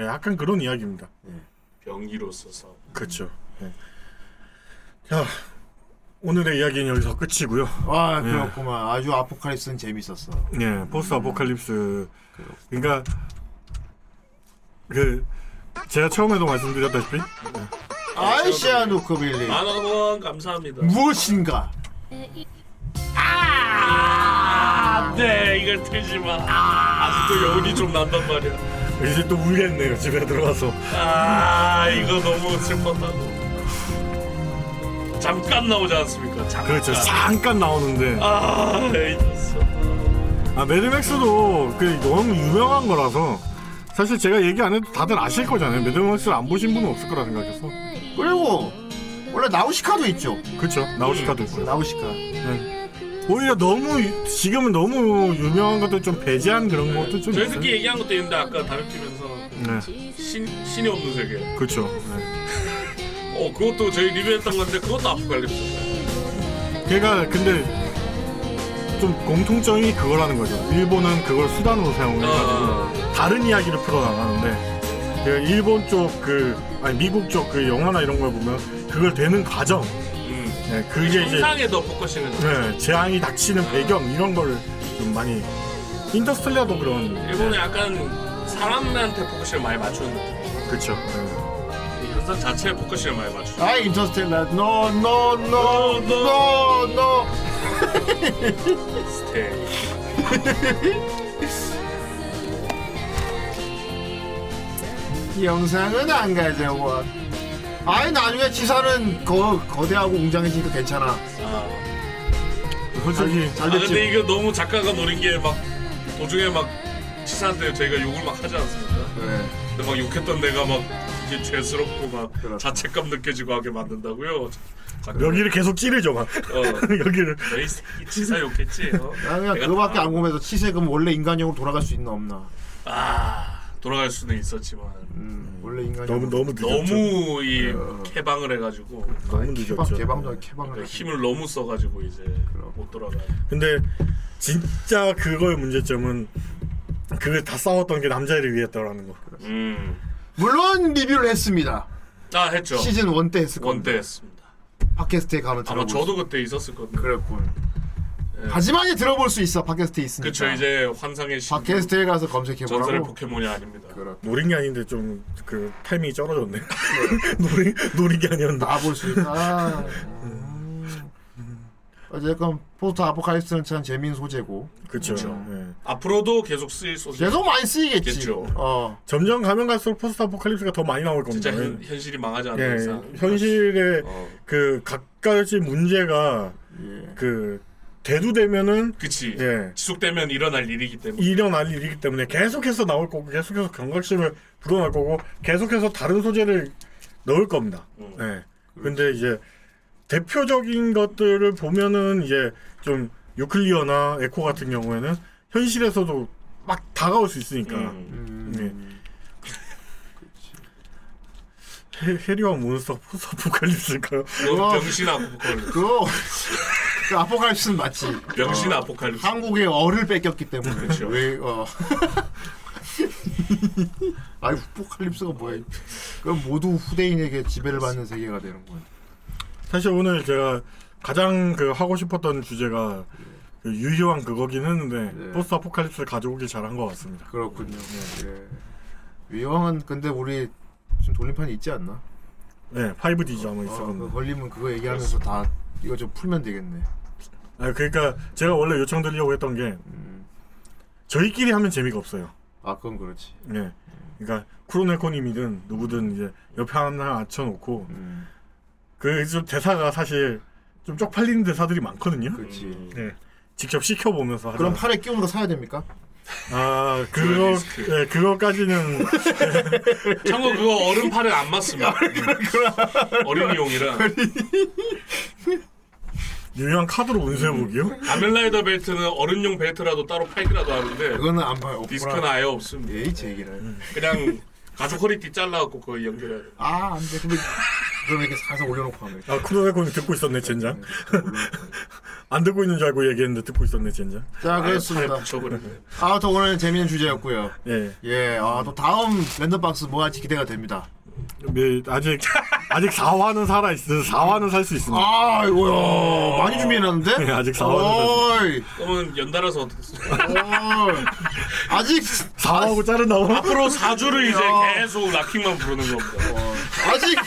S6: 예, 약간 그런 이야기입니다.
S7: 병기로서 싸.
S6: 그렇죠. 예. 자 오늘의 이야기는 여기서 끝이고요.
S5: 아
S6: 예.
S5: 그렇구만. 아주 아포칼립스는 재밌었어.
S6: 예, 포스트 아포칼립스. 그러니까 그 제가 처음에도 말씀드렸다시피
S5: 아이씨야 노크빌리.
S7: 만원 감사합니다.
S5: 무엇인가.
S7: 안돼 네, 이걸 틀지 마. 아직도 여운이 좀 난단 말이야.
S6: 이제 또 울겠네요 집에 들어가서.
S7: 아 이거 너무 슬펐다고. 잠깐 나오지 않습니까? 잠깐.
S6: 그렇죠. 잠깐 나오는데.
S7: 아 잊었어.
S6: 아 매드맥스도 그 너무 유명한 거라서 사실 제가 얘기 안 해도 다들 아실 거잖아요. 매드맥스를 안 보신 분은 없을 거라 생각해서.
S5: 그리고 원래 나우시카도 있죠.
S6: 그렇죠.
S7: 음.
S6: 나우시카도 있고요.
S5: 나우시카.
S6: 네. 오히려 너무 유- 지금은 너무 유명한 것들 좀 배제한 그런 것도 좀뭐 있어요.
S7: 저희들끼리 얘기한 것도 있는데 아까 다른 팀에서 그
S6: 네.
S7: 신 신이 없는 세계.
S6: 그렇죠. 네.
S7: 어 그것도 저희 리뷰했던 건데 그것도 아포칼립스.
S6: 걔가 근데 좀 공통점이 그거라는 거죠. 일본은 그걸 수단으로
S7: 아.
S6: 사용해가지고 다른 이야기를 풀어나가는데 그 일본 쪽 그 아니 미국 쪽 그 영화나 이런 걸 보면 그걸 되는 과정
S7: 음.
S6: 네, 그게 이제
S7: 상에 더 포커싱을.
S6: 네, 재앙이 닥치는 배경 이런 걸 좀 많이 인더스텔라도 그런
S7: 일본은 약간 사람한테 포커싱을 많이 맞추는 느낌.
S6: 그렇죠. 네.
S7: 인터스텔라 자체에 포커싱을 많이 맞추죠.
S5: 아 인터스텔라. 노 노 노 노 노.
S7: 스테.
S5: 이 영상은 안 가져와. 아니 나중에 지사는 거 거대하고 웅장해지니까 괜찮아.
S6: 솔직히
S5: 잘
S7: 아
S5: 됐지.
S7: 근데 이거 너무 작가가 노린 게 막 도중에 막 치사한테 저희가 욕을 막 하지 않습니까?
S5: 그래.
S7: 근데 막 욕했던 내가 막 이게 죄스럽고 막 자책감 느껴지고 하게 만든다고요. 작가.
S6: 여기를 계속 찌르죠 막
S7: 어.
S6: 여기를
S7: 너이 새끼 치사 욕했지. 어?
S5: 나 그냥
S7: 내가
S5: 그거밖에
S7: 다
S5: 안 궁금해서 치세금 원래 인간형으로 돌아갈 수 있나 없나.
S7: 아 돌아갈 수는 있었지만
S5: 음, 원래 인간
S6: 너무 너무 늦었죠.
S7: 너무 이 캐방을 해가지고
S6: 너무 늦었죠.
S5: 아, 개방도 개방을.
S7: 그러니까 힘을 너무 써가지고 이제 못 돌아가.
S6: 근데 진짜 그거의 문제점은 그걸 다 싸웠던 게 남자애를 위했다라는 거.
S7: 음아 아,
S5: 물론 리뷰를 했습니다.
S7: 했죠.
S5: 시즌 1 때 했을 겁니다.
S7: 원대 했습니다.
S5: 팟캐스트에 가면
S7: 아마
S5: 들어볼
S7: 저도 그때 있었었거든요.
S5: 그랬군. 수. 하지만 이제 들어볼 수 있어. 팟캐스트에 있으니까.
S7: 그쵸 이제 환상의 신
S5: 그러니까 팟캐스트에 가서 검색해
S7: 전설의
S5: 보라고. 그
S7: 포켓몬이 아닙니다.
S6: 노린 게 아닌데 좀 그 타이밍이 쩔어졌네. 노린 노린 게 아니었나.
S5: 나볼 수 있다. 음. 어쨌건 포스트 아포칼립스는 참 재미있는 소재고.
S6: 그렇죠.
S7: 그쵸. 앞으로도 계속 쓰일 소재.
S5: 계속 많이 쓰이겠지.
S7: 겠죠.
S5: 어.
S6: 점점 가면 갈수록 포스트 아포칼립스가 더 많이 나올 겁니다.
S5: 네.
S7: 진짜 현, 어. 현실이 망하지 않는
S6: 예,
S7: 이상.
S6: 현실의 그 각가지 문제가
S7: 예.
S6: 그 대두되면은
S7: 그치.
S6: 예.
S7: 지속되면 일어날 일이기 때문에.
S6: 일어날 일이기 때문에 계속해서 나올 거고 계속해서 경각심을 불어날 거고 계속해서 다른 소재를 넣을 겁니다.
S7: 음.
S5: 네,
S6: 예. 근데 이제 대표적인 것들을 보면은 이제 좀 유클리어나 에코 같은 경우에는 현실에서도
S5: 그러니까.
S7: 음.
S6: 네. 막 다가올 수 있으니까. 예. 해- 해리와 몬스터 포스 아포칼립스일까요?
S7: 그 병신 아포칼립스.
S5: 그거 그 아포칼립스는 맞지.
S7: 병신
S5: 어,
S7: 아포칼립스.
S5: 한국의 어를 뺏겼기 때문에.
S7: 그렇죠.
S5: 왜 어. 아이 아포칼립스가 뭐야? 그럼 모두 후대인에게 지배를 받는 세계가 되는 거야.
S6: 사실 오늘 제가 가장 그 하고 싶었던 주제가 그 유희왕 그거긴 했는데
S5: 네.
S6: 포스트 아포칼립스를 가져오길 잘한 것 같습니다.
S5: 그렇군요. 음, 예. 위왕은 근데 우리 지금 돌림판이 있지 않나?
S6: 네, 5D죠 아마 있었는데.
S5: 어, 걸리면 그거 얘기하면서 다 이거 좀 풀면 되겠네.
S6: 아 그러니까 제가 원래 요청드리려고 했던 게
S5: 음.
S6: 저희끼리 하면 재미가 없어요.
S5: 아 그건 그렇지.
S6: 네, 그러니까 쿠로네코님이든 누구든 이제 옆에 하나 앉혀놓고
S5: 음.
S6: 그 좀 대사가 사실 좀 쪽팔리는 대사들이 많거든요.
S5: 그렇지.
S6: 네, 직접 시켜보면서 하자.
S5: 그럼 팔에 끼우는 거 사야 됩니까?
S6: 아 그거 예 그거까지는
S7: 참고 그거 어른 팔에 안 맞습니다. 음. 어린이용이라.
S6: 유명한 카드로 운세보기요?
S7: 아멜라이더 벨트는 어른용 벨트라도 따로 팔기라도 하는데
S5: 그거는 안 봐요.
S7: 디스크는
S5: 없구나.
S7: 아예 없습니다.
S5: 예이
S6: 음.
S5: 제기를.
S7: 그냥 가죽 허리띠 잘라갖고 그거 연결해야 돼.
S5: 아 안돼. 근데 그럼 이렇게 사서 올려놓고 하면.
S6: 아 쿠로네코님 듣고 있었네 젠장. 안 듣고 있는 줄 알고 얘기했는데 듣고 있었네 젠장.
S5: 자 아, 그렇습니다. 네. 아또 오늘 재밌는 주제였고요.
S6: 예.
S5: 예. 아또 다음 랜덤 박스 뭐 할지 기대가 됩니다.
S6: 예, 아직 아직 4화는 살아 있어. 4화는 살 수 있습니다.
S5: 아, 아이고야 많이 준비해놨는데?
S6: 예, 아직 4화는
S5: 어이.
S7: 그러면 연달아서 어떻게 쓰
S5: 어이. 아직
S6: 4화고 자른 나와.
S7: 앞으로 4주를 이제 계속 락킹만 부르는 겁니다.
S5: 아직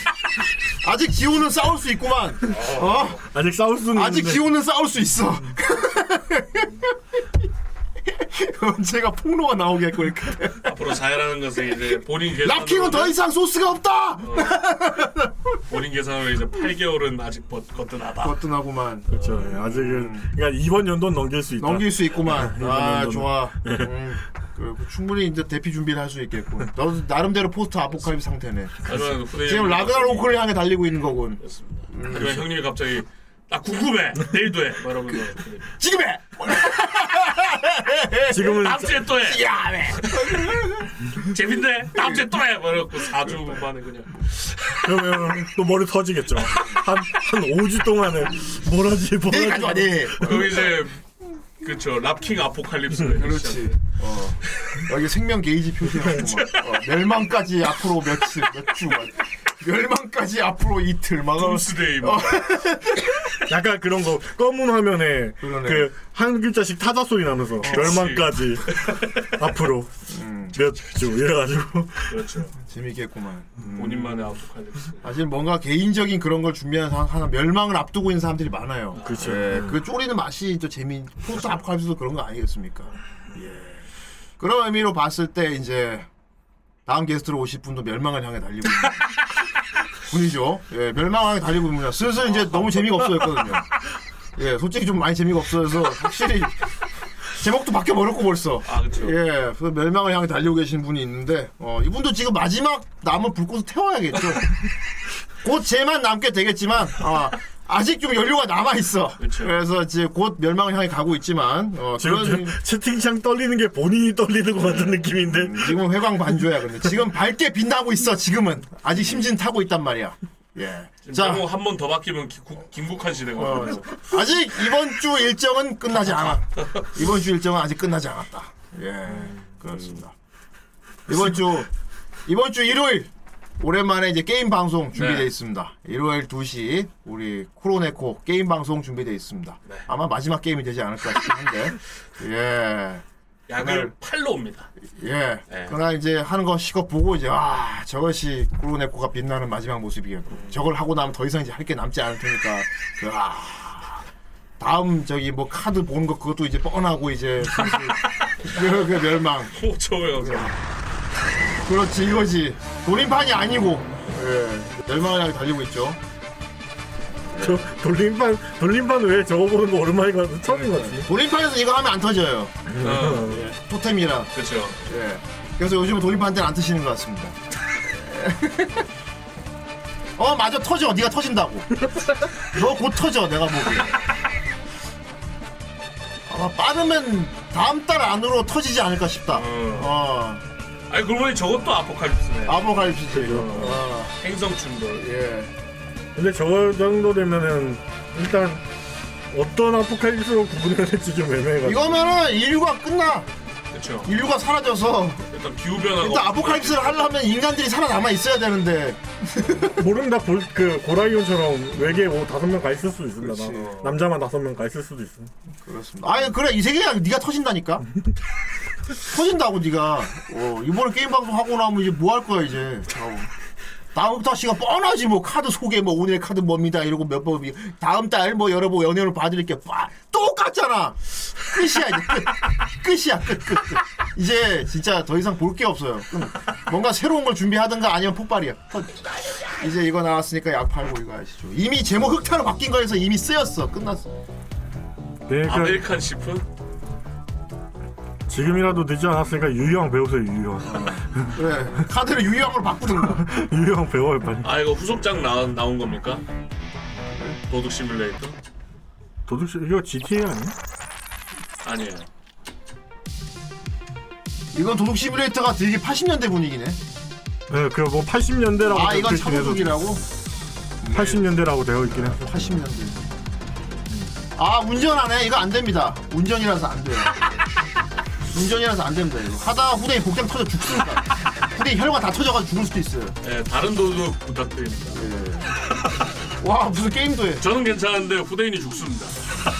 S5: 아직 기호는 싸울 수 있구만. 어?
S6: 아직 싸울 수는
S5: 아직
S6: 있는데.
S5: 기호는 싸울 수 있어. 언제가 폭로가 나오게 할 거니까.
S7: 앞으로 사회라는 것은 이제 본인 계산.
S5: 랍킹은 더 이상 소스가 없다.
S7: 본인 계산으로 이제 8개월은 아직 벗, 거뜬하다.
S5: 거뜬하고만.
S6: 그렇죠. 예, 아직은 그러니까 이번 연도는 넘길 수 있다.
S5: 넘길 수 있구만.
S6: 이번
S5: 아
S6: 연도는.
S5: 좋아.
S6: 예.
S5: 음, 그리고 충분히 이제 대피 준비를 할 수 있겠군. 너 나름대로 포스트 아포칼립 상태네.
S7: 하지만 후대인
S5: 지금 라그나로크를 향해 달리고 있는 거군.
S7: 하지만 형님이 갑자기 나 궁금해. 내일도 해. 말하면서
S5: 지금 해.
S6: 지금은
S7: 다음 주에 또 해. 재밌네. 다음 주에 또 해. 말하고 4주 만에 그냥
S6: 그러면 또 머리 터지겠죠. 한, 한 5주 동안에 뭐라지, 뭐라지.
S5: 내일 가져와 내.
S7: 그럼 이제 그쵸 랍킹 아포칼립스.
S5: 음, 그렇지. 어. 여기 생명 게이지 표시하고 어, 멸망까지 앞으로 며칠 몇주 멸망까지 앞으로 이틀 막
S7: 둠스데이
S5: 어,
S6: 약간 그런 거, 검은 화면에
S5: 그러네.
S6: 그 한 글자씩 타자 소리 나면서
S5: 어,
S6: 멸망까지 앞으로 몇 주 이래가지고.
S7: 그렇죠.
S5: 재밌겠구만.
S7: 본인만의 아포칼립스.
S5: 사실 뭔가 개인적인 그런 걸 준비하는 사- 하나 멸망을 앞두고 있는 사람들이 많아요.
S6: 그렇죠.
S5: 예, 그 쪼리는 맛이 또 재미. 포스트
S7: 음.
S5: 아포칼립스도 그런 거 아니겠습니까? 예. 그런 의미로 봤을 때 이제 다음 게스트로 오실 분도 멸망을 향해 달리고 있는 분이죠. 예, 멸망을 향해 달리고 있습니다. 슬슬 이제 너무 재미가 없어졌거든요. 예, 솔직히 좀 많이 재미가 없어져서 확실히 제목도 바뀌어 버렸고 벌써.
S7: 아 그렇죠.
S5: 예, 그 멸망을 향해 달리고 계신 분이 있는데 어, 이분도 지금 마지막 남은 불꽃을 태워야겠죠. 곧 쟤만 남게 되겠지만 아, 아직 좀 연료가 남아 있어.
S7: 그쵸.
S5: 그래서 이제 곧 멸망을 향해 가고 있지만 어,
S6: 지금
S5: 그런-
S6: 저- 채팅창 떨리는 게 본인이 떨리는 것 같은 느낌인데.
S5: 지금 회광 반조야 근데 지금 밝게 빛나고 있어 지금은 아직 심진 타고 있단 말이야. 예. 자,
S7: 지금 한번 더 바뀌면 기- 긴국한
S5: 어,
S7: 시대거든요.
S5: 아직 이번 주 일정은 끝나지 않아. 이번 주 일정은 아직 끝나지 않았다. 예, 그렇습니다. 이번 주 이번 주 일요일 오랜만에 이제 게임 방송 준비되어
S7: 네.
S5: 있습니다. 일요일 2시 우리 코로네코 게임 방송 준비되어 있습니다.
S7: 네.
S5: 아마 마지막 게임이 되지 않을까 싶은데 예.
S7: 약을 팔로 옵니다.
S5: 예.
S7: 네.
S5: 그러나 이제 하는 거 시거 보고 이제 아 저것이 구로네코가 빛나는 마지막 모습이겠고 저걸 하고 나면 더 이상 이제 할 게 남지 않을 테니까 그, 아 다음 저기 뭐 카드 보는 거 그것도 이제 뻔하고 이제 슬슬 그, 그 멸망
S7: 오 저거요. 감사합니다.
S5: 그렇지 이거지 돌림판이 아니고 예 멸망을 향해 달리고 있죠
S6: 저 돌림판, 돌림판 왜 저거 보는 거 오랜만인 것 같아. 처음인 것 같아.
S5: 돌림판에서 이거 하면 안 터져요
S7: 어,
S5: 예, 토템이라
S7: 그렇죠.
S5: 예. 그래서 요즘 돌림판 때는 안 트시는 것 같습니다. 어 맞아 터져 네가 터진다고 너 곧 터져 내가 보기에 아마 빠르면 다음 달 안으로 터지지 않을까 싶다
S7: 음.
S5: 어
S7: 아니 그러고 보니 저것도 아포칼립스네.
S5: 아포칼립스죠.
S7: 행성 충돌.
S5: 어, 예.
S6: 근데 저 정도 되면은 일단 어떤 아포칼립스로 구분해야 될지 좀 애매해가지고
S5: 이거면은 인류가 끝나.
S7: 그렇죠.
S5: 인류가 사라져서
S7: 일단 기후 변화가
S5: 일단 아포칼립스를 하려면 인간들이 살아남아 있어야 되는데
S6: 모른다 볼, 그 고라이온처럼 외계에 뭐 다섯 명 가 있을 수도 있습니다.
S5: 그렇지.
S6: 남자만 다섯 명 가 있을 수도 있습니다.
S5: 그렇습니다. 아니 그래 이 세계야 네가 터진다니까. 터진다고 네가. 어, 이번에 게임 방송 하고 나면 이제 뭐 할 거야 이제. 어. 다음 달 씨가 뻔하지 뭐 카드 소개 뭐 오늘의 카드 뭡니다 이러고 몇 번 다음 달 뭐 여러분 연애를 봐드릴게 빠 똑같잖아 끝이야 이제 끝 끝이야 끝끝 끝, 이제 진짜 더 이상 볼 게 없어요 끝. 뭔가 새로운 걸 준비하든가 아니면 폭발이야 끝. 이제 이거 나왔으니까 약 팔고 이거 하시죠 이미 제목 흑타로 바뀐 거에서 이미 쓰였어 끝났어
S7: 아메리칸 시프?
S6: 지금이라도 늦지 않았으니까 유형 배우세요, 유형.
S5: 그래 네, 카드를 유형으로 바꾸든가
S6: 유형 배워요, 빨리.
S7: 아 이거 후속작 나, 나온 겁니까? 도둑 시뮬레이터?
S6: 도둑씨, 이거 GTA 아니야?
S7: 아니에요.
S5: 이건 도둑 시뮬레이터가 되게 80년대 분위기네
S6: 네, 그뭐 80년대라고
S5: 아 이건 네. 차도둑이라고
S6: 80년대라고 되어 있긴 해서.
S5: 80년대. 아 운전하네 이거 안 됩니다 운전이라서 안 돼요 운전이라서 안 됩니다 이거 하다 후대인 복장 터져 죽습니다 후대인 혈관 다 터져가지고 죽을 수도 있어요
S7: 네, 다른 도둑 부탁드립니다.
S5: 예. 와 무슨 게임도 해.
S7: 저는 괜찮은데 후대인이 죽습니다.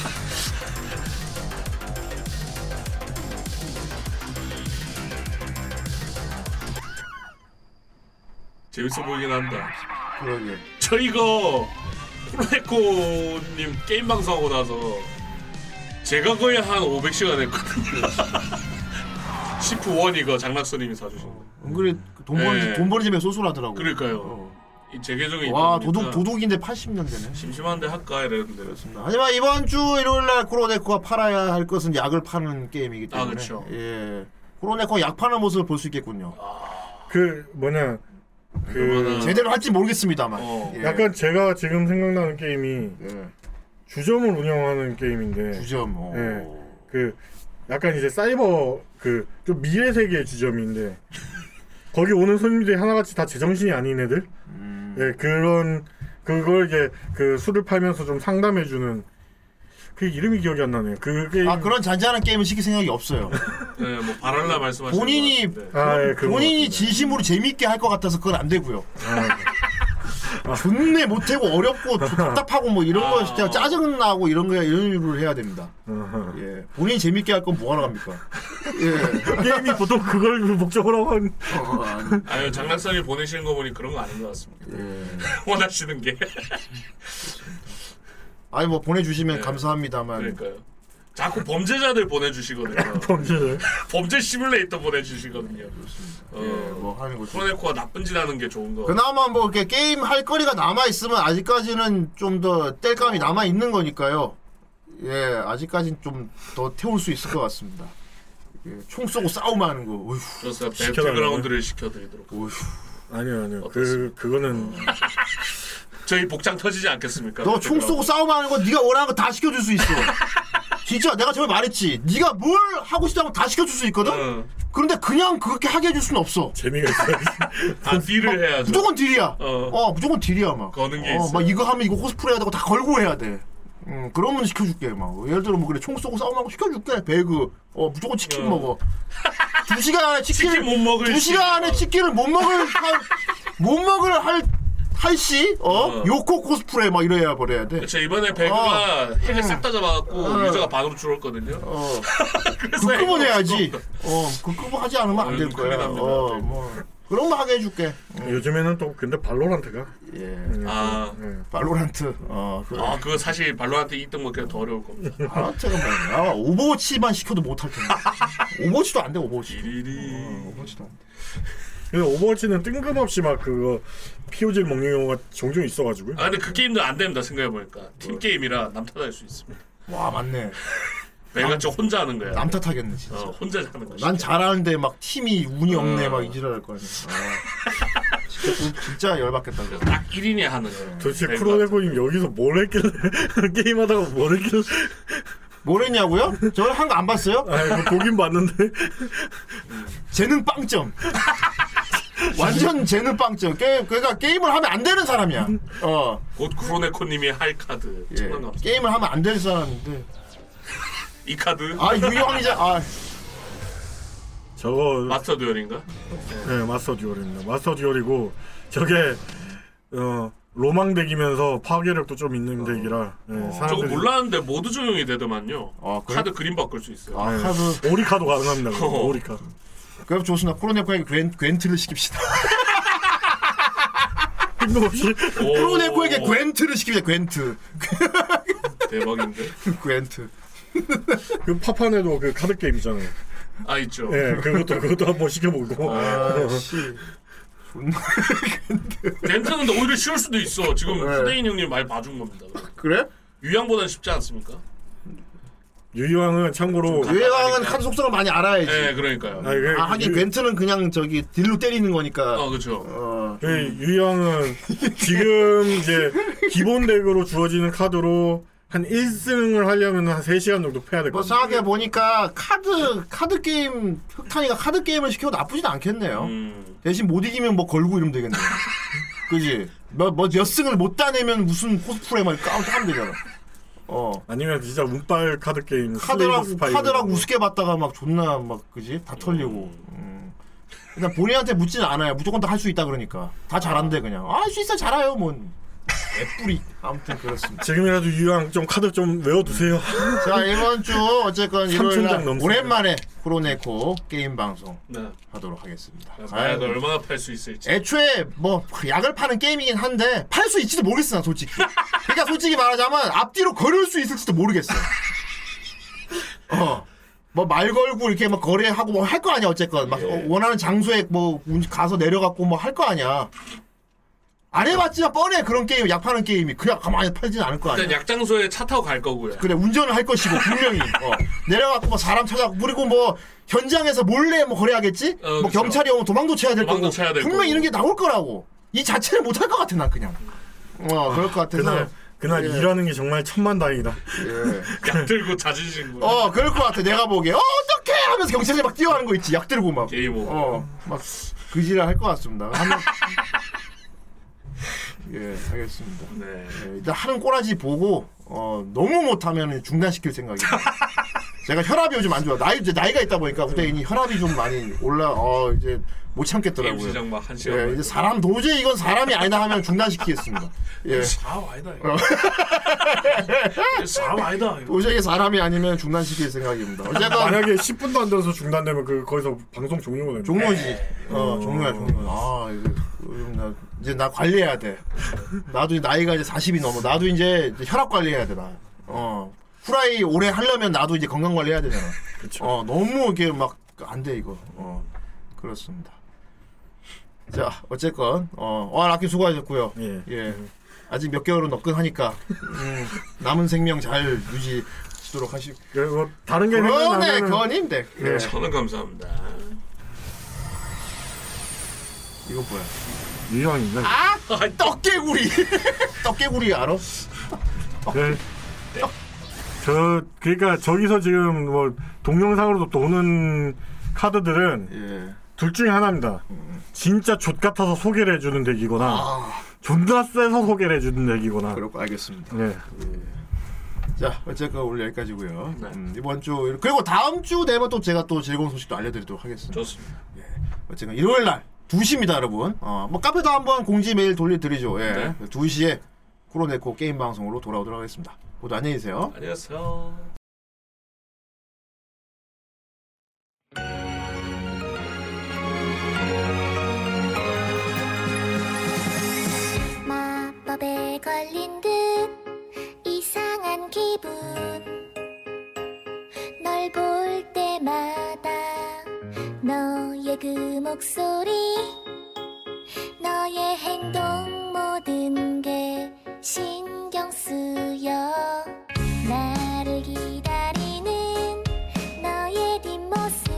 S7: 재밌어 보이긴 한다.
S5: 그러게.
S7: 저 이거 프로에코님 게임 방송하고 나서 제가 거의 한 500시간 했거든요. 시프 원 이거 장락스님이 사주신 거.
S5: 안 그래 돈 버는
S7: 예.
S5: 집- 돈 버는 집에 소술하더라고 어.
S7: 그러니까요. 이 재계정이
S5: 와
S7: 있다 보니까
S5: 도둑 도둑인데 80년대네
S7: 심심한데 할까 이랬는데 그렇습니다.
S5: 하지만 이번 주 일요일날 코로네코가 팔아야 할 것은 약을 파는 게임이기
S7: 아,
S5: 때문에
S7: 그쵸.
S5: 예 코로네코 약 파는 모습을 볼 수 있겠군요
S7: 아,
S6: 그 뭐냐, 그
S7: 네.
S5: 제대로 할지 모르겠습니다만
S7: 어.
S5: 예.
S6: 약간 제가 지금 생각나는 게임이 주점을 운영하는 게임인데
S5: 주점 어.
S6: 예, 그 약간 이제 사이버 그 좀 미래 세계의 주점인데 거기 오는 손님들이 하나같이 다 제정신이 아닌 애들
S5: 음.
S6: 예 그런 그걸 이제 그 술을 팔면서 좀 상담해주는 그 이름이 기억이 안 나네요 그게
S5: 아 그런 잔잔한 게임을 시킬 생각이 없어요.
S7: 네, 뭐 바랄라 말씀하신
S5: 본인이
S7: 것 같은데.
S5: 본-
S6: 아, 예,
S5: 본인이 진심으로 재미있게 할 것 같아서 그건 안 되고요. 존내 못하고 어렵고 답답하고 뭐 이런
S7: 아.
S5: 거 진짜 짜증 나고 이런 거 이런 일을 해야 됩니다. 예 본인이 재미있게 할 건 뭐하러 갑니까? 예
S6: 게임이 보통 그걸 목적으로 하는
S7: 어, 아유 장난삼이 보내시는 거 보니 그런 거 아닌 것 같습니다.
S5: 예.
S7: 원하시는 게
S5: 아니 뭐 보내주시면 감사합니다만
S7: 네. 그러니까요. 자꾸 범죄자들 보내주시거든요.
S6: 범죄를
S7: 범죄 시뮬레이터 보내주시거든요. 어,
S5: 뭐 하는 거죠.
S7: 프로네코가 나쁜 짓 하는 게 좋은 거.
S5: 그나마 뭐 이렇게 게임 할 거리가 남아 있으면 아직까지는 좀 더 뗄감이 남아 있는 거니까요. 예, 아직까지는 좀 더 태울 수 있을 것 같습니다. 예, 총 쏘고 싸움만 하는 거. 어휴.
S7: 그래서
S6: 시켜달라고요?
S7: 배틀그라운드를 시켜드리도록.
S6: 아니요 아니요 그 그거는
S7: 저희 복장 터지지 않겠습니까?
S5: 너 총 쏘고 싸움만 하는 거 네가 원하는 거 다 시켜줄 수 있어. 진짜 내가 저번에 말했지. 네가 뭘 하고 싶다면 다 시켜줄 수 있거든.
S7: 어.
S5: 그런데 그냥 그렇게 하게 해줄 수는 없어.
S6: 재미가 있어.
S7: 아
S5: 어?
S7: 딜을 해야죠.
S5: 무조건 딜이야.
S7: 어.
S5: 어, 무조건 딜이야 막.
S7: 거는 게
S5: 어,
S7: 있어.
S5: 막 이거 하면 이거 코스프레 해야 되고 다 걸고 해야 돼. 음, 그러면 시켜줄게 막. 예를 들어 뭐 그래 총 쏘고 싸움하고 시켜줄게 배그. 어 무조건 치킨 먹어. 두 시간에 치킨을
S7: 치킨 못 먹을
S5: 두 시간에 치킨을 못 먹을 할, 못 먹을 할 할시 어? 요코 코스프레 막 이래야 버려야 돼.
S7: 그렇죠 이번에 배그가 핵을 싹 다 잡아갖고
S5: 어.
S7: 유저가 반으로 줄었거든요.
S5: 급급은 해야지. 그 어, 급급은 하지 않으면 안
S7: 음,
S5: 될 거야. 어, 뭐 그런 거 하게 해줄게.
S6: 어. 요즘에는 또 근데 발로란트가
S5: 예.
S7: 아,
S5: 발로란트. 어, 그래.
S7: 아 그거 사실 발로한테 2등 먹기가 더 어려울 겁니다.
S5: 발로란트가 뭐냐? 오버워치만 시켜도 못 할 텐데. 오버워치도 안 돼, 오버워치.
S7: 어,
S5: 오버워치도 안 돼.
S6: 근데 오버워치는 뜬금없이 막 그거 피오질 먹는 경우가 종종 있어가지고요.
S7: 아 근데 그 게임도 안 됩니다 생각해보니까 팀 게임이라 남 탓할 수 있습니다.
S5: 와 맞네.
S7: 내가 저 혼자 하는 거야.
S5: 남 탓하겠네 진짜.
S7: 어, 혼자 하는 거야.
S5: 난 잘하는데 막 팀이 운이 없네 막 이지랄 할 거야. 아, 진짜, 진짜 열받겠다. 그거.
S7: 딱 1인이 하는 그러니까 거야.
S6: 도대체
S7: 배그
S6: 크로네코님 여기서 뭘 했길래 게임하다가 뭘 했길래 아,
S5: 뭘 했냐고요? 저를 한거 안 봤어요?
S6: 아뭐 보긴 봤는데
S5: 재능 빵점. 완전 재능 빵점. 게, 그러니까 게임을 하면 안 되는 사람이야. 어.
S7: 곧 구로네코님이 할 카드.
S5: 예.
S7: 정말 감사.
S5: 게임을 하면 안 되는 사람인데.
S7: 이 카드.
S5: 아 유형이자 아
S6: 저거
S7: 마스터 듀얼인가?
S6: 네, 마스터 듀얼입니다. 마스터 듀얼이고 저게 어 로망 덱이면서 파괴력도 좀 있는 덱이라 네,
S7: 저거
S6: 사람들이
S7: 몰랐는데 모두 적용이 되더만요.
S5: 아,
S6: 그래?
S7: 카드 그림 바꿀 수 있어요.
S6: 네, 오리 카드 가능합니다. 그거,
S7: 어.
S6: 오리 카드.
S5: 그럼 좋습니다. 코로네코에게 그랜, 그랜트를 시킵시다.
S6: 뜬금없이
S5: 코로네코에게 그랜트를 시킵시다. 그랜트.
S7: 대박인데.
S5: 그랜트.
S6: 그 파판에도 그 카드 게임 있잖아요.
S7: 아 있죠.
S5: 예.
S6: 네, 그것도 그것도 한번 시켜보고.
S7: 아, 씨. 덴트는 근데 오히려 쉬울 수도 있어. 지금
S5: 예.
S6: 네.
S7: 후대인 형님 말 봐준 겁니다.
S5: 그래?
S7: 유양보다는 쉽지 않습니까?
S6: 유희왕은 참고로
S5: 유해왕은 카드 속성을 많이 알아야지.
S7: 네, 그러니까요.
S6: 아, 이게
S5: 아 하긴
S6: 유-
S5: 그랜트는 그냥 저기 딜로 때리는 거니까.
S7: 아 그렇죠.
S5: 어.
S6: 그 유희왕은 지금 이제 기본 덱으로 주어지는 카드로 한 1승을 하려면 한 3시간 정도 패야 될
S5: 뭐
S6: 것 같아요.
S5: 생각해 보니까 카드 카드 게임 흑탄이가 카드 게임을 시켜도 나쁘진 않겠네요.
S7: 음.
S5: 대신 못 이기면 뭐 걸고 이러면 되겠네. 그지? 뭐뭐몇 승을 못 따내면 무슨 코스프레 막 까면 하면 되잖아. 어.
S6: 아니면 진짜 운빨 카드 게임
S5: 카드라고
S6: 슬레이브 스파이
S5: 카드라고 우습게 봤다가 막 존나 막 그지 다 털리고. 음. 일단 본인한테 묻지는 않아요. 무조건 다 할 수 있다 그러니까 다 잘한대 그냥. 아 할 수 있어 잘해요 뭔. 애뿌리. 아무튼 그렇습니다.
S6: 지금이라도 유희왕 좀 카드 좀 외워두세요.
S5: 자 이번 주 어쨌건 일요일
S6: 삼촌
S5: 날
S6: 장 넘습니다.
S5: 오랜만에 코로네코 게임 방송
S7: 네.
S5: 하도록 하겠습니다.
S7: 과연
S5: 아이고.
S7: 얼마나 팔 수 있을지.
S5: 애초에 뭐 약을 파는 게임이긴 한데 팔 수 있지도 모르겠어 난 솔직히. 그러니까 솔직히 말하자면 앞뒤로 걸을 수 있을지도 모르겠어. 어. 뭐 말 걸고 이렇게 막 거래하고 뭐 할 거 아니야 어쨌건 막 어, 원하는 장소에 뭐 운- 가서 내려갖고 뭐 할 거 아니야. 안 해봤지만 뻔해 그런 게임 약 파는 게임이 그냥 가만히 팔진 않을 거 아니야.
S7: 일단 약장소에 차 타고 갈 거고요.
S5: 그래 운전을 할 것이고 분명히 어. 내려갖고 뭐 사람 찾아 그리고 뭐 현장에서 몰래 뭐 거래하겠지
S7: 어,
S5: 뭐
S7: 그쵸.
S5: 경찰이 오면 도망도 쳐야 될
S7: 도망도
S5: 거고
S7: 쳐야 될
S5: 분명 히
S7: 거고.
S5: 이런 게 나올 거라고 이 자체를 못 할 것 같아 난 그냥 어 그럴 것 같아서
S6: 그날 그날
S5: 예.
S6: 일하는 게 정말 천만다행이다.
S7: 약 들고 자진신고.
S5: 어 그럴 것 같아 내가 보기에 어, 어떡해 하면서 경찰이 막 뛰어가는 거 있지 약 들고 막
S7: 게임 오버.
S5: 어막 그지랄 할 것 같습니다 한번 예 알겠습니다
S7: 네.
S5: 예, 일단 하는 꼬라지 보고 어, 너무 못하면 중단시킬 생각이에요. 제가 혈압이 요즘 안 좋아. 나이 이제 나이가 있다 보니까 후대인이 혈압이 좀 많이 올라. 어 이제 못 참겠더라고요.
S7: 게임 시장 막한 시간
S5: 예,
S7: 걸려.
S5: 이제 사람 도저히 이건 사람이 아니다 하면 중단시키겠습니다. 예.
S7: 사람 아니다. 이거. 이거 사람 아니다. 이거.
S5: 도저히 사람이 아니면 중단시킬 생각입니다. 어쨌든
S6: 만약에 10분도 안 돼서 중단되면 그 거기서 방송 종료가 됩니다.
S5: 종료지. 어 종료야 종료. 아 이거 요즘 나 이제 나 관리해야 돼. 나도 이제 나이가 이제 40이 넘어. 나도 이제 이제 혈압 관리해야 돼 나. 어 후라이 오래 하려면 나도 이제 건강 관리해야 되잖아.
S6: 그쵸.
S5: 어 너무 이게 막 안 돼 이거. 어 그렇습니다. 자 어쨌건 어와 라키 수고하셨고요.
S6: 예.
S5: 예. 아직 몇 개월은 너끈하니까 음, 남은 생명 잘 유지하도록 하시고.
S6: 그리고 뭐 다른 게
S5: 그러네
S6: 생각나면은
S5: 그건인데.
S6: 예.
S7: 저는 감사합니다.
S5: 이거 뭐야?
S6: 유형인가?
S5: 아 떡개구리. 떡개구리 알아?
S6: 네. 저 그러니까 저기서 지금 뭐 동영상으로도 도는 카드들은
S5: 예.
S6: 둘 중에 하나입니다. 진짜 족 같아서 소개를 해주는 덱이거나
S5: 아.
S6: 존나 세서 소개를 해주는 덱이거나.
S5: 그렇고 알겠습니다.
S6: 네.
S5: 자 어쨌건 오늘 여기까지고요. 음, 이번 주 그리고 다음 주 되면 또 제가 또 즐거운 소식도 알려드리도록 하겠습니다.
S7: 좋습니다.
S5: 어쨌건 일요일 날 2시입니다, 여러분. 어, 뭐 카페도 한번 공지 메일 돌려드리죠. 예. 2시에 코로네코 게임 방송으로 돌아오도록 하겠습니다. 모두 안녕히 계세요.
S7: 안녕하세요.
S13: 마법에 걸린 듯 이상한 기분 널 볼 때마다 너의 그 목소리 너의 행동 모든 게 신경 쓰여 나를 기다리는 너의 뒷모습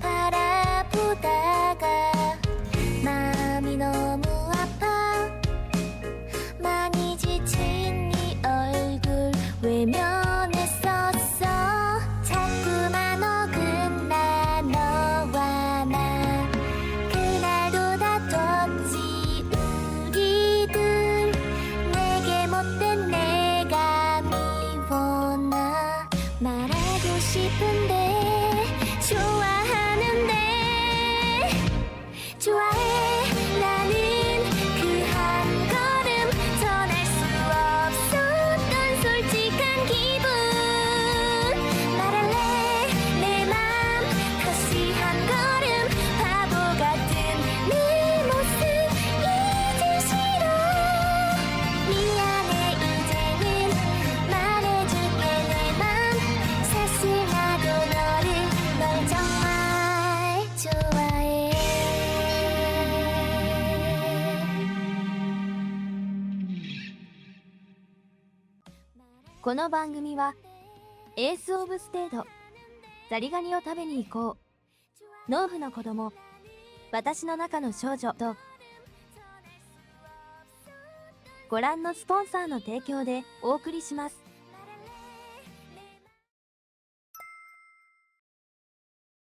S13: 바라보다가 마음이 너무 아파 많이 지친 네 얼굴 외면했었어 자꾸만 어긋나
S2: 그 この番組はエースオブステートザリガニを食べに行こう農夫の子供私の中の少女とご覧のスポンサーの提供でお送りします